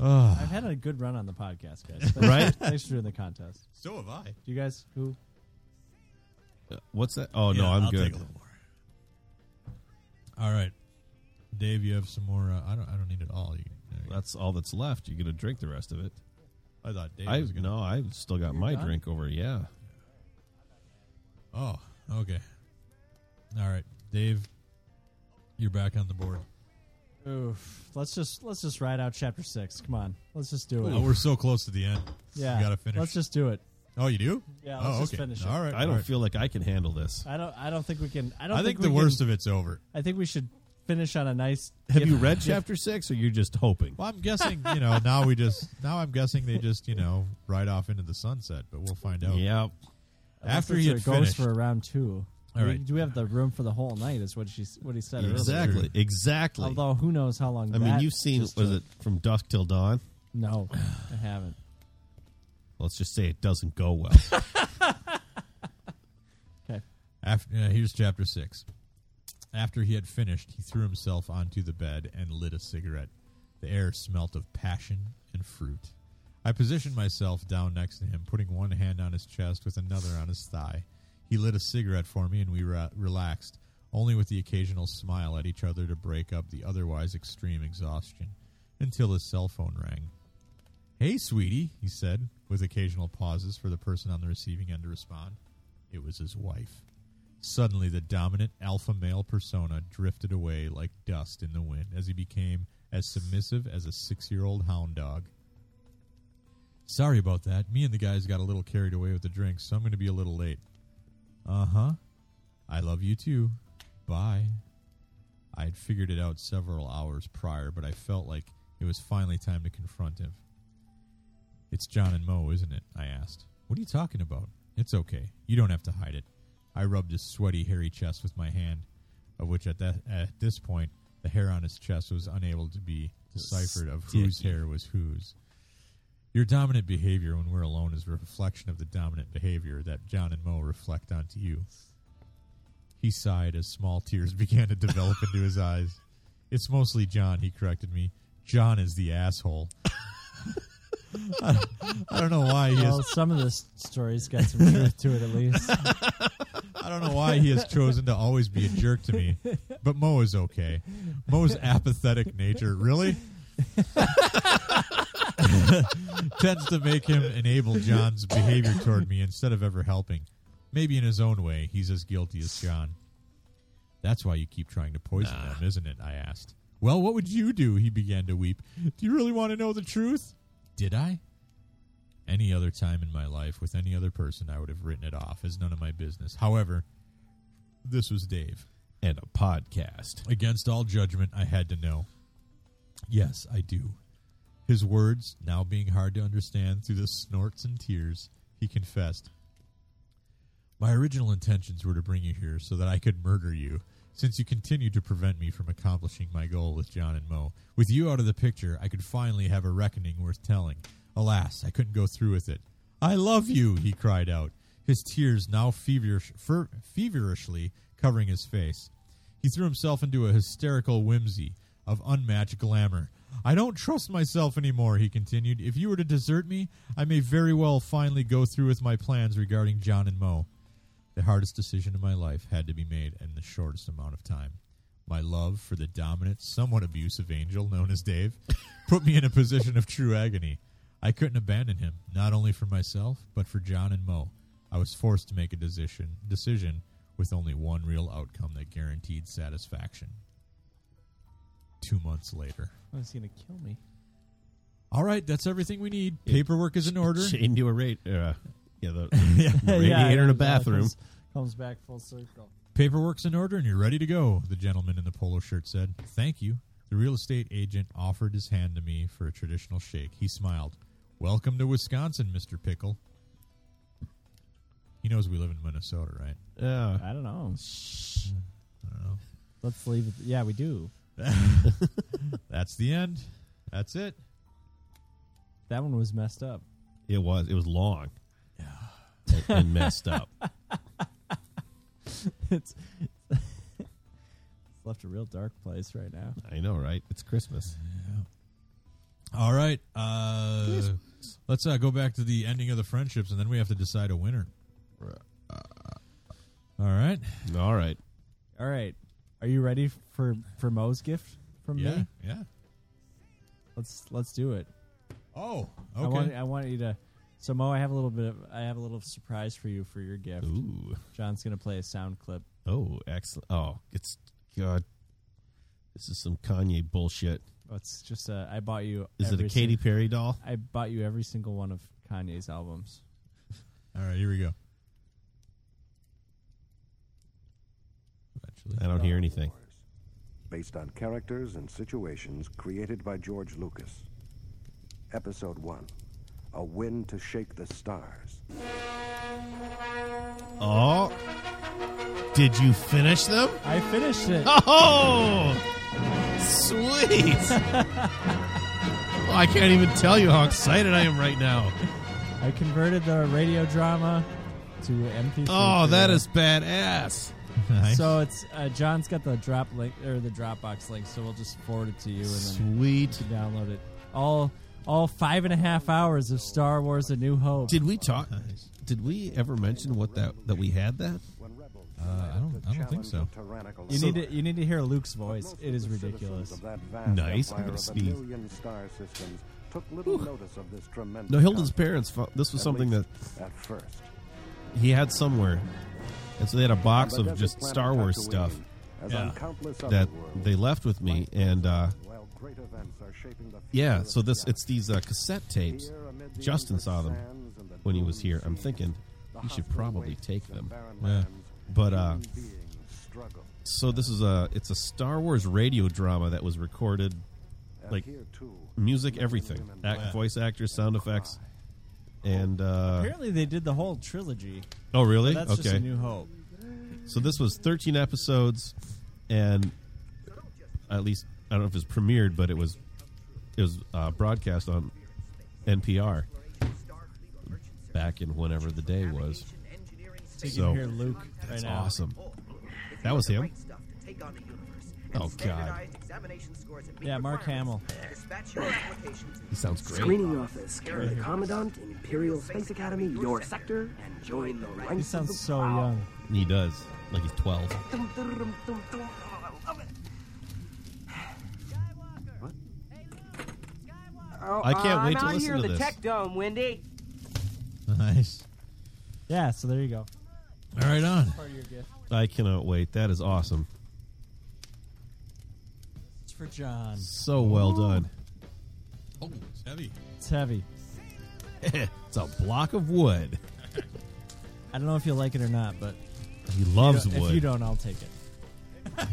S3: Ah,
S2: I've had a good run on the podcast, guys. Thanks,
S1: Right?
S2: Thanks for doing the contest.
S3: so have I.
S2: Do you guys who?
S1: Uh, What's that? Oh no,
S3: Yeah,
S1: I'm
S3: I'll
S1: good.
S3: take a little more. All right, Dave, you have some more. Uh, I don't. I don't need it all. You, there you go.
S1: That's all that's left. You're gonna drink the rest of it.
S3: I thought Dave
S1: I
S3: was gonna.
S1: no, I've still got my
S2: done?
S1: drink over. Yeah,
S3: Oh, okay. All right, Dave, you're back on the board.
S2: Oof. Let's just let's just ride out chapter six. Come on, let's just do it.
S3: Oh, we're so close to the end.
S2: yeah,
S3: we gotta finish.
S2: Let's just do it.
S3: Oh, you do?
S2: Yeah, let's
S3: oh,
S2: just
S3: okay.
S2: finish it.
S3: All right.
S1: I
S3: all
S1: don't
S3: right.
S1: feel like I can handle this.
S2: I don't. I don't think we can. I
S3: I
S2: don't.
S3: think,
S2: we
S3: the
S2: can-
S3: worst of it's over.
S2: I think we should finish on a nice.
S1: Have
S2: gift-
S1: you read
S2: gift-
S1: chapter six, or you're just hoping?
S3: Well, I'm guessing you know now we just now I'm guessing they just you know ride off into the sunset, but we'll find out.
S1: Yeah,
S2: unless
S3: After
S2: it's
S3: he
S2: a
S3: had
S2: goes
S3: finished.
S2: for a round two.
S3: All
S2: We-
S3: right.
S2: Do we have the room for the whole night? Is what she s- what he said earlier.
S1: exactly, exactly.
S2: Although who knows how long?
S1: I mean,
S2: that
S1: you've seen
S2: just uh,
S1: was
S2: took.
S1: it from dusk till dawn?
S2: No, I haven't.
S1: Let's just say it doesn't go well.
S3: After uh, here's chapter six. After he had finished, he threw himself onto the bed and lit a cigarette. The air smelt of passion and fruit. I positioned myself down next to him, putting one hand on his chest with another on his thigh. He lit a cigarette for me, and we re- relaxed, only with the occasional smile at each other to break up the otherwise extreme exhaustion, until his cell phone rang. Hey, sweetie, he said, with occasional pauses for the person on the receiving end to respond. It was his wife. Suddenly, the dominant alpha male persona drifted away like dust in the wind as he became as submissive as a six year old hound dog. Sorry about that. Me and the guys got a little carried away with the drinks, so I'm going to be a little late. Uh huh. I love you too. Bye. I had figured it out several hours prior, but I felt like it was finally time to confront him. It's John and Mo, isn't it? I asked. What are you talking about? It's okay. You don't have to hide it. I rubbed his sweaty, hairy chest with my hand, of which at that at this point the hair on his chest was unable to be deciphered of whose hair was whose. Your dominant behavior when we're alone is a reflection of the dominant behavior that John and Mo reflect onto you. He sighed as small tears began to develop into his eyes. It's mostly John, he corrected me. John is the asshole. I don't know why he has
S4: Well, some of the s- stories got some truth to it, at least.
S3: I don't know why he has chosen to always be a jerk to me, but Mo is okay. Mo's apathetic nature really tends to make him enable John's behavior toward me instead of ever helping. Maybe in his own way, he's as guilty as John. That's why you keep trying to poison them, isn't it? I asked. Well, what would you do? He began to weep. Do you really want to know the truth? Did I? Any other time in my life with any other person, I would have written it off as none of my business. However, this was Dave.
S1: and a podcast.
S3: Against all judgment, I had to know. Yes, I do. His words, now being hard to understand through the snorts and tears, he confessed. My original intentions were to bring you here so that I could murder you, since you continued to prevent me from accomplishing my goal with John and Mo. With you out of the picture, I could finally have a reckoning worth telling. Alas, I couldn't go through with it. I love you, he cried out, his tears now feverish, fer, feverishly covering his face. He threw himself into a hysterical whimsy of unmatched glamour. I don't trust myself anymore, he continued. If you were to desert me, I may very well finally go through with my plans regarding John and Mo. The hardest decision in my life had to be made in the shortest amount of time. My love for the dominant, somewhat abusive angel known as Dave put me in a position of true agony. I couldn't abandon him, not only for myself, but for John and Mo. I was forced to make a decision decision with only one real outcome that guaranteed satisfaction. Two months later.
S4: Oh, he's going to kill me.
S3: All right, that's everything we need. Paperwork is in order.
S1: Chained to a rate. Uh, yeah, the, the radiator in a
S4: it
S1: bathroom.
S4: Comes, comes back full circle.
S3: Paperwork's in order and you're ready to go, the gentleman in the polo shirt said. Thank you. The real estate agent offered his hand to me for a traditional shake. He smiled. Welcome to Wisconsin, Mr. Pickle. He knows we live in Minnesota, right?
S1: Uh,
S4: I don't know.
S3: I don't know.
S4: Let's leave it. Yeah, we do.
S3: That's the end. That's it.
S4: That one was messed up.
S1: it was it was long. and, and messed up.
S4: it's, it's left a real dark place right now.
S1: I know, right? It's Christmas.
S3: All right. Uh, let's uh, go back to the ending of the friendships and then we have to decide a winner. All right.
S1: All right.
S4: All right. Are you ready for for Mo's gift from
S3: Yeah.
S4: me?
S3: Yeah.
S4: Let's let's do it.
S3: Oh,
S4: I want
S3: okay.
S4: I want you to So Mo, I have a little bit of I have a little surprise for you for your gift.
S1: Ooh.
S4: John's going to play a sound clip.
S1: Oh, excellent. Oh, it's God. This is some Kanye bullshit.
S4: It's just uh, I bought you
S1: Is
S4: every
S1: it a
S4: sing-
S1: Katy Perry doll?
S4: I bought you every single one of Kanye's albums.
S3: All right, here we go. Eventually.
S1: I don't hear anything.
S6: based on characters and situations created by George Lucas. Episode 1 A Wind to Shake the Stars.
S1: Oh. Did you finish them?
S4: I finished it.
S1: Oh, sweet! Oh, I can't even tell you how excited I am right now.
S4: I converted the radio drama to MP3.
S1: Oh, that is badass.
S3: Nice.
S4: So it's uh, John's got the drop link or the Dropbox link, so we'll just forward it to you and then
S1: Sweet.
S4: you can download it. All all five and a half hours of Star Wars: A New Hope.
S1: Did we talk? Did we ever mention what that that we had that?
S6: When rebels
S1: Uh,
S3: I don't-
S6: met the
S3: I don't think
S6: challenge
S3: so.
S6: of tyrannical
S4: you
S6: rule.
S4: need to you need to hear Luke's voice.
S6: Most
S4: It
S6: of
S4: is
S6: the citizens
S4: ridiculous.
S6: of that vast
S1: Nice. I'm
S6: empire
S1: gonna
S6: of a
S1: sneeze.
S6: million star systems took little notice of this tremendous.
S1: No, Hilden's
S6: conflict,
S1: parents. Fo- this was
S6: at
S1: something that
S6: least at first.
S1: he had somewhere, and so they had a box
S6: On the
S1: of
S6: desert
S1: just
S6: planet
S1: Star Wars
S6: Tatooine,
S1: stuff
S6: as
S3: Yeah.
S6: on countless
S1: that
S6: other worlds,
S1: they left with me, and uh,
S6: while great events are shaping the
S1: yeah.
S6: future
S1: So
S6: of
S1: this
S6: the
S1: it's these uh, cassette tapes.
S6: Here amid the
S1: Justin
S6: endless
S1: saw them
S6: sands and the
S1: when he was
S6: doomed
S1: here. I'm
S6: seas,
S1: thinking
S6: the
S1: you should
S6: hostile
S1: probably
S6: wastes
S1: take
S6: and
S1: them.
S6: barren
S3: Yeah.
S6: lands,
S1: But, uh,
S6: human beings struggle.
S1: So this is a it's a Star Wars radio drama that was recorded,
S6: And
S1: like,
S6: here, too,
S1: music,
S6: men and
S1: everything,
S6: women
S1: act,
S3: Yeah.
S1: voice actors, sound effects, and uh,
S2: Apparently, they did the whole trilogy.
S1: oh really?
S2: That's just
S1: okay.
S2: a new hope.
S1: So this was 13 episodes, and at least I don't know if it was premiered, but it was it was uh, broadcast on NPR back in whenever the day was.
S2: So you
S1: So,
S2: can hear Luke right
S1: That's
S2: now.
S1: awesome.
S7: That was him.
S1: Oh,
S7: Oh
S1: God.
S7: God.
S2: Yeah, Mark Hamill.
S1: He sounds great.
S8: Screening office, care of the Commandant, Imperial Space Academy, your sector, and join the ranks.
S2: He sounds so young.
S1: He does like he's 12. I can't wait to
S8: Oh, I'm out
S1: listen
S8: here in
S1: to
S8: the
S1: this.
S8: tech dome, Wendy.
S3: Nice.
S2: Yeah, so there you go.
S3: All right, on.
S2: Part of your gift.
S1: I cannot wait. That is awesome.
S2: It's for John.
S1: So well done.
S3: Oh, it's heavy.
S2: It's heavy.
S1: it's a block of wood.
S2: I don't know if you'll like it or not, but
S1: He loves
S2: if
S1: wood.
S2: you don't, I'll take it.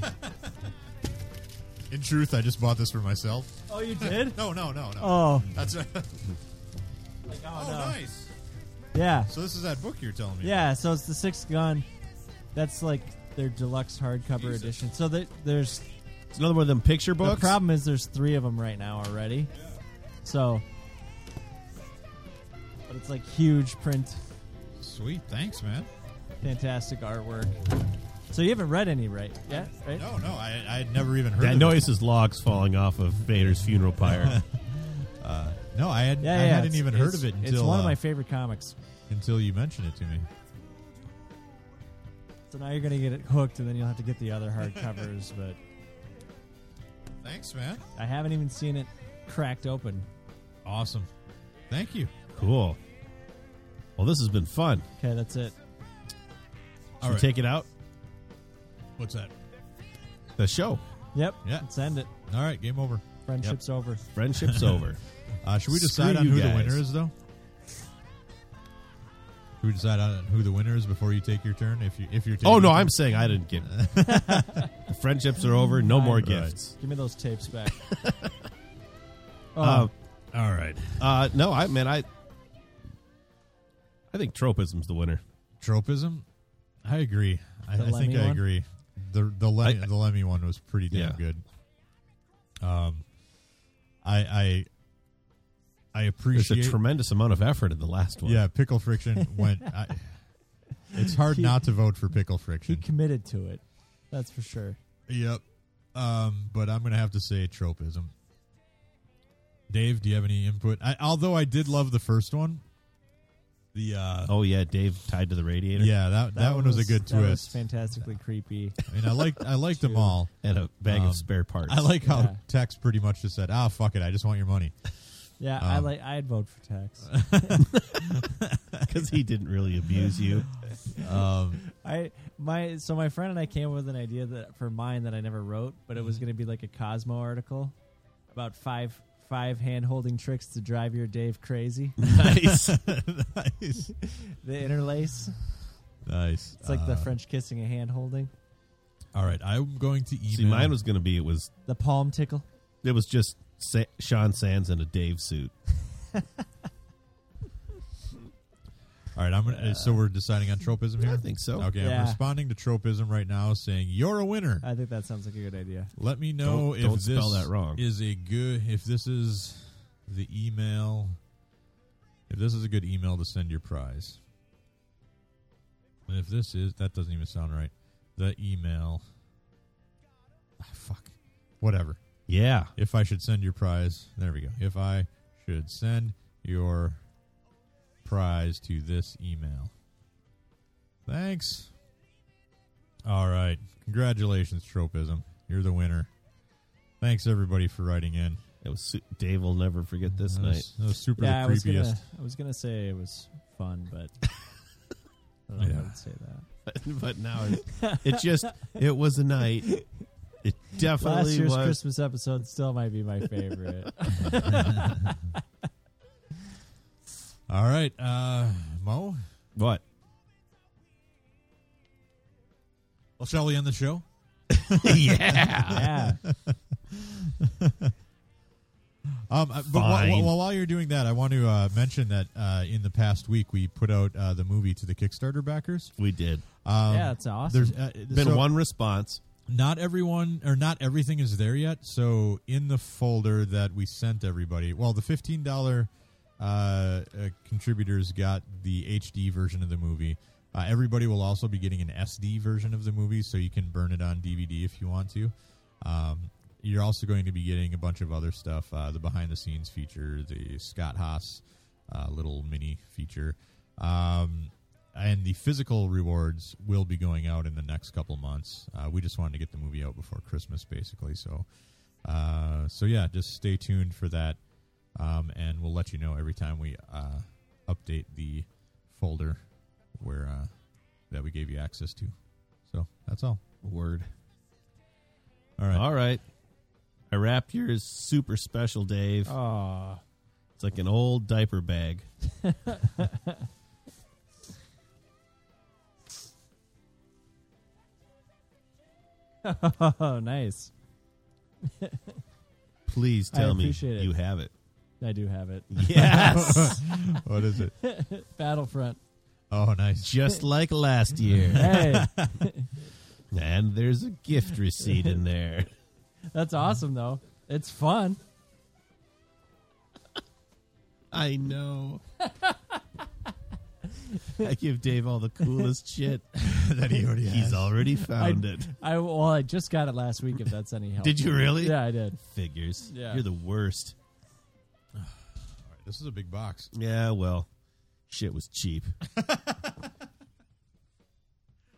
S3: In truth, I just bought this for myself.
S2: Oh, you did?
S3: No, no, no, no.
S2: oh,
S3: That's right.
S2: like, oh,
S3: Oh,
S2: no.
S3: nice.
S2: Yeah,
S3: So this is that book you're telling me.
S2: yeah. So it's the sixth gun. That's like their deluxe hardcover
S3: Jesus.
S2: edition. So there, there's
S1: it's another one of them picture
S2: the
S1: books.
S2: problem is there's three of them right now already. So, but it's like huge print,
S3: about. Sweet. Thanks, man.
S2: fantastic artwork. So you haven't read any right yet, right?
S3: No, no, I, I had never even heard
S1: that
S3: of
S1: noise is logs falling off of Vader's funeral pyre.
S3: It. No, I had.
S2: Yeah,
S3: I
S2: yeah.
S3: hadn't
S2: it's-
S3: even heard
S2: it's-
S3: of it until
S2: it's one of
S3: uh,
S2: my favorite comics.
S3: until you mentioned it to me.
S2: So now you're gonna get it hooked, and then you'll have to get the other hardcovers. but
S3: Thanks, man.
S2: I haven't even seen it cracked open.
S3: Awesome. Thank you.
S1: cool. Well, this has been fun.
S2: Okay, that's it.
S1: Should
S3: All
S1: we
S3: right.
S1: take it out?
S3: What's that?
S1: The show.
S2: Yep.
S3: Yeah.
S2: Let's end it.
S3: All right, game over.
S2: Friendship's over.
S1: Friendship's over.
S3: Uh, should we
S1: Screw
S3: decide on
S1: you
S3: who the
S1: guys.
S3: winner is, though? Should we decide on who the winner is before you take your turn? If you if you're taking
S1: Oh no,
S3: your
S1: I'm
S3: turn?
S1: saying I didn't get. The friendships are over. No more
S2: Right.
S1: gifts.
S2: Give me those tapes back. oh,
S3: Um,
S1: all right. Uh, no, I man, I. I think tropism's the winner.
S3: tropism. I agree. I,
S2: The
S3: I think
S2: Lemmy
S3: I
S2: one?
S3: agree. The the Lemmy,
S1: I-
S3: the Lemmy one was pretty damn
S1: Yeah.
S3: good. Um, I I I
S1: There's a
S3: appreciate.
S1: tremendous amount of effort in the last one.
S3: yeah, pickle friction went. I, it's hard
S2: He-
S3: not to vote for pickle
S2: he
S3: friction.
S2: committed to it. That's for sure.
S3: yep. Um, but I'm gonna have to say tropism. Dave, do you have any input? I, although I did love the first one. The uh,
S1: Oh yeah, Dave tied to the radiator.
S3: yeah that, that one was, a good
S2: that was
S3: twist.
S2: fantastically creepy.
S3: I mean, I liked I liked them
S2: Two.
S3: all.
S1: and a bag
S3: Um,
S1: of spare parts.
S3: I like how
S2: Yeah.
S3: Tex pretty much just said, "Ah, fuck it, I just want your money."
S2: Yeah, I
S3: Um,
S2: like. I'd vote for Tex.
S1: because he didn't really abuse you.
S3: Um,
S2: I my so my friend and I came up with an idea that for mine that I never wrote, but it was
S3: Mhm.
S2: going to be like a Cosmo article about five five hand holding tricks to drive your Dave crazy.
S1: nice.
S3: nice,
S2: the interlace.
S3: nice.
S2: It's like the
S3: Uh,
S2: French kissing and hand holding.
S3: All right, I'm going to email.
S1: See, mine was going to be it was
S2: The palm tickle.
S1: it was just Sa- Sean Sands in a Dave suit.
S3: all right. I'm gonna. so we're deciding on tropism here.
S1: I think so.
S3: Okay, I'm
S2: Yeah.
S3: responding to tropism right now, saying you're a winner.
S2: I think that sounds like a good idea.
S3: Let me
S1: Uh,
S3: know
S1: Don't-
S3: if
S1: don't
S3: this
S1: spell that wrong.
S3: is a good. If this is the email. If this is a good email to send your prize. And if this is that doesn't even sound right. The email. Ah, fuck. Whatever.
S1: Yeah.
S3: If I should send your prize, there we go. If I should send your prize to this email. Thanks. All right. Congratulations, Tropism. You're the winner. Thanks, everybody, for writing in.
S1: It was su- Dave will never forget this
S3: That
S1: night.
S3: was, that was super
S2: yeah, I
S3: the
S2: was
S3: creepiest.
S2: gonna, I was gonna say it was fun, but I don't know if I
S3: Yeah.
S2: would say that.
S1: but now it, it just it was a night. It
S2: Last
S1: definitely
S2: year's
S1: was.
S2: Christmas episode still might be my favorite.
S3: All right, uh, Mo.
S1: What?
S3: Well, shall we end the show?
S2: yeah,
S3: Um, uh, but wh-
S1: Fine.
S3: wh- well, while you're doing that, I want to uh, mention that uh, in the past week we put out uh, the movie to the Kickstarter backers.
S1: We did.
S3: Um,
S2: yeah, it's awesome.
S3: There's uh,
S1: Been
S3: so
S1: one response.
S3: Not everyone or not everything is there yet. So in the folder that we sent everybody, well, the fifteen dollar uh, uh, contributors got the HD version of the movie. Uh, everybody will also be getting an SD version of the movie, so you can burn it on DVD if you want to. Um, you're also going to be getting a bunch of other stuff: uh, the behind the scenes feature, the Scott Haas uh, little mini feature. Um, and the physical rewards will be going out in the next couple months. Uh, we just wanted to get the movie out before Christmas, basically. So, uh, so yeah, just stay tuned for that, um, and we'll let you know every time we uh, update the folder where uh, that we gave you access to. So that's all.
S1: Word.
S3: All right.
S1: All right. I wrapped yours super special, Dave.
S2: Oh. Aw.
S1: It's like an old diaper bag.
S2: oh, nice.
S1: Please
S2: I
S1: tell me
S2: appreciate it.
S1: you have it.
S2: I do have it.
S1: Yes.
S3: what is it?
S2: Battlefront.
S3: Oh, nice.
S1: Just like last year.
S2: Hey,
S1: And there's a gift receipt in there.
S2: that's awesome though. It's fun.
S1: I know. I give Dave all the coolest shit that he already He's already found it.
S2: I well, I just got it last week. If that's any help.
S1: Did you really?
S2: Yeah, I did.
S1: Figures.
S2: Yeah.
S1: You're the worst.
S3: All right, this is a big box.
S1: Yeah, well, shit was cheap.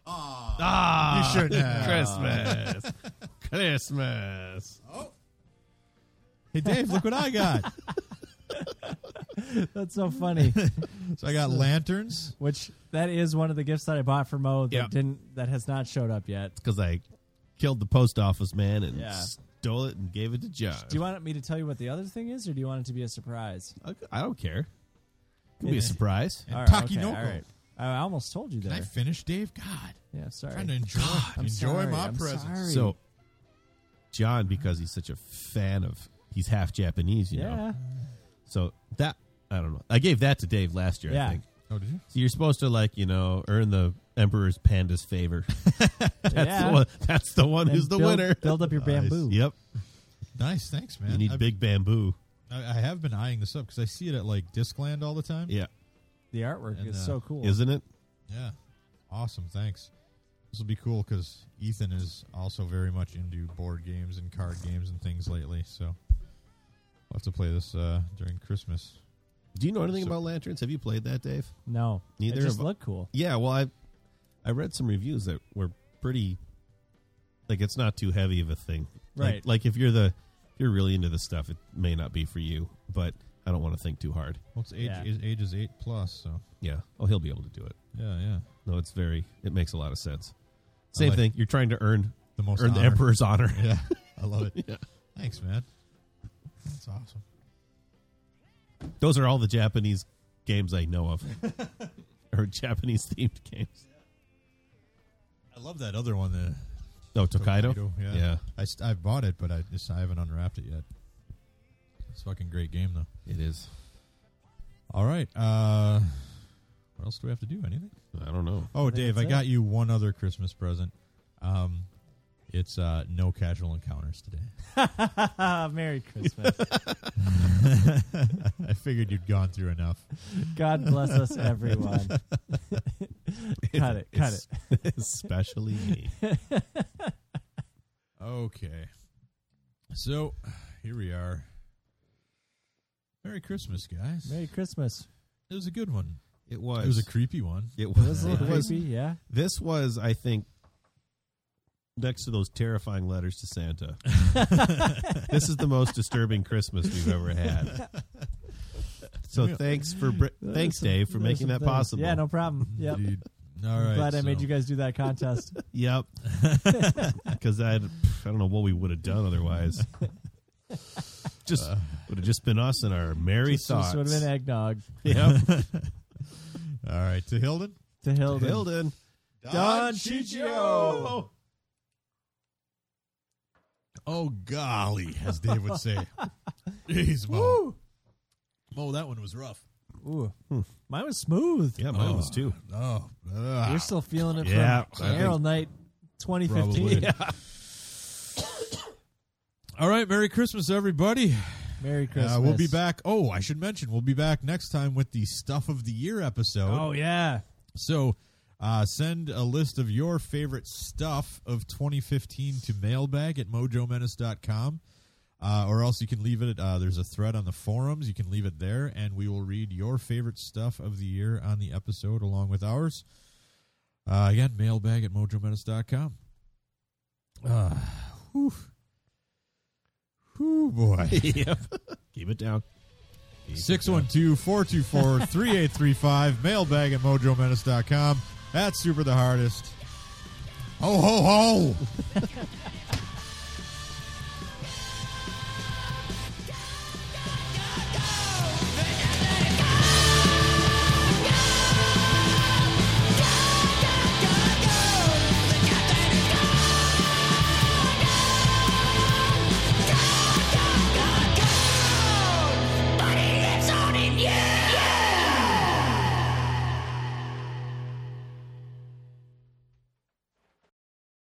S1: Ah,
S3: You shouldn't have.
S1: Christmas, Christmas.
S3: Hey, Dave, look what I got.
S2: That's so funny.
S3: So I got lanterns.
S2: Which that is one of the gifts that I bought for Mo that
S1: Yeah.
S2: didn't that has not showed up yet.
S1: Because I killed the post office man and
S2: Yeah.
S1: stole it and gave it to John.
S2: Do you want me to tell you what the other thing is, or do you want it to be a surprise?
S1: I don't care. It could be a surprise.
S3: And
S2: All right, okay,
S3: Takinoko.
S2: all right. I almost told you
S3: Can I
S2: there.
S3: finish, Dave? God.
S2: yeah, sorry.
S3: trying to enjoy
S2: I'm
S3: enjoy
S2: sorry,
S3: my
S2: I'm
S3: presents.
S2: sorry.
S1: So, John, because he's such a fan of, he's half Japanese, you know.
S2: yeah,
S1: So that I don't know. I gave that to Dave last year.
S2: Yeah.
S1: I think.
S3: Oh, did you?
S1: So you're supposed to like you know earn the emperor's panda's favor. that's
S2: Yeah.
S1: the one. That's the one
S2: And
S1: who's the
S2: build-
S1: winner.
S2: Build up your bamboo.
S1: Yep.
S3: Nice, thanks, man.
S1: You need
S3: I've-
S1: big bamboo.
S3: I, I have been eyeing this up because I see it at like Discland all the time.
S1: Yeah.
S2: The artwork
S3: And,
S2: is
S3: uh,
S2: so cool.
S1: Isn't it?
S3: Yeah. Awesome, thanks. This will be cool because Ethan is also very much into board games and card games and things lately. So we'll have to play this uh, during Christmas.
S1: Do you know anything
S3: So-
S1: about lanterns? Have you played that, Dave?
S2: no,
S1: Neither
S2: It just
S1: of-
S2: look cool.
S1: Yeah. Well, I I read some reviews that were pretty. Like it's not too heavy of a thing. Like-
S2: Right.
S1: Like, if you're the if you're really into this stuff, it may not be for you. But I don't want to think too hard.
S3: Well, it's age,
S2: Yeah.
S3: is, age is eight plus, so
S1: Yeah. Oh, he'll be able to do it.
S3: yeah, yeah.
S1: No, it's very. It makes a lot of sense. Same
S3: like-
S1: thing. You're trying to earn
S3: The most
S1: earn the
S3: honor.
S1: emperor's honor.
S3: Yeah, I love it. Thanks, man. That's awesome.
S1: Those are all the Japanese games I know of, or Japanese themed games.
S3: I love that other one, the
S1: No, Tokaido.
S3: Hokkaido, Yeah,
S1: Yeah.
S3: I st- I've bought it, but I just I haven't unwrapped it yet. It's a fucking great game though.
S1: it is.
S3: All right. Uh, what else do we have to do? Anything?
S1: I don't know.
S3: Oh,
S2: think
S3: Dave, I
S2: that's
S3: got you one other Christmas present. Um, it's uh, no casual encounters today.
S2: Merry Christmas.
S3: I figured you'd gone through enough.
S2: God bless us, everyone. cut it. Cut it.
S1: Especially me.
S3: Okay. So here we are. Merry Christmas, guys.
S2: Merry Christmas.
S3: It was a good one.
S1: It was.
S3: It was a creepy one.
S1: It
S2: It was
S1: was.
S2: a
S1: It
S2: little
S1: was.
S2: creepy, yeah.
S1: This was, I think, next to those terrifying letters to Santa. this is the most disturbing Christmas we've ever had. So thanks for br- thanks Dave for making that possible.
S2: Yeah, no problem. Yep.
S3: Dude. All right.
S2: Glad I made
S3: so-
S2: you guys do that contest.
S1: Yep. Because I I don't know what we would have done otherwise. Just would have just been us and our merry
S2: Just
S1: thoughts.
S2: would have been eggnog
S1: Yep.
S3: All right. To Hilden.
S2: to Hilden.
S1: Hilden.
S3: Don Chichio. Oh golly, as Dave would say. Jeez, Mo. Mo, that one was rough.
S2: Ooh, mine was smooth.
S1: Oh. Hmm. Yeah, mine was
S3: Oh,
S1: too.
S3: Oh, ah,
S2: You're still feeling it
S1: Yeah,
S2: from
S1: I
S2: Carol Night
S3: probably.
S2: 2015.
S3: All right, Merry Christmas, everybody.
S2: Merry Christmas.
S3: Uh, we'll be back. Oh, I should mention, we'll be back next time with the Stuff of the Year episode.
S2: Oh yeah.
S3: So uh, send a list of your favorite stuff of 2015 to mailbag at mojomenace.com. Uh, or else you can leave it. Uh, there's a thread on the forums. You can leave it there, and we will read your favorite stuff of the year on the episode along with ours. Uh, again, mailbag at mojomenace.com. Uh, whew. Whew, boy.
S1: yep. Keep it down.
S3: 612-424-3835 mailbag at mojomenace.com that's super the hardest ho ho ho